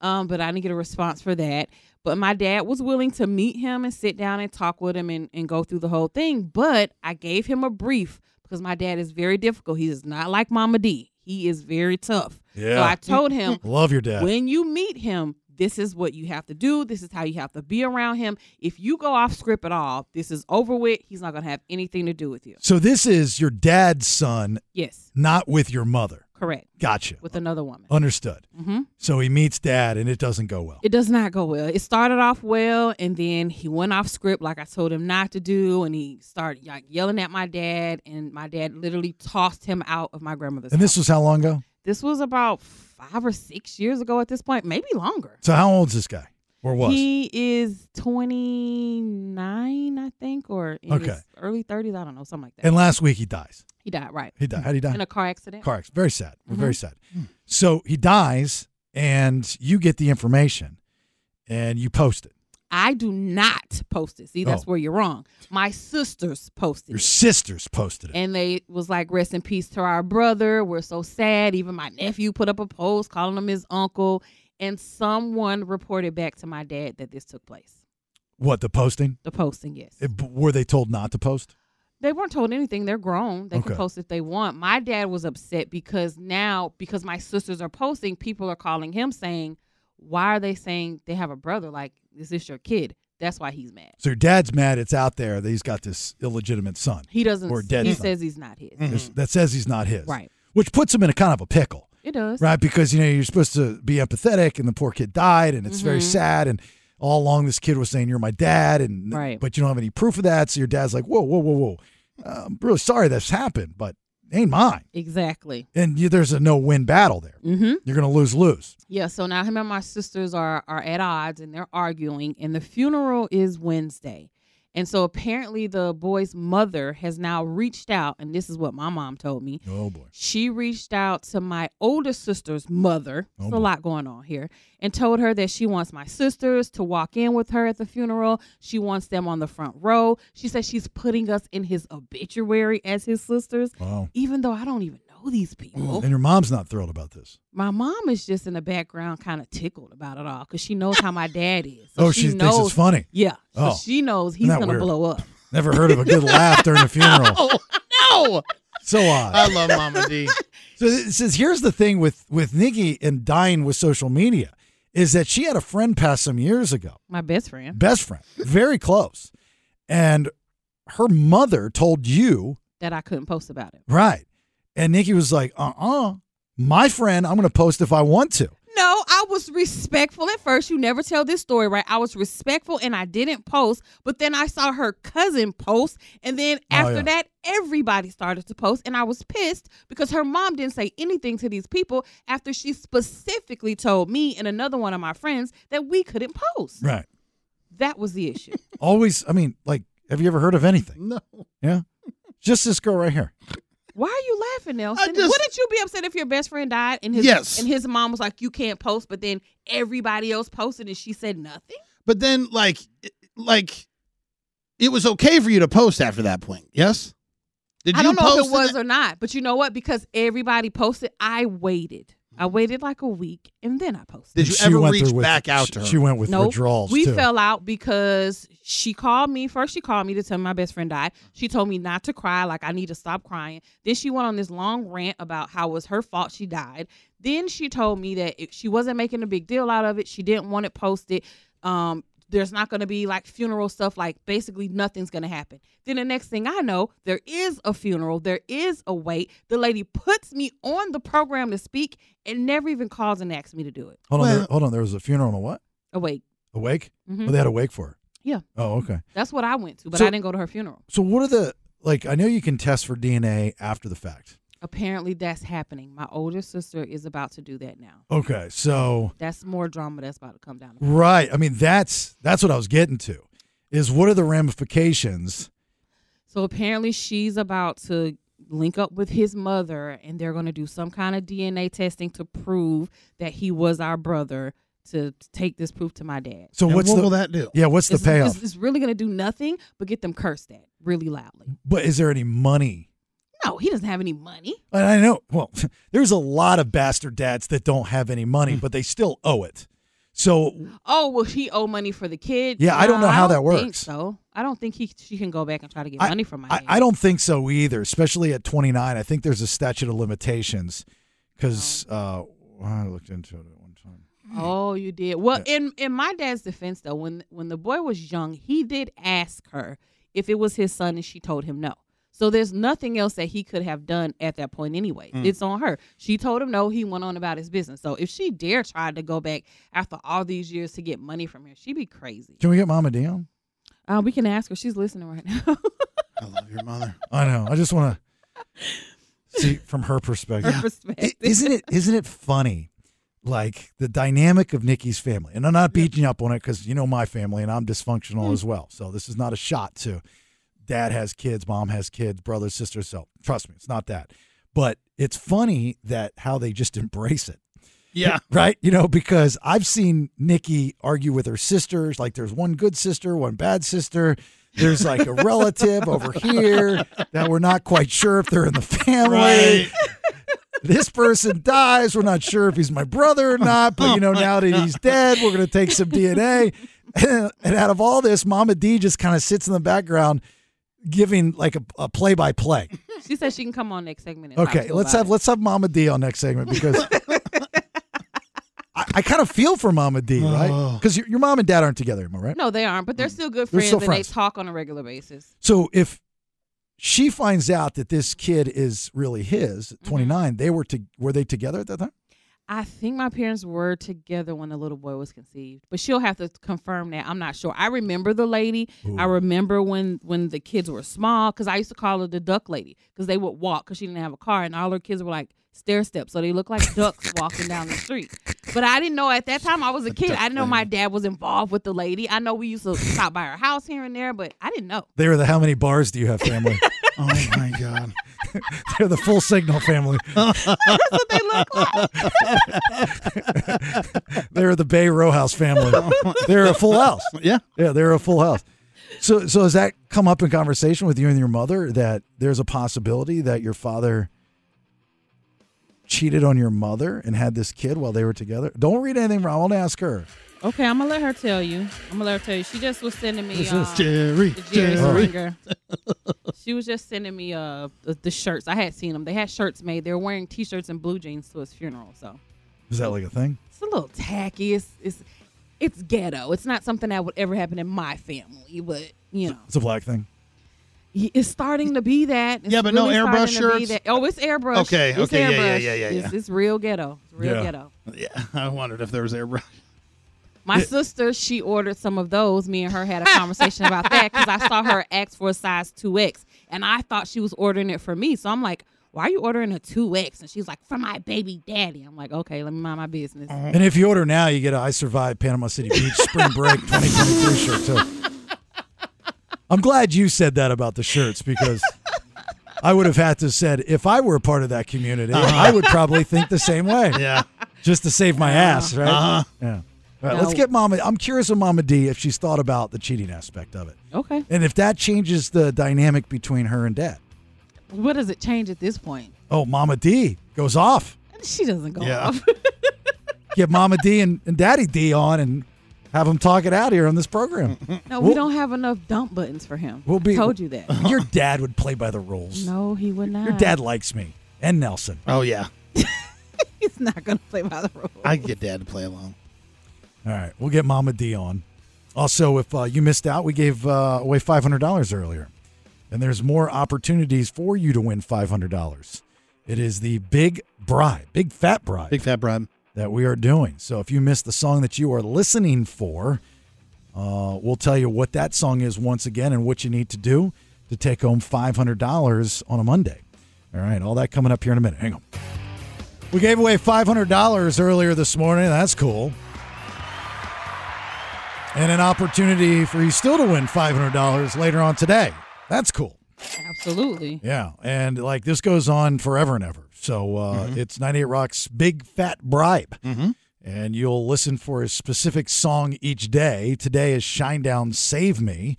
S8: Um, but I didn't get a response for that. But my dad was willing to meet him and sit down and talk with him and, and go through the whole thing. But I gave him a brief because my dad is very difficult. He is not like Mama D. He is very tough. So
S7: Yeah.
S8: I told him,
S7: Love your dad.
S8: When you meet him, this is what you have to do. This is how you have to be around him. If you go off script at all, this is over with. He's not going to have anything to do with you.
S7: So this is your dad's son.
S8: Yes.
S7: Not with your mother.
S8: Correct.
S7: Gotcha.
S8: With another woman.
S7: Understood.
S8: hmm
S7: So he meets dad and it doesn't go well.
S8: It does not go well. It started off well, and then he went off script like I told him not to do, and he started like yelling at my dad, and my dad literally tossed him out of my grandmother's.
S7: And this was how long ago?
S8: This was about five or six years ago at this point, maybe longer.
S7: So how old's this guy? Or was?
S8: He is twenty nine, I think, or in
S7: Okay.
S8: his early thirties. I don't know, something like that.
S7: and last week he dies.
S8: he died, right?
S7: He died. How'd he die?
S8: In a car accident.
S7: Car accident. Very sad. We're Very
S8: Mhm.
S7: sad. So he dies and you get the information and you post it.
S8: I do not post it. See, that's
S7: Oh.
S8: where you're wrong. My sisters posted.
S7: Your
S8: it.
S7: sisters posted it.
S8: And they was like, rest in peace to our brother. We're so sad. Even my nephew put up a post calling him his uncle. And someone reported back to my dad that this took place.
S7: What, the posting?
S8: The posting, yes.
S7: It, b- were they told not to post?
S8: They weren't told anything. They're grown. They
S7: Okay.
S8: can post if they want. My dad was upset because now, because my sisters are posting, people are calling him saying, why are they saying they have a brother? Like, is this your kid? That's why he's mad.
S7: So your dad's mad it's out there that he's got this illegitimate son.
S8: He doesn't.
S7: Or dead
S8: he
S7: son.
S8: says he's not his.
S7: There's- That says he's not his.
S8: Right.
S7: Which puts him in a kind of a pickle.
S8: It does.
S7: Right, because you know you're supposed to be empathetic, and the poor kid died, and it's very
S8: Mhm.
S7: sad. And all along, this kid was saying, "You're my dad," and
S8: Right.
S7: but you don't have any proof of that. So your dad's like, "Whoa, whoa, whoa, whoa! Uh, I'm really sorry that's happened, but it ain't mine."
S8: Exactly.
S7: And you, there's a no-win battle there.
S8: Mm-hmm.
S7: You're gonna lose, lose.
S8: Yeah, so now him and my sisters are are at odds and they're arguing and the funeral is Wednesday. And so apparently the boy's mother has now reached out and this is what my mom told me.
S7: Oh boy.
S8: She reached out to my older sister's mother.
S7: Oh,
S8: There's
S7: boy.
S8: a lot going on here. And told her that she wants my sisters to walk in with her at the funeral. She wants them on the front row. She says she's putting us in his obituary as his sisters.
S7: Wow.
S8: Even though I don't even know these people
S7: And your mom's not thrilled about this.
S8: my mom is just in the background kind of tickled about it all because she knows how my dad is.
S7: Oh, she thinks it's funny.
S8: Yeah. So
S7: Oh.
S8: she knows
S7: Isn't
S8: he's
S7: that
S8: going to
S7: weird?
S8: blow up.
S7: Never heard of a good laugh during a funeral.
S8: Oh,
S9: No.
S7: So odd.
S9: I love Mama D.
S7: So it says here's the thing with with Nikki and dying with social media is that she had a friend pass some years ago,
S8: My best friend.
S7: best friend, very close, and her mother told you
S8: That I couldn't post about it.
S7: right, and Nikki was like, uh uh my friend, I'm gonna post if I want to.
S8: No, I was respectful at first. You never tell this story, right? I was respectful and I didn't post, but then I saw her cousin post. And then
S7: Oh,
S8: after
S7: yeah.
S8: that, everybody started to post. And I was pissed because her mom didn't say anything to these people after she specifically told me and another one of my friends that we couldn't post.
S7: Right,
S8: That was the issue.
S7: always. I mean, like, have you ever heard of anything?
S9: No.
S7: Yeah, just this girl right here.
S8: Why are you laughing, Nelson?
S9: just-
S8: Wouldn't you be upset if your best friend died and his
S9: Yes.
S8: and his mom was like, "You can't post," but then everybody else posted and she said nothing?
S9: But then, like, it- like, it was okay for you to post after that point. Yes. Did
S8: I
S9: you
S8: don't know
S9: post
S8: if it
S9: in
S8: was
S9: that-
S8: or not, but you know what? Because everybody posted, I waited. I
S9: Mm-hmm.
S8: waited like a week and then I posted.
S9: Did you
S7: She
S9: ever
S7: went
S9: reach
S7: through with-
S9: back out to her?
S7: She went with
S8: Nope.
S7: withdrawals.
S8: We
S7: too.
S8: fell out because she called me. First, she called me to tell me my best friend died. She told me not to cry, like I need to stop crying. Then she went on this long rant about how it was her fault she died. Then she told me that it, she wasn't making a big deal out of it. She didn't want it posted. Um, there's not going to be like funeral stuff. Like basically nothing's going to happen. Then the next thing I know, there is a funeral. There is a wait. The lady puts me on the program to speak and never even calls and asks me to do it.
S7: Hold on, there, hold on. There was a funeral and a what?
S8: A wait.
S7: A wake?
S8: Mhm.
S7: Oh, they had a wake for her.
S8: Yeah.
S7: Oh, okay.
S8: That's what I went to, but
S7: So-
S8: I didn't go to her funeral.
S7: So what are the like? I know you can test for DNA after the fact.
S8: Apparently, that's happening. My older sister is about to do that now.
S7: Okay, so
S8: That's more drama that's about to come down.
S7: right. I mean, that's that's what I was getting to. Is what are the ramifications?
S8: So apparently, she's about to link up with his mother, and they're going to do some kind of DNA testing to prove that he was our brother. To take this proof to my dad.
S7: So
S9: And
S7: what's
S9: what
S7: the,
S9: will that do?
S7: Yeah, what's the
S8: It's-
S7: payoff?
S8: It's, it's really going to do nothing but get them cursed at really loudly.
S7: but is there any money?
S8: No, he doesn't have any money.
S7: And I
S8: Mm.
S7: know. Well, there's a lot of bastard dads that don't have any money, but they still owe it. So
S8: Oh, well, he owe money for the kid.
S7: Yeah, I don't
S8: No,
S7: know how that
S8: think
S7: works.
S8: so I don't think he she can go back and try to get money from my.
S7: I, I don't think so either, especially at 29. I think there's a statute of limitations
S8: Oh.
S7: because uh, I looked into it at one time.
S8: Oh, you did. Well, in in my dad's defense though, when when the boy was young, he did ask her if it was his son and she told him no. So there's nothing else that he could have done at that point anyway.
S10: Mm.
S8: It's on her. She told him no, he went on about his business. So if she dare tried to go back after all these years to get money from him, she'd be crazy.
S7: Can we get Mama down?
S8: Uh, we can ask her. She's listening right now.
S9: I love your mother.
S7: I know. I just want to see from her perspective.
S8: Her perspective.
S7: I- Isn't it? Isn't it funny? Like the dynamic of Nikki's family, and I'm not beating up on it because you know my family, and I'm
S8: Hmm.
S7: dysfunctional as well. So this is not a shot to dad has kids, mom has kids, brothers, sisters. So trust me, it's not that. But it's funny that how they just embrace it.
S9: Yeah.
S7: Right? You know, because I've seen Nikki argue with her sisters. Like there's one good sister, one bad sister. There's like a relative over here that we're not quite sure if they're in the family.
S9: Right.
S7: This person dies. We're not sure if he's my brother or not,
S9: Oh
S7: but you know, now that he's dead, we're going to take some DNA. And, and out of all this, Mama D just kind of sits in the background giving like a- a play by play.
S8: she said she can come on next segment. and talk to
S7: Okay,
S8: you
S7: let's
S8: about
S7: have let's have Mama D on next segment because I, I kind of feel for Mama D, right? Because your, your mom and dad aren't together anymore,
S8: it.
S7: right?
S8: No, they aren't, but they're still good
S7: Mm. They're
S8: friends
S7: still
S8: and they
S7: friends.
S8: talk on a regular basis.
S7: So if she finds out that this kid is really his,
S8: Mm-hmm.
S7: twenty they were to were they together at that time?
S8: I think my parents were together when the little boy was conceived, but she'll have to confirm that. I'm not sure. I remember the lady. I remember when when the kids were small because I used to call her the duck lady because they would walk because she didn't have a car and all her kids were like stair steps, so they looked like ducks walking down the street. But I didn't know at that time I was a kid. I didn't know my dad was involved with the lady. I know we used to stop by her house here and there, but I didn't know.
S7: They were the how many bars do you have family?
S9: oh my god,
S7: they're the full signal family. That's
S8: what they look
S7: like. they're the Bay Row House family. They're a full house.
S9: Yeah,
S7: yeah, they're a full house. So, so has that come up in conversation with you and your mother that there's a possibility that your father cheated on your mother and had this kid while they were together? Don't read anything wrong. I want to ask her.
S8: Okay, I'm gonna let her tell you. I'm gonna let her tell you. She just was sending me
S7: This is
S8: um,
S7: Jerry,
S8: the Jerry
S7: Jerry.
S8: Springer. she was just sending me uh the, the shirts. I had seen them. They had shirts made. They were wearing t-shirts and blue jeans to his funeral. So
S7: Is that like a thing?
S8: it's a little tacky. It's it's it's ghetto. It's not something that would ever happen in my family, but you know
S7: It's a black thing.
S8: y- it's starting to be that. It's
S9: Yeah, but no
S8: really starting
S9: airbrush
S8: to be
S9: shirts?
S8: that. Oh, it's airbrush.
S9: Okay,
S8: It's
S9: okay, yeah, yeah,
S8: airbrush.
S9: yeah, yeah,
S8: It's,
S9: yeah.
S8: it's real ghetto. It's real
S9: yeah.
S8: ghetto.
S9: Yeah, I wondered if there was airbrush.
S8: My sister, she ordered some of those. Me and her had a conversation about that because I saw her ask for a size 2X and I thought she was ordering it for me. So I'm like, why are you ordering a 2X? And she's like, for my baby daddy. I'm like, okay, let me mind my business.
S7: And if you order now, you get a I Survived Panama City Beach Spring Break 2023 shirt too. I'm glad you said that about the shirts because I would have had to said if I were a part of that community,
S9: Uh-huh.
S7: I would probably think the same way.
S9: Yeah.
S7: Just to save my ass, right?
S9: Uh-huh.
S7: Yeah. All right,
S9: No.
S7: let's get Mama. I'm curious of Mama D if she's thought about the cheating aspect of it.
S8: Okay.
S7: And if that changes the dynamic between her and dad.
S8: What does it change at this point?
S7: Oh, Mama D goes off.
S8: She doesn't go
S7: Yeah.
S8: off.
S7: Get Mama D and, and Daddy D on and have them talk it out here on this program.
S8: No,
S7: We'll-
S8: we don't have enough dump buttons for him.
S7: We'll be
S8: told you that.
S7: Your dad would play by the rules.
S8: No, he would not.
S7: Your dad likes me and Nelson.
S9: Oh yeah,
S8: He's not going to play by the rules.
S9: I could get dad to play along.
S7: All right, we'll get Mama D on. Also, if uh, you missed out, we gave uh, away five hundred dollars earlier, and there's more opportunities for you to win five hundred dollars. It is the big bribe, big fat bribe, big
S9: fat bribe
S7: that we are doing. So if you missed the song that you are listening for, uh, we'll tell you what that song is once again and what you need to do to take home five hundred dollars on a Monday. All right, all that coming up here in a minute. Hang on. We gave away $500 earlier this morning. That's cool. And an opportunity for you still to win $500 later on today. That's cool.
S8: Absolutely.
S7: Yeah. And like this goes on forever and ever. So uh, it's 98 Rock's Big Fat Bribe. And you'll listen for a specific song each day. Today is Shinedown Save Me.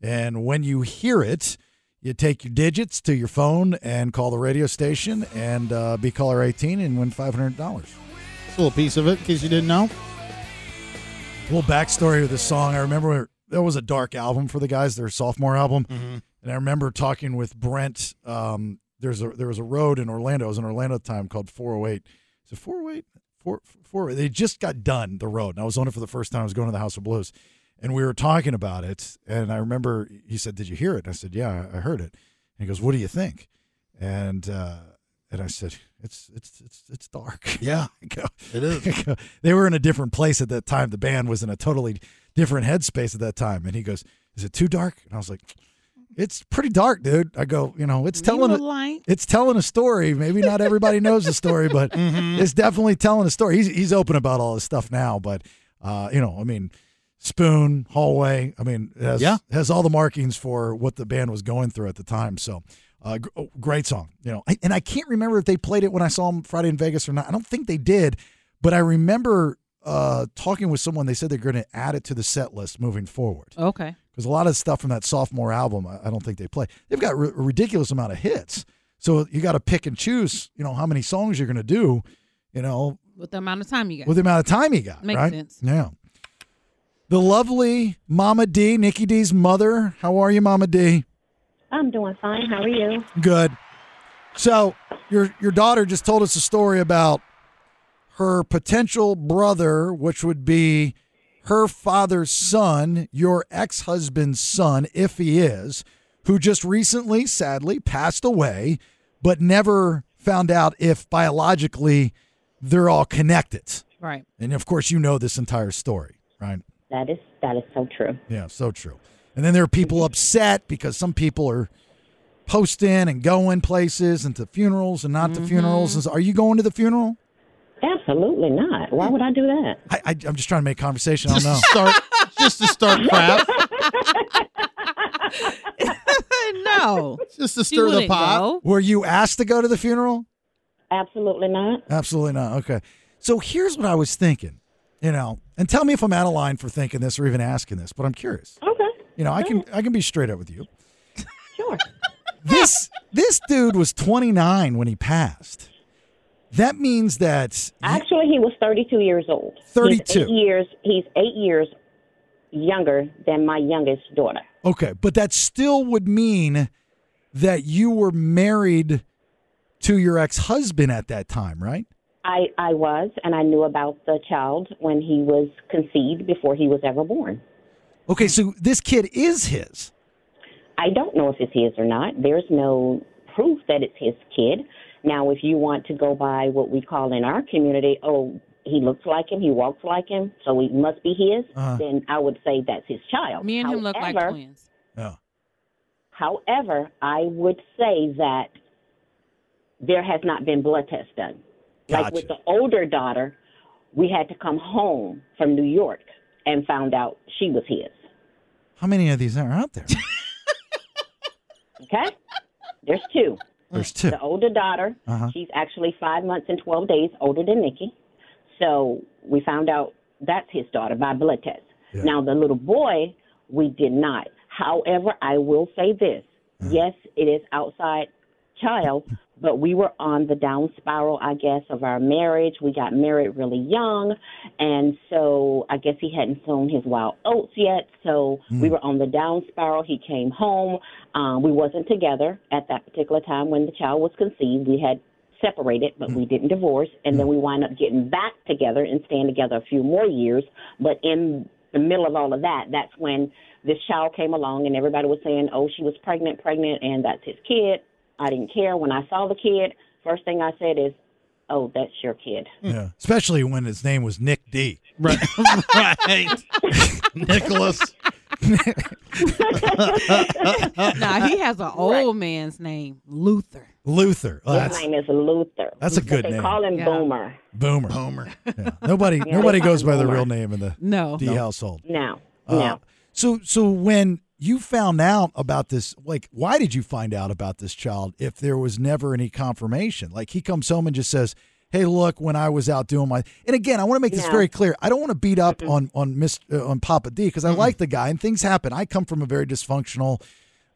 S7: And when you hear it, you take your digits to your phone and call the radio station and uh, be caller 18 and win $500.
S9: This little piece of it, in case you didn't know.
S7: little backstory of this song. I remember there was a dark album for the guys, their sophomore album,
S9: Mhm.
S7: and I remember talking with Brent. Um, there's a there was a road in Orlando. I was in Orlando at the time called 408. Is it 408? Four, four. oh They just got done the road, and I was on it for the first time. I was going to the House of Blues, and we were talking about it. And I remember he said, "Did you hear it?" And I said, "Yeah, I I heard it." And he goes, "What do you think?" And uh, and I said, "It's it's it's it's dark." Yeah, it is. they were in a different place at that time. The band was in a totally different headspace at that time. And he goes, "Is it too dark?" And I was like, "It's pretty dark, dude." I go, "You know, it's telling
S8: a
S7: a
S8: light."
S7: it's telling a story. Maybe not everybody knows the story, but it's definitely telling a story." He's he's open about all this stuff now, but uh, you know, I mean. Spoon hallway. I mean, it has,
S9: Yeah.
S7: has all the markings for what the band was going through at the time. So, uh, gr- oh, great song, you know. I, and I can't remember if they played it when I saw them Friday in Vegas or not. I don't think they did, but I remember uh, talking with someone. They said they're going to add it to the set list moving forward
S8: Okay.
S7: because a lot of stuff from that sophomore album, I, I don't think they play. They've got ri- a ridiculous amount of hits, so you got to pick and choose. You know how many songs you're going to do. You know
S8: With the amount of time you got.
S7: with the amount of time he got.
S8: Makes
S7: right?
S8: sense.
S7: Yeah. The lovely Mama D, Nikki D's mother. How are you, Mama D?
S13: I'm doing fine. How are you?
S7: Good. So your your daughter just told us a story about her potential brother, which would be her father's son, your ex husband's son, if he is, who just recently, sadly, passed away, but never found out if biologically they're all connected.
S8: Right.
S7: And of course, you know this entire story, right?
S10: That is that is so true.
S7: Yeah, so true. And then there are people upset because some people are posting and going places and to funerals and not to funerals. And so- Are you going to the funeral?
S10: Mm-hmm. Absolutely not. Why would I do that?
S7: I, I, I'm just trying to make conversation. I don't know.
S9: Start just to start crap.
S8: no.
S9: Just to
S8: She stir the wouldn't pot. go.
S7: Were you asked to go to the funeral?
S10: Absolutely not.
S7: Absolutely not. Okay. So here's what I was thinking, you know, and tell me if I'm out of line for thinking this or even asking this, but I'm curious.
S10: Okay.
S7: You know, I can I can be straight up with you. Sure. this this dude was 29 when he passed. That means that
S10: Actually, he was 32 years old. He's
S7: 32.
S10: eight years. He's eight years younger than my youngest daughter.
S7: Okay, but that still would mean that you were married to your ex-husband at that time, right?
S10: I I was, and I knew about the child when he was conceived before he was ever born.
S7: Okay, so this kid is his.
S10: I don't know if it's his or not. There's no proof that it's his kid. Now, if you want to go by what we call in our community, oh, he looks like him, he walks like him, so he must be his,
S7: Uh-huh.
S10: then I would say that's his child.
S8: Me and him look like
S10: However-
S8: twins.
S7: Yeah.
S10: However, I would say that there has not been blood tests done. Like with the older daughter, we had to come home from New York and found out she was his.
S7: How many of these are out there?
S10: Okay? There's two.
S7: There's two.
S10: The older daughter,
S7: Uh-huh.
S10: she's actually five months and 12 days older than Nikki. So we found out that's his daughter by blood test.
S11: Yeah.
S10: Now, the little boy, we did not. However, I will say this
S7: Uh-huh.
S10: yes, it is outside child, but we were on the down spiral, I guess, of our marriage. We got married really young, and so I guess he hadn't sown his wild oats yet. So we were on the down spiral. He came home. Um, we wasn't together at that particular time when the child was conceived. We had separated, but we didn't divorce, and then we wind up getting back together and staying together a few more years. But in the middle of all of that, that's when this child came along, and everybody was saying, "Oh, she was pregnant, pregnant, and that's his kid." I didn't care. When I saw the kid, first thing I said is, "Oh, that's your kid."
S7: Yeah. Especially when his name was Nick D. Right.
S9: right. Nicholas.
S8: nah, he has an old man's name, Luther.
S7: Luther. Oh,
S10: His
S7: that's
S10: name is Luther.
S7: that's a good
S10: they
S7: name.
S10: call him
S8: Yeah.
S10: Boomer.
S7: Boomer. Boomer. Yeah. Nobody
S10: Yeah, they
S7: nobody
S10: call
S7: goes
S10: him
S7: by the
S10: Boomer.
S7: real name in the
S10: No.
S7: D
S10: No.
S7: household.
S10: No,
S7: Uh,
S10: no.
S7: So so when you found out about this, like why did you find out about this child if there was never any confirmation? Like he comes home and just says, "Hey, look, when I was out doing my," and again, I want to make this
S9: No.
S7: very clear. I don't want to beat up on on Miss uh, on Papa D because I like the guy and things happen. I come from a very dysfunctional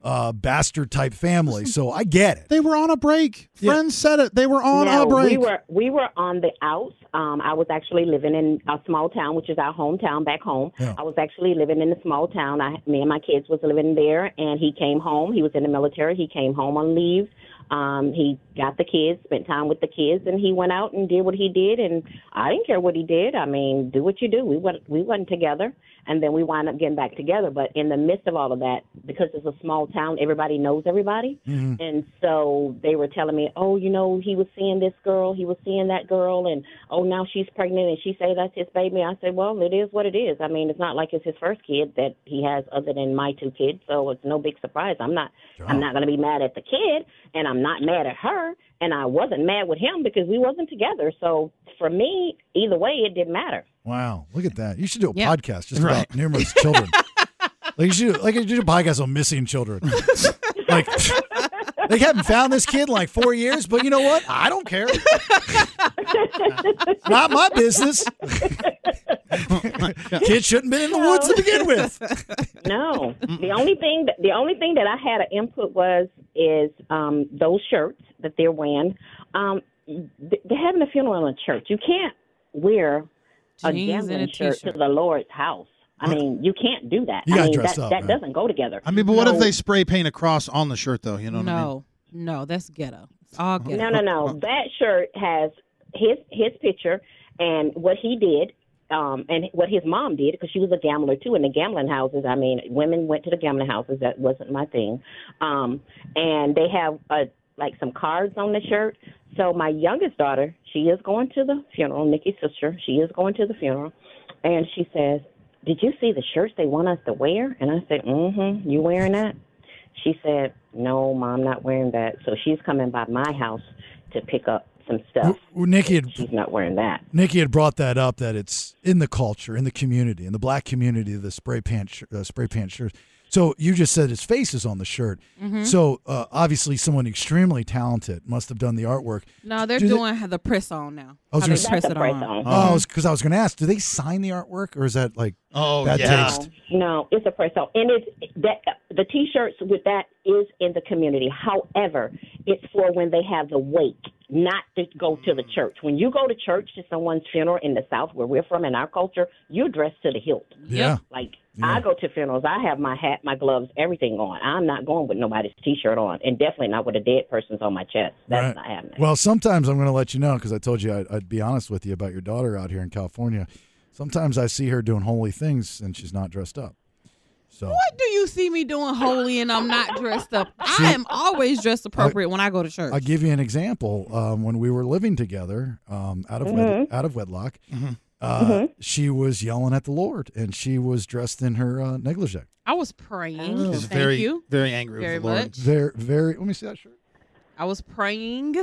S7: uh, bastard type family. So I get it.
S9: They were on a break. Friends said it. They were on
S10: no,
S9: a break.
S10: We were we were on the outs. Um, I was actually living in a small town, which is our hometown back home.
S9: Yeah.
S10: I was actually living in a small town. I me and my kids was living there, and he came home. He was in the military. He came home on leave. Um, he got the kids, spent time with the kids, and he went out and did what he did. And I didn't care what he did. I mean, do what you do. We went we went together, and then we wound up getting back together. But in the midst of all of that, because it's a small town, everybody knows everybody.
S7: mm-hmm.
S1: Mhm.
S13: Mm.
S10: And so they were telling me, oh, you know, he was seeing this girl, he was seeing that girl, and oh, now she's pregnant, and she say that's his baby. I said, well, it is what it is. I mean, it's not like it's his first kid that he has other than my two kids, so it's no big surprise. I'm not, I'm not gonna be mad at the kid, and I'm not mad at her, and I wasn't mad with him because we wasn't together. So for me, either way, it didn't matter.
S7: Wow, look at that. You should do a
S10: Yeah.
S7: podcast just about numerous children. like you should like you should do a podcast on missing children. like they haven't found this kid in like four years, but you know what? I don't care. Not my business. Kid shouldn't been in the woods to begin with.
S10: no. The only thing that the only thing that I had an input was is um those shirts that they're wearing. Um th- they're having a funeral in a church. You can't wear a
S1: Jeans and
S10: gambling
S1: a
S10: shirt to
S1: t-shirt.
S10: the Lord's house. I mean, you can't do that.
S9: You
S10: I
S9: gotta
S10: mean,
S9: dress
S10: that,
S9: up,
S10: that
S9: man.
S10: doesn't go together.
S9: I mean, but what
S10: No.
S9: if they spray paint a cross on the shirt though? You know what I mean?
S8: No, no, that's ghetto. It's all ghetto.
S10: No, no, no. That shirt has his his picture and what he did, um, and what his mom did because she was a gambler too. In the gambling houses, I mean, women went to the gambling houses. That wasn't my thing. Um, and they have uh like some cards on the shirt. So my youngest daughter, she is going to the funeral. Nikki's sister, she is going to the funeral, and she says, "Did you see the shirts they want us to wear?" And I said, "Mm-hmm. You wearing that?" She said, "No, mom, I'm not wearing that." So she's coming by my house to pick up some stuff.
S7: Well, Nikki had
S10: She's not wearing that.
S7: Nikki had brought that up that it's in the culture, in the community, in the black community, the spray pant sh- uh, spray pant shirt. So you just said his face is on the shirt.
S8: Mhm.
S7: So uh, obviously, someone extremely talented must have done the artwork.
S8: No, they're
S7: Do they-
S8: doing how the press on now.
S7: I was
S8: How
S7: going
S8: they
S7: to
S8: press it on.
S7: Oh, because I was going to ask, do they sign the artwork, or is that like
S9: oh
S7: bad
S9: yeah.
S7: taste?
S10: No, it's a press on, and it's that the T-shirts with that is in the community. However, it's for when they have the wake, not to go to the church. When you go to church to someone's funeral in the South, where we're from in our culture, you're dressed to the hilt.
S1: Yeah.
S10: Like I go to funerals, I have my hat, my gloves, everything on. I'm not going with nobody's T-shirt on, and definitely not with a dead person's on my chest.
S7: Right.
S10: That's not happening.
S7: Well, sometimes I'm going to let you know because I told you I'd, I'd be honest with you about your daughter out here in California. Sometimes I see her doing holy things and she's not dressed up. So
S8: What do you see me doing holy and I'm not dressed up? I am always dressed appropriate when I go to church.
S7: I'll give you an example. Um, when we were living together um, out of wed-
S8: Mhm.
S7: out of wedlock,
S9: Mm-hmm.
S7: uh, she was yelling at the Lord, and she was dressed in her uh, negligee.
S8: I was praying.
S7: Oh.
S9: She's
S8: Thank
S9: very-
S8: you.
S9: very angry with
S8: very
S9: the Lord.
S8: Much.
S7: Very, very. Let me see that shirt.
S8: I was praying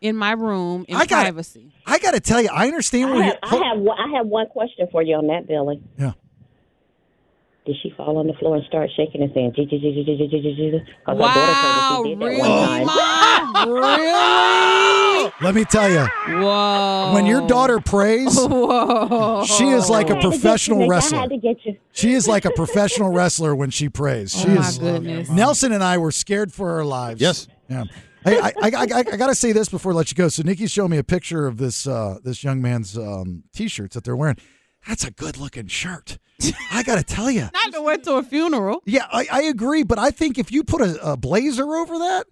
S8: in my room in
S7: I got-
S8: privacy.
S7: I got to tell you, I understand
S10: I
S7: where you.
S10: have, I have one- I have one question for you on that, Billy.
S7: Yeah.
S10: Did she fall on the floor and start shaking and saying, "Jesus, Jesus, Jesus, Jesus, Jesus"? 'Cause her daughter
S8: Wow,
S10: told her she did that
S8: really,
S10: one time.
S8: Mom? really?
S7: Let me tell you.
S8: Whoa.
S7: When your daughter prays,
S8: Oh. Whoa.
S7: she is like a
S10: I had to get you,
S7: professional
S10: Nick. I
S7: wrestler.
S10: had to get you.
S7: She is like a professional wrestler when she prays. She
S8: Oh, my
S7: is,
S8: goodness.
S7: Nelson and I were scared for our lives. Yes. Yeah. Hey, I, I, I, I, got to say this before I let you go. So Nikki's showing me a picture of this uh, this young man's um, t-shirts that they're wearing. That's a good looking shirt. I got to tell you.
S8: Not to went to a funeral.
S7: Yeah, I, I agree, but I think if you put a, a blazer over that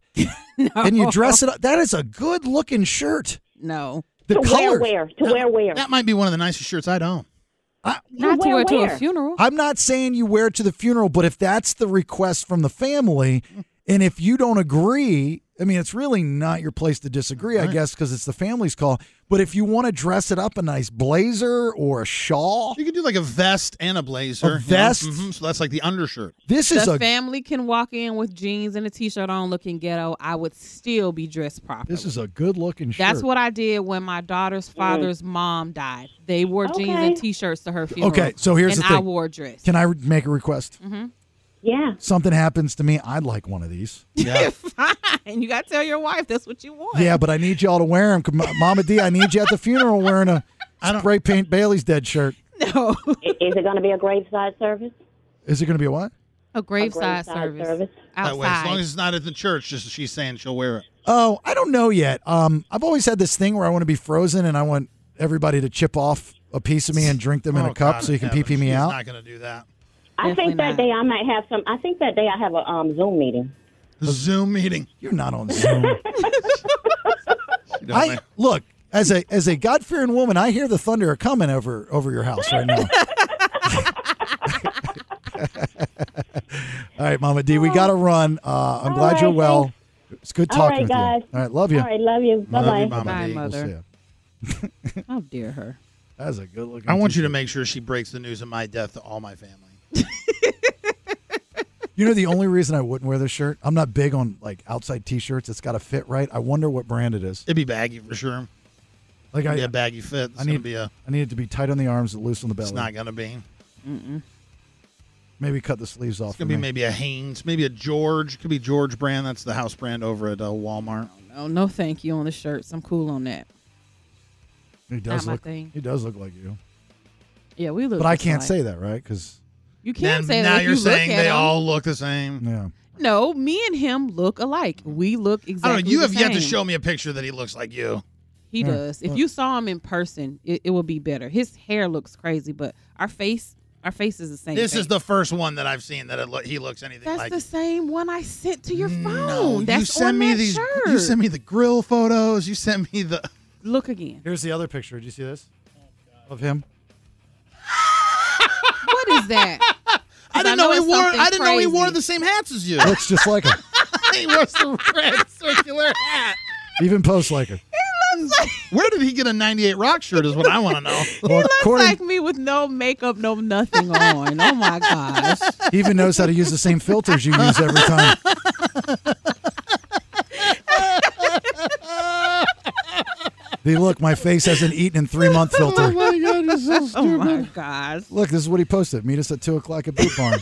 S7: and you dress it up, that is a good looking shirt.
S8: No.
S7: The colors.
S10: To wear where?
S9: That might be one of the nicest shirts I'd own.
S8: Not to
S10: wear
S8: wear to a
S10: where?
S8: funeral.
S7: I'm not saying you wear it to the funeral, but if that's the request from the family, and if you don't agree, I mean, it's really not your place to disagree, I guess, because it's the family's call. But if you want to dress it up a nice blazer or a shawl,
S9: You could do like a vest and a blazer.
S7: A
S9: you know?
S7: vest?
S9: Mhm, So that's like the undershirt.
S7: this is
S8: the
S7: a
S8: family can walk in with jeans and a t-shirt on looking ghetto. I would still be dressed properly.
S7: this is a good looking shirt. Mm.
S8: That's what I did when my daughter's father's mom died. They wore jeans and t-shirts to her funeral.
S7: Okay, so here's
S8: and
S7: the thing.
S8: I wore a dress.
S7: Can I re- make a request?
S8: Mm-hmm.
S10: Yeah.
S7: Something happens to me, I'd like one of these. Yeah.
S8: And you got to tell your wife that's what you want.
S7: yeah, but I need y'all to wear them. Mama D, I need you at the funeral wearing a spray paint Bailey's dead shirt.
S8: No.
S10: I- Is it going to be a graveside service?
S7: Is it going to be a what?
S8: A graveside,
S10: graveside
S8: service.
S10: service.
S9: that way. As long as
S8: outside.
S9: it's not at the church, just she's saying she'll wear it.
S7: Oh, I don't know yet. Um, I've always had this thing where I want to be frozen and I want everybody to chip off a piece of me and drink them in
S9: Oh,
S7: a cup
S9: God
S7: so you
S9: in
S7: can
S9: heaven,
S7: pee pee me
S9: she's
S7: out.
S9: Not gonna do that.
S10: I think that
S9: not.
S10: day I might have some. I think that day I have a um, Zoom meeting.
S9: Zoom meeting.
S7: You're not on Zoom. I look as a as a God fearing woman. I hear the thunder a coming over over your house right now. All right, Mama D, we got to run. Uh, I'm
S10: Oh. All
S7: glad
S10: right,
S7: you're well. It's good
S10: All
S7: talking with
S10: right, guys.
S7: you. All right, love you.
S10: All right, love you. Bye-bye.
S9: Bye,
S7: We'll
S9: Mother.
S7: see ya.
S8: Oh dear, her.
S7: That's a good looking.
S9: I want you to make sure she breaks the news of my death to all my family.
S7: You know the only reason I wouldn't wear this shirt. I'm not big on like outside t-shirts. It's got to fit right. I wonder what brand it is.
S9: It'd be baggy for sure.
S7: Like
S9: It'd
S7: I-
S9: be a baggy fit. It's
S7: I
S9: gonna
S7: need
S9: be a.
S7: I need it to be tight on the arms and loose on the belly.
S9: It's not gonna be.
S7: Maybe cut the sleeves off.
S9: It's gonna be maybe a Hanes, maybe a George. Could be George brand. That's the house brand over at uh, Walmart.
S8: Oh no, thank you on the shirts. I'm cool on that.
S7: He does
S8: not my
S7: look.
S8: thing.
S7: He does look like you.
S8: Yeah, we look.
S7: But I can't
S8: alike.
S7: say that, right? Because
S8: You
S9: Then
S8: can't say that.
S9: now
S8: if
S9: you're
S8: you
S9: saying
S8: look at
S9: they
S8: him.
S9: all look the same.
S7: Yeah.
S8: No, me and him look alike. We look exactly.
S9: I don't know. You
S8: the
S9: have yet to
S8: same.
S9: show me a picture that he looks like you.
S8: He
S7: Hmm.
S9: Yeah.
S8: does. If you saw him in person, it, it would be better. His hair looks crazy, but our face, our face is the same.
S9: This
S8: face.
S9: is the first one that I've seen that it lo- he looks anything
S8: That's
S9: like.
S8: the same one I sent to your phone.
S9: No,
S8: That's
S9: you send
S8: on
S9: me
S8: that
S9: these.
S8: Shirt.
S9: You send me the grill photos. You send me the.
S8: Look again.
S7: Here's the other picture. Did you see this?
S9: Oh,
S7: Of him.
S8: What is that? 'Cause
S9: I didn't know, he
S8: it's
S9: wore.
S8: something
S9: I didn't know he wore
S8: crazy.
S9: the same hats as you.
S7: Looks just like him.
S9: he wears the red circular hat.
S7: Even post like him.
S9: Where did he get a '98 Rock shirt? Is what I want to know.
S7: Well,
S8: Looks like me with no makeup, no nothing on. Oh my gosh.
S7: he even knows how to use the same filters you use every time. They look. My face hasn't eaten in three month filter.
S9: my god, you're so
S8: Oh my gosh.
S7: Look, this is what he posted. Meet us at two o'clock at Boot Barn.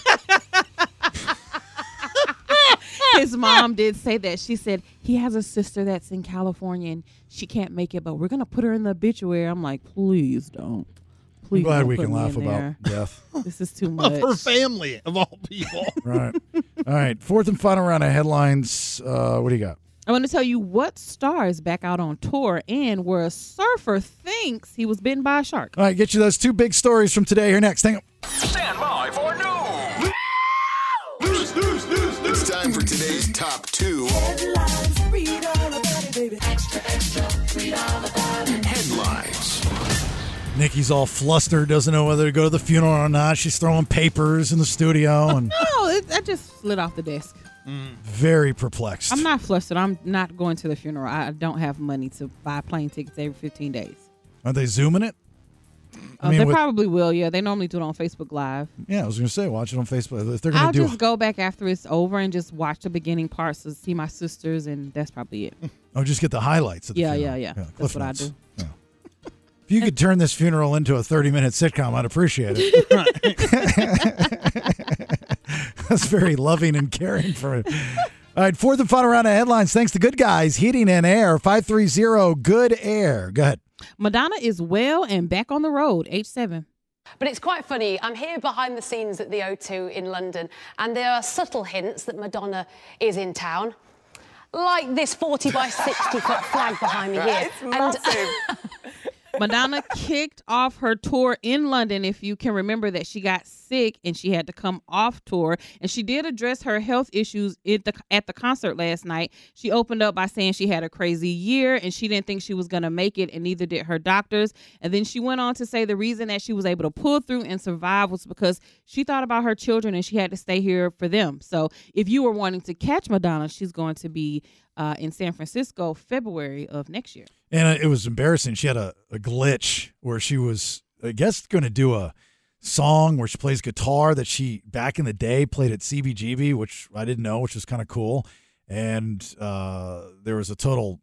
S8: His mom did say that. She said he has a sister that's in California and she can't make it, but we're gonna put her in the obituary. I'm like, please don't. Please.
S7: I'm glad
S8: don't
S7: we
S8: put
S7: can
S8: me
S7: laugh
S8: in
S7: about
S8: there.
S7: death.
S8: This is too
S9: Of her
S8: much.
S9: family, of all people.
S7: Right. All right. Fourth and final round of headlines. Uh, what do you got?
S8: I want to tell you what star is back out on tour and where a surfer thinks he was bitten by a shark.
S7: All right. Get you those two big stories from today. Here next. Hang on.
S1: Stand by for news. News, news, news, news. It's time for today's top two. Headlines. Read all about it, baby. Extra, extra. Read all about it. Headlines.
S7: Nikki's all flustered, doesn't know whether to go to the funeral or not. She's throwing papers in the studio and
S8: No, it, that just slid off the desk.
S7: very perplexed.
S8: I'm not flustered. I'm not going to the funeral. I don't have money to buy plane tickets every 15 days.
S7: Are they zooming it? I
S8: Uh,
S7: mean,
S8: they
S7: with-
S8: probably will. Yeah, they normally do it on Facebook Live.
S7: yeah, I was gonna say, watch it on Facebook. If they're gonna
S8: I'll
S7: do,
S8: just go back after it's over and just watch the beginning parts to see my sisters, and that's probably it.
S7: oh, just get the highlights. Of the
S8: Yeah,
S7: funeral.
S8: yeah, yeah. That's
S7: Cliff
S8: what I
S7: notes.
S8: do.
S7: Yeah. If you could turn this funeral into a 30-minute sitcom, I'd appreciate it. That's very loving and caring for it. All right, fourth and final round of headlines. Thanks to Good Guys Heating and Air five three zero Good Air. Go ahead.
S8: Madonna is well and back on the road, age seven.
S11: But it's quite funny. I'm here behind the scenes at the O2 in London, and there are subtle hints that Madonna is in town. Like this 40 by 60 foot flag behind me here.
S12: It's
S11: massive.
S8: Madonna kicked off her tour in London, if you can remember that she got sick and she had to come off tour. And she did address her health issues at the, at the concert last night. She opened up by saying she had a crazy year and she didn't think she was going to make it, and neither did her doctors. And then she went on to say the reason that she was able to pull through and survive was because she thought about her children and she had to stay here for them. So if you were wanting to catch Madonna, she's going to be uh, in San Francisco February of next year.
S7: And uh, it was embarrassing. She had a, a glitch where she was, I guess, going to do a song where she plays guitar that she back in the day played at CBGB, which I didn't know, which was kind of cool. And uh, there was a total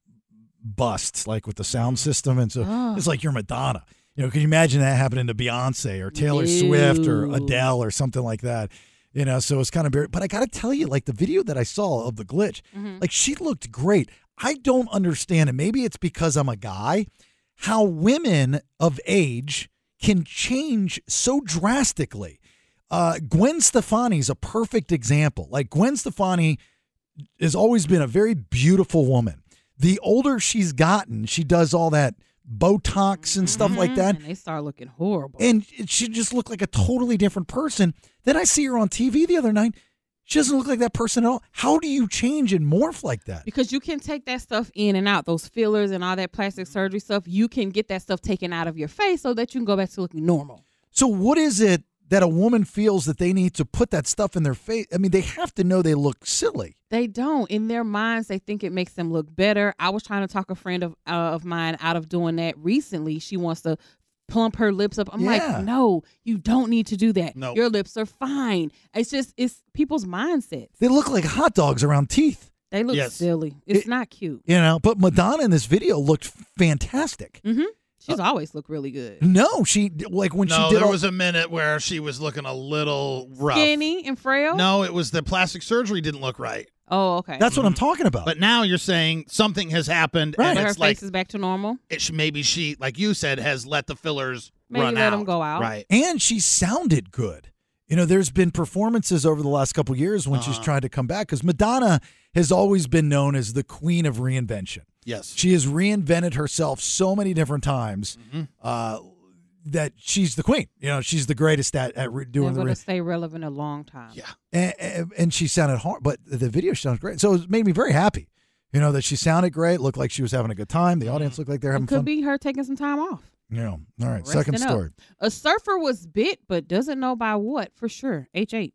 S7: bust, like with the sound system. And so
S1: Oh.
S7: it's like you're Madonna. You know, can you imagine that happening to Beyonce or Taylor Swift or
S1: Ew.
S7: Adele or something like that? You know, so it's kind of, but I got to tell you, like the video that I saw of the glitch,
S1: Mhm.
S7: like she looked great. I don't understand, and maybe it's because I'm a guy, how women of age can change so drastically. Uh, Gwen Stefani's a perfect example. Like Gwen Stefani has always been a very beautiful woman. The older she's gotten, she does all that Botox and stuff like that.
S8: Mm-hmm. And they start looking horrible.
S7: And it- she just looked like a totally different person. Then I see her on TV the other night. She doesn't look like that person at all. How do you change and morph like that?
S8: Because you can take that stuff in and out, those fillers and all that plastic surgery stuff. You can get that stuff taken out of your face so that you can go back to looking normal.
S7: So what is it that a woman feels that they need to put that stuff in their face? I mean, they have to know they look silly.
S8: They don't. In their minds, they think it makes them look better. I was trying to talk a friend of uh, of mine out of doing that recently. She wants to plump her lips up. I'm
S7: Yeah.
S8: like, no, you don't need to do that.
S7: No.
S8: Your lips are fine. It's just it's people's mindsets.
S7: They look like hot dogs around teeth,
S8: They look
S7: Yes.
S8: silly. It's not cute.
S7: you know. But Madonna in this video looked fantastic.
S8: Mm-hmm. She's always looked really good.
S7: No, she like when
S9: no,
S7: she did
S9: there
S7: all-
S9: was a minute where she was looking a little rough.
S8: Skinny and frail.
S9: No, it was the plastic surgery didn't look right.
S8: Oh, okay.
S7: That's what I'm talking about.
S9: But now you're saying something has happened,
S8: Right.
S9: and
S8: But her
S9: it's
S8: face
S9: like
S8: is back to normal.
S9: it sh- maybe she, like you said, has let the fillers
S8: Maybe
S9: run out.
S8: let 'em go out.
S9: Right.
S7: and she sounded good. You know, there's been performances over the last couple years when she's
S9: Uh-huh.
S7: tried to come back because Madonna has always been known as the queen of reinvention.
S9: Yes.
S7: She has reinvented herself so many different times
S9: Mm-hmm.
S7: uh, that she's the queen. You know, she's the greatest at, at re-
S8: They're
S7: doing the
S8: going
S7: re-
S8: to stay relevant a long time. Yeah.
S7: and, and- and she sounded hard, but the video sounds great. So it made me very happy. You know that she sounded great, looked like she was having a good time. The
S9: Mm-hmm.
S7: audience looked like they're having
S8: Could
S7: fun.
S8: be her taking some time off.
S7: yeah. All right.
S8: Resting
S7: Second
S8: up.
S7: story.
S8: A surfer was bit, but doesn't know by what for sure. H8.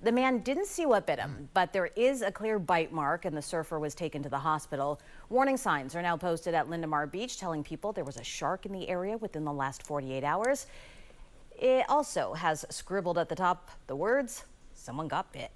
S12: The man didn't see what bit him, but there is a clear bite mark, and the surfer was taken to the hospital. Warning signs are now posted at Lindemar Beach telling people there was a shark in the area within the last 48 hours. It also has scribbled at the top the words, someone got bit.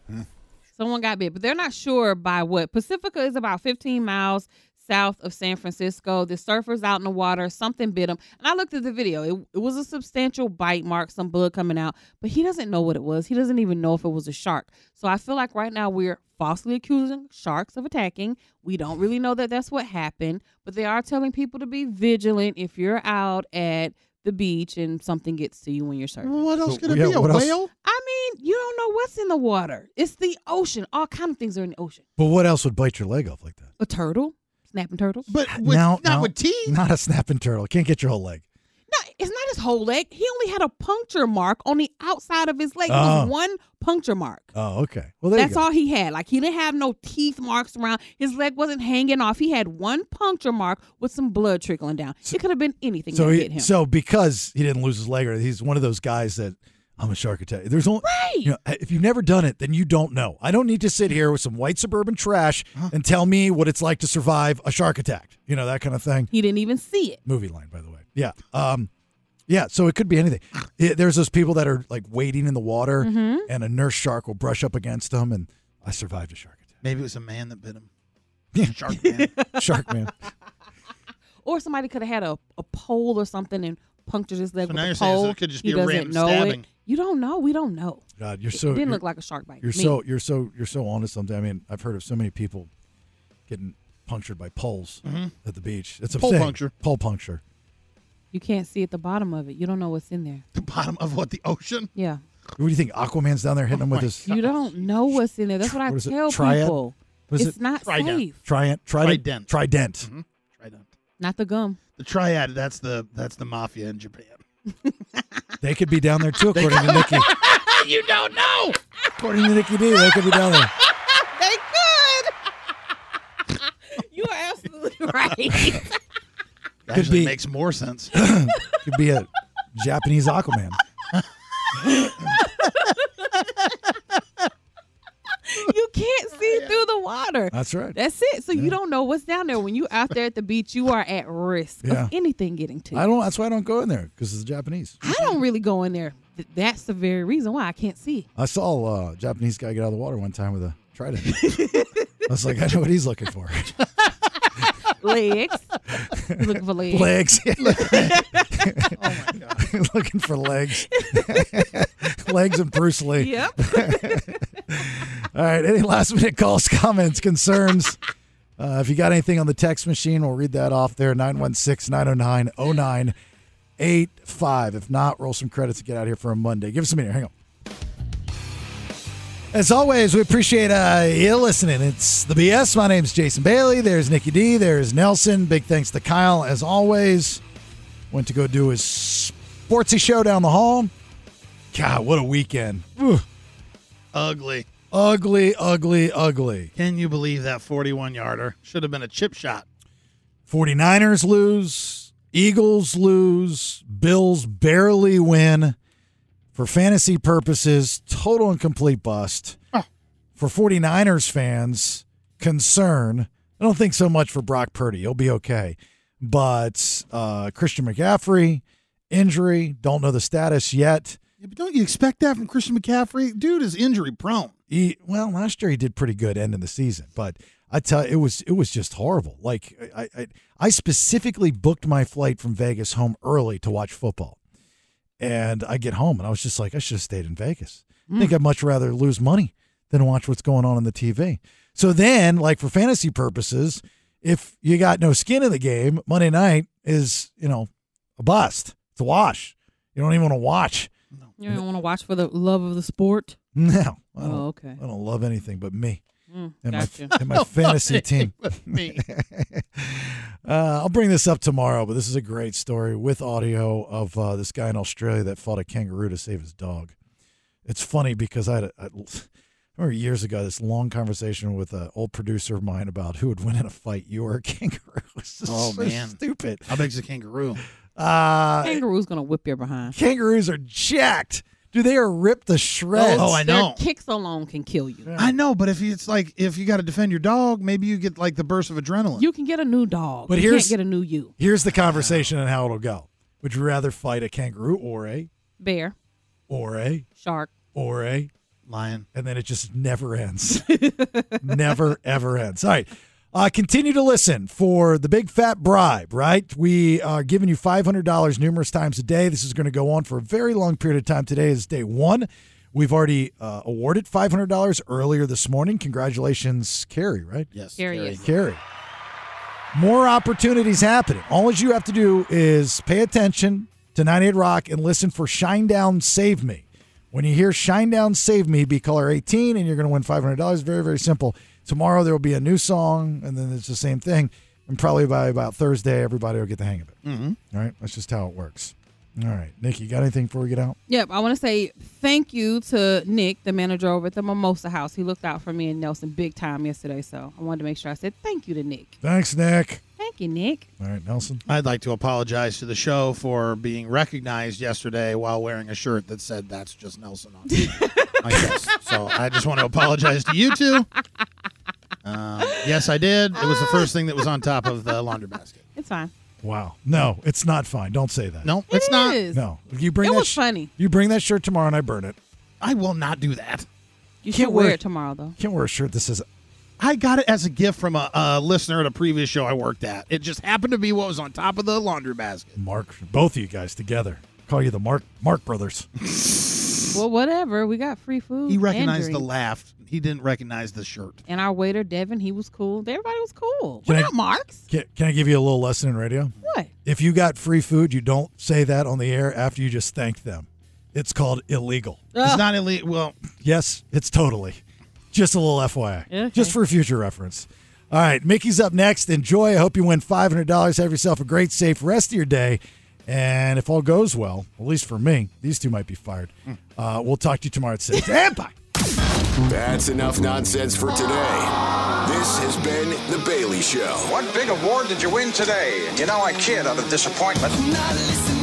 S8: Someone got bit, but they're not sure by what. Pacifica is about 15 miles south of San Francisco. The surfer's out in the water. Something bit him. And I looked at the video. It, it was a substantial bite mark, some blood coming out, but he doesn't know what it was. He doesn't even know if it was a shark. So I feel like right now we're falsely accusing sharks of attacking. We don't really know that that's what happened, but they are telling people to be vigilant if you're out at the beach and something gets to you when you're surfing.
S9: What else
S8: So,
S9: could it
S8: yeah,
S9: be? A
S8: what else-
S9: whale?
S8: I mean, you don't know what's in the water. It's the ocean. All kind of things are in the ocean.
S7: But what else would bite your leg off like that?
S8: A turtle, snapping turtle.
S9: But
S7: No, no, Not a snapping turtle. Can't get your whole leg.
S8: It's not his whole leg. He only had a puncture mark on the outside of his leg. It
S7: Oh.
S8: was one puncture mark.
S7: Oh, okay. Well, there you
S8: That's
S7: go.
S8: all he had. Like he didn't have no teeth marks around. His leg wasn't hanging off. He had one puncture mark with some blood trickling down. it could have been anything
S7: So
S8: that
S7: he,
S8: hit him.
S7: so because he didn't lose his leg, or he's one of those guys that I'm a shark attack. There's only you know, if you've never done it, then you don't know. I don't need to sit here with some white suburban trash and tell me what it's like to survive a shark attack. You know that kind of thing.
S8: he didn't even see it.
S7: Movie line, by the way. Yeah. Um, yeah. So it could be anything. Yeah, there's those people that are like wading in the water,
S8: Mm-hmm.
S9: Mhm.
S7: and a nurse shark will brush up against them, and I survived a shark
S9: Maybe it was a man that bit him.
S7: attack.
S9: Shark man.
S7: shark man.
S8: Or somebody could have had a, a pole or something and punctured his leg
S9: So
S8: with
S9: now
S8: a
S9: you're saying
S8: pole.
S9: this could just
S8: he
S9: be a
S8: doesn't
S9: random
S8: know
S9: stabbing.
S8: It. You don't know. We don't know.
S7: God, you're
S8: It
S7: so
S8: didn't
S7: you're-
S8: look like a shark bite.
S7: You're
S8: to me.
S7: so you're so you're so onto something. I mean, I've heard of so many people getting punctured by poles
S8: Mhm.
S7: at the beach. It's a
S8: Pole
S7: thing.
S8: puncture.
S7: Pole puncture.
S8: You can't see at the bottom of it. You don't know what's in there.
S9: The bottom of what? The ocean?
S8: Yeah.
S7: What do you think? Aquaman's down there hitting them with his.
S8: You don't know what's in there. That's what,
S7: What
S8: I
S7: is it?
S8: tell
S7: Triad?
S8: people.
S7: What is
S8: it's
S7: it?
S8: not safe.
S7: Trident. Trident. Trident. Trident.
S8: Not the gum.
S9: The triad. That's the that's the mafia in Japan.
S7: They could be down there too, according to Nikki.
S9: you don't know.
S7: According to Nikki D, they could be down there.
S8: They could. you are absolutely right.
S9: That actually
S7: be-
S9: makes more sense.
S7: could be a Japanese Aquaman.
S8: you can't see through the water.
S7: That's right.
S8: That's it. So you don't know what's down there. When you out there at the beach, you are at risk
S7: Yeah.
S8: of anything getting to you.
S7: I don't. That's why I don't go in there because it's Japanese.
S8: I don't really go in there. Th- That's the very reason why I can't see.
S7: I saw uh, a Japanese guy get out of the water one time with a trident. I was like, I know what he's looking for.
S8: Legs. You looking for legs.
S7: legs.
S8: Oh,
S7: Oh,
S8: my
S7: god! Looking for legs, legs and Bruce Lee.
S8: Yep.
S7: All right. Any last minute calls, comments, concerns? Uh, if you got anything on the text machine, we'll read that off there 916 909 0985. If not, roll some credits and get out of here for a Monday. Give us a minute. Hang on. As always, we appreciate uh, you listening. It's the BS. My name's Jason Bailey. There's Nikki D. There's Nelson. Big thanks to Kyle, as always. Went to go do his sportsy show down the hall. God, what a weekend. Ugh.
S9: Ugly.
S7: Ugly, ugly, ugly.
S9: Can you believe that 41 yarder? Should have been a chip shot.
S7: 49ers lose, Eagles lose, Bills barely win. For fantasy purposes, total and complete bust. For 49ers fans, concern. I don't think so much for Brock Purdy. He'll be okay. But uh, Christian McCaffrey, injury, don't know the status yet.
S9: Yeah, but don't you expect that from Christian McCaffrey? Dude is injury prone.
S7: He, well, last year he did pretty good end of the season, but I tell you, it was it was just horrible. Like I, I I specifically booked my flight from Vegas home early to watch football, and I get home and I was just like, I should have stayed in Vegas. I
S9: Mm.
S7: think I'd much rather lose money than watch what's going on on the TV. So then, like for fantasy purposes, if you got no skin in the game, Monday night is you know a bust. It's a wash. You don't even want to watch.
S8: You don't want to watch for the love of the sport.
S7: No. I don't,
S8: Oh, okay.
S7: I don't love anything but me
S8: Mm,
S7: and, my,
S8: gotcha.
S7: and
S8: I
S7: my
S8: don't
S7: fantasy
S8: love
S7: team.
S8: anything but me.
S7: uh, I'll bring this up tomorrow, but this is a great story with audio of uh, this guy in Australia that fought a kangaroo to save his dog. It's funny because I, had a, I remember years ago this long conversation with an old producer of mine about who would win in a fight, you or a kangaroo. It's just
S9: Oh,
S7: so stupid.
S9: How big's a kangaroo?
S7: Uh,
S8: Kangaroo's gonna whip your behind.
S7: Kangaroos are jacked. Dude, they are ripped to shreds.
S9: Oh, I know.
S8: Their kicks alone can kill you.
S9: I know, but if it's like if you got to defend your dog, maybe you get like the burst of adrenaline.
S8: You can get a new dog.
S7: But
S8: you
S7: here's-
S8: can't get a new you.
S7: Here's the conversation and how it'll go. Would you rather fight a kangaroo or a
S8: Bear,
S7: or a
S8: shark.
S7: or a
S9: lion?
S7: And then it just never ends. never ever ends. All right. Uh, continue to listen for the big fat bribe, right? We are giving you $500 numerous times a day. This is going to go on for a very long period of time. Today is day one. We've already uh, awarded $500 earlier this morning. Congratulations, Carrie, right?
S9: Yes.
S8: Curious.
S7: Carrie. More opportunities happening. All you have to do is pay attention to 98 Rock and listen for Shine Down Save Me. When you hear Shine Down Save Me, be caller 18 and you're going to win $500. Very, very simple. Tomorrow there will be a new song and then it's the same thing. And probably by about Thursday, everybody will get the hang of it.
S9: Mm-hmm.
S7: All right. That's just how it works. All right. Nick, you got anything before we get out?
S8: Yep, I want to say thank you to Nick, the manager over at the Mimosa House. He looked out for me and Nelson big time yesterday, so I wanted to make sure I said thank you to Nick.
S7: Thanks, Nick.
S8: Thank you, Nick.
S7: All right, Nelson.
S9: I'd like to apologize to the show for being recognized yesterday while wearing a shirt that said "That's just Nelson" on it. my chest. So I just want to apologize to you two. Um, yes, I did. It was the first thing that was on top of the laundry basket.
S8: It's fine.
S7: Wow. No, it's not fine. Don't say that.
S9: No, it's not.
S8: is.
S7: No. You bring
S8: It
S7: that
S8: was
S7: sh-
S8: funny.
S7: You bring that shirt tomorrow and I burn it.
S9: I will not do that.
S8: You
S7: Can't
S8: should wear
S7: wear-
S8: it tomorrow, though.
S7: Can't wear a shirt that says
S9: I got it as a gift from a, a listener at a previous show I worked at. It just happened to be what was on top of the laundry basket.
S7: Mark. Both of you guys together. Call you the Mark Mark Brothers.
S8: Well, whatever. We got free food.
S9: He
S8: and
S9: recognized the
S8: drinks.
S9: laugh. He didn't recognize the shirt.
S8: And our waiter, Devin, he was cool. Everybody was cool.
S7: Can
S8: What
S7: I-
S8: up, Marks?
S7: Can, can I give you a little lesson in radio?
S8: What?
S7: If you got free food, you don't say that on the air after you just thank them. It's called illegal.
S9: It's not illegal. Well,
S7: Yes, it's totally. Just a little FYI,
S8: Okay.
S7: just for future reference. All right, Mickey's up next. Enjoy. I hope you win five hundred dollars. Have yourself a great, safe rest of your day. And if all goes well, at least for me, these two might be fired. Uh, we'll talk to you tomorrow at six. and bye.
S1: That's enough nonsense for today. This has been The Bailey Show.
S14: What big award did you win today? You know, I kid out of disappointment.
S1: Not listening.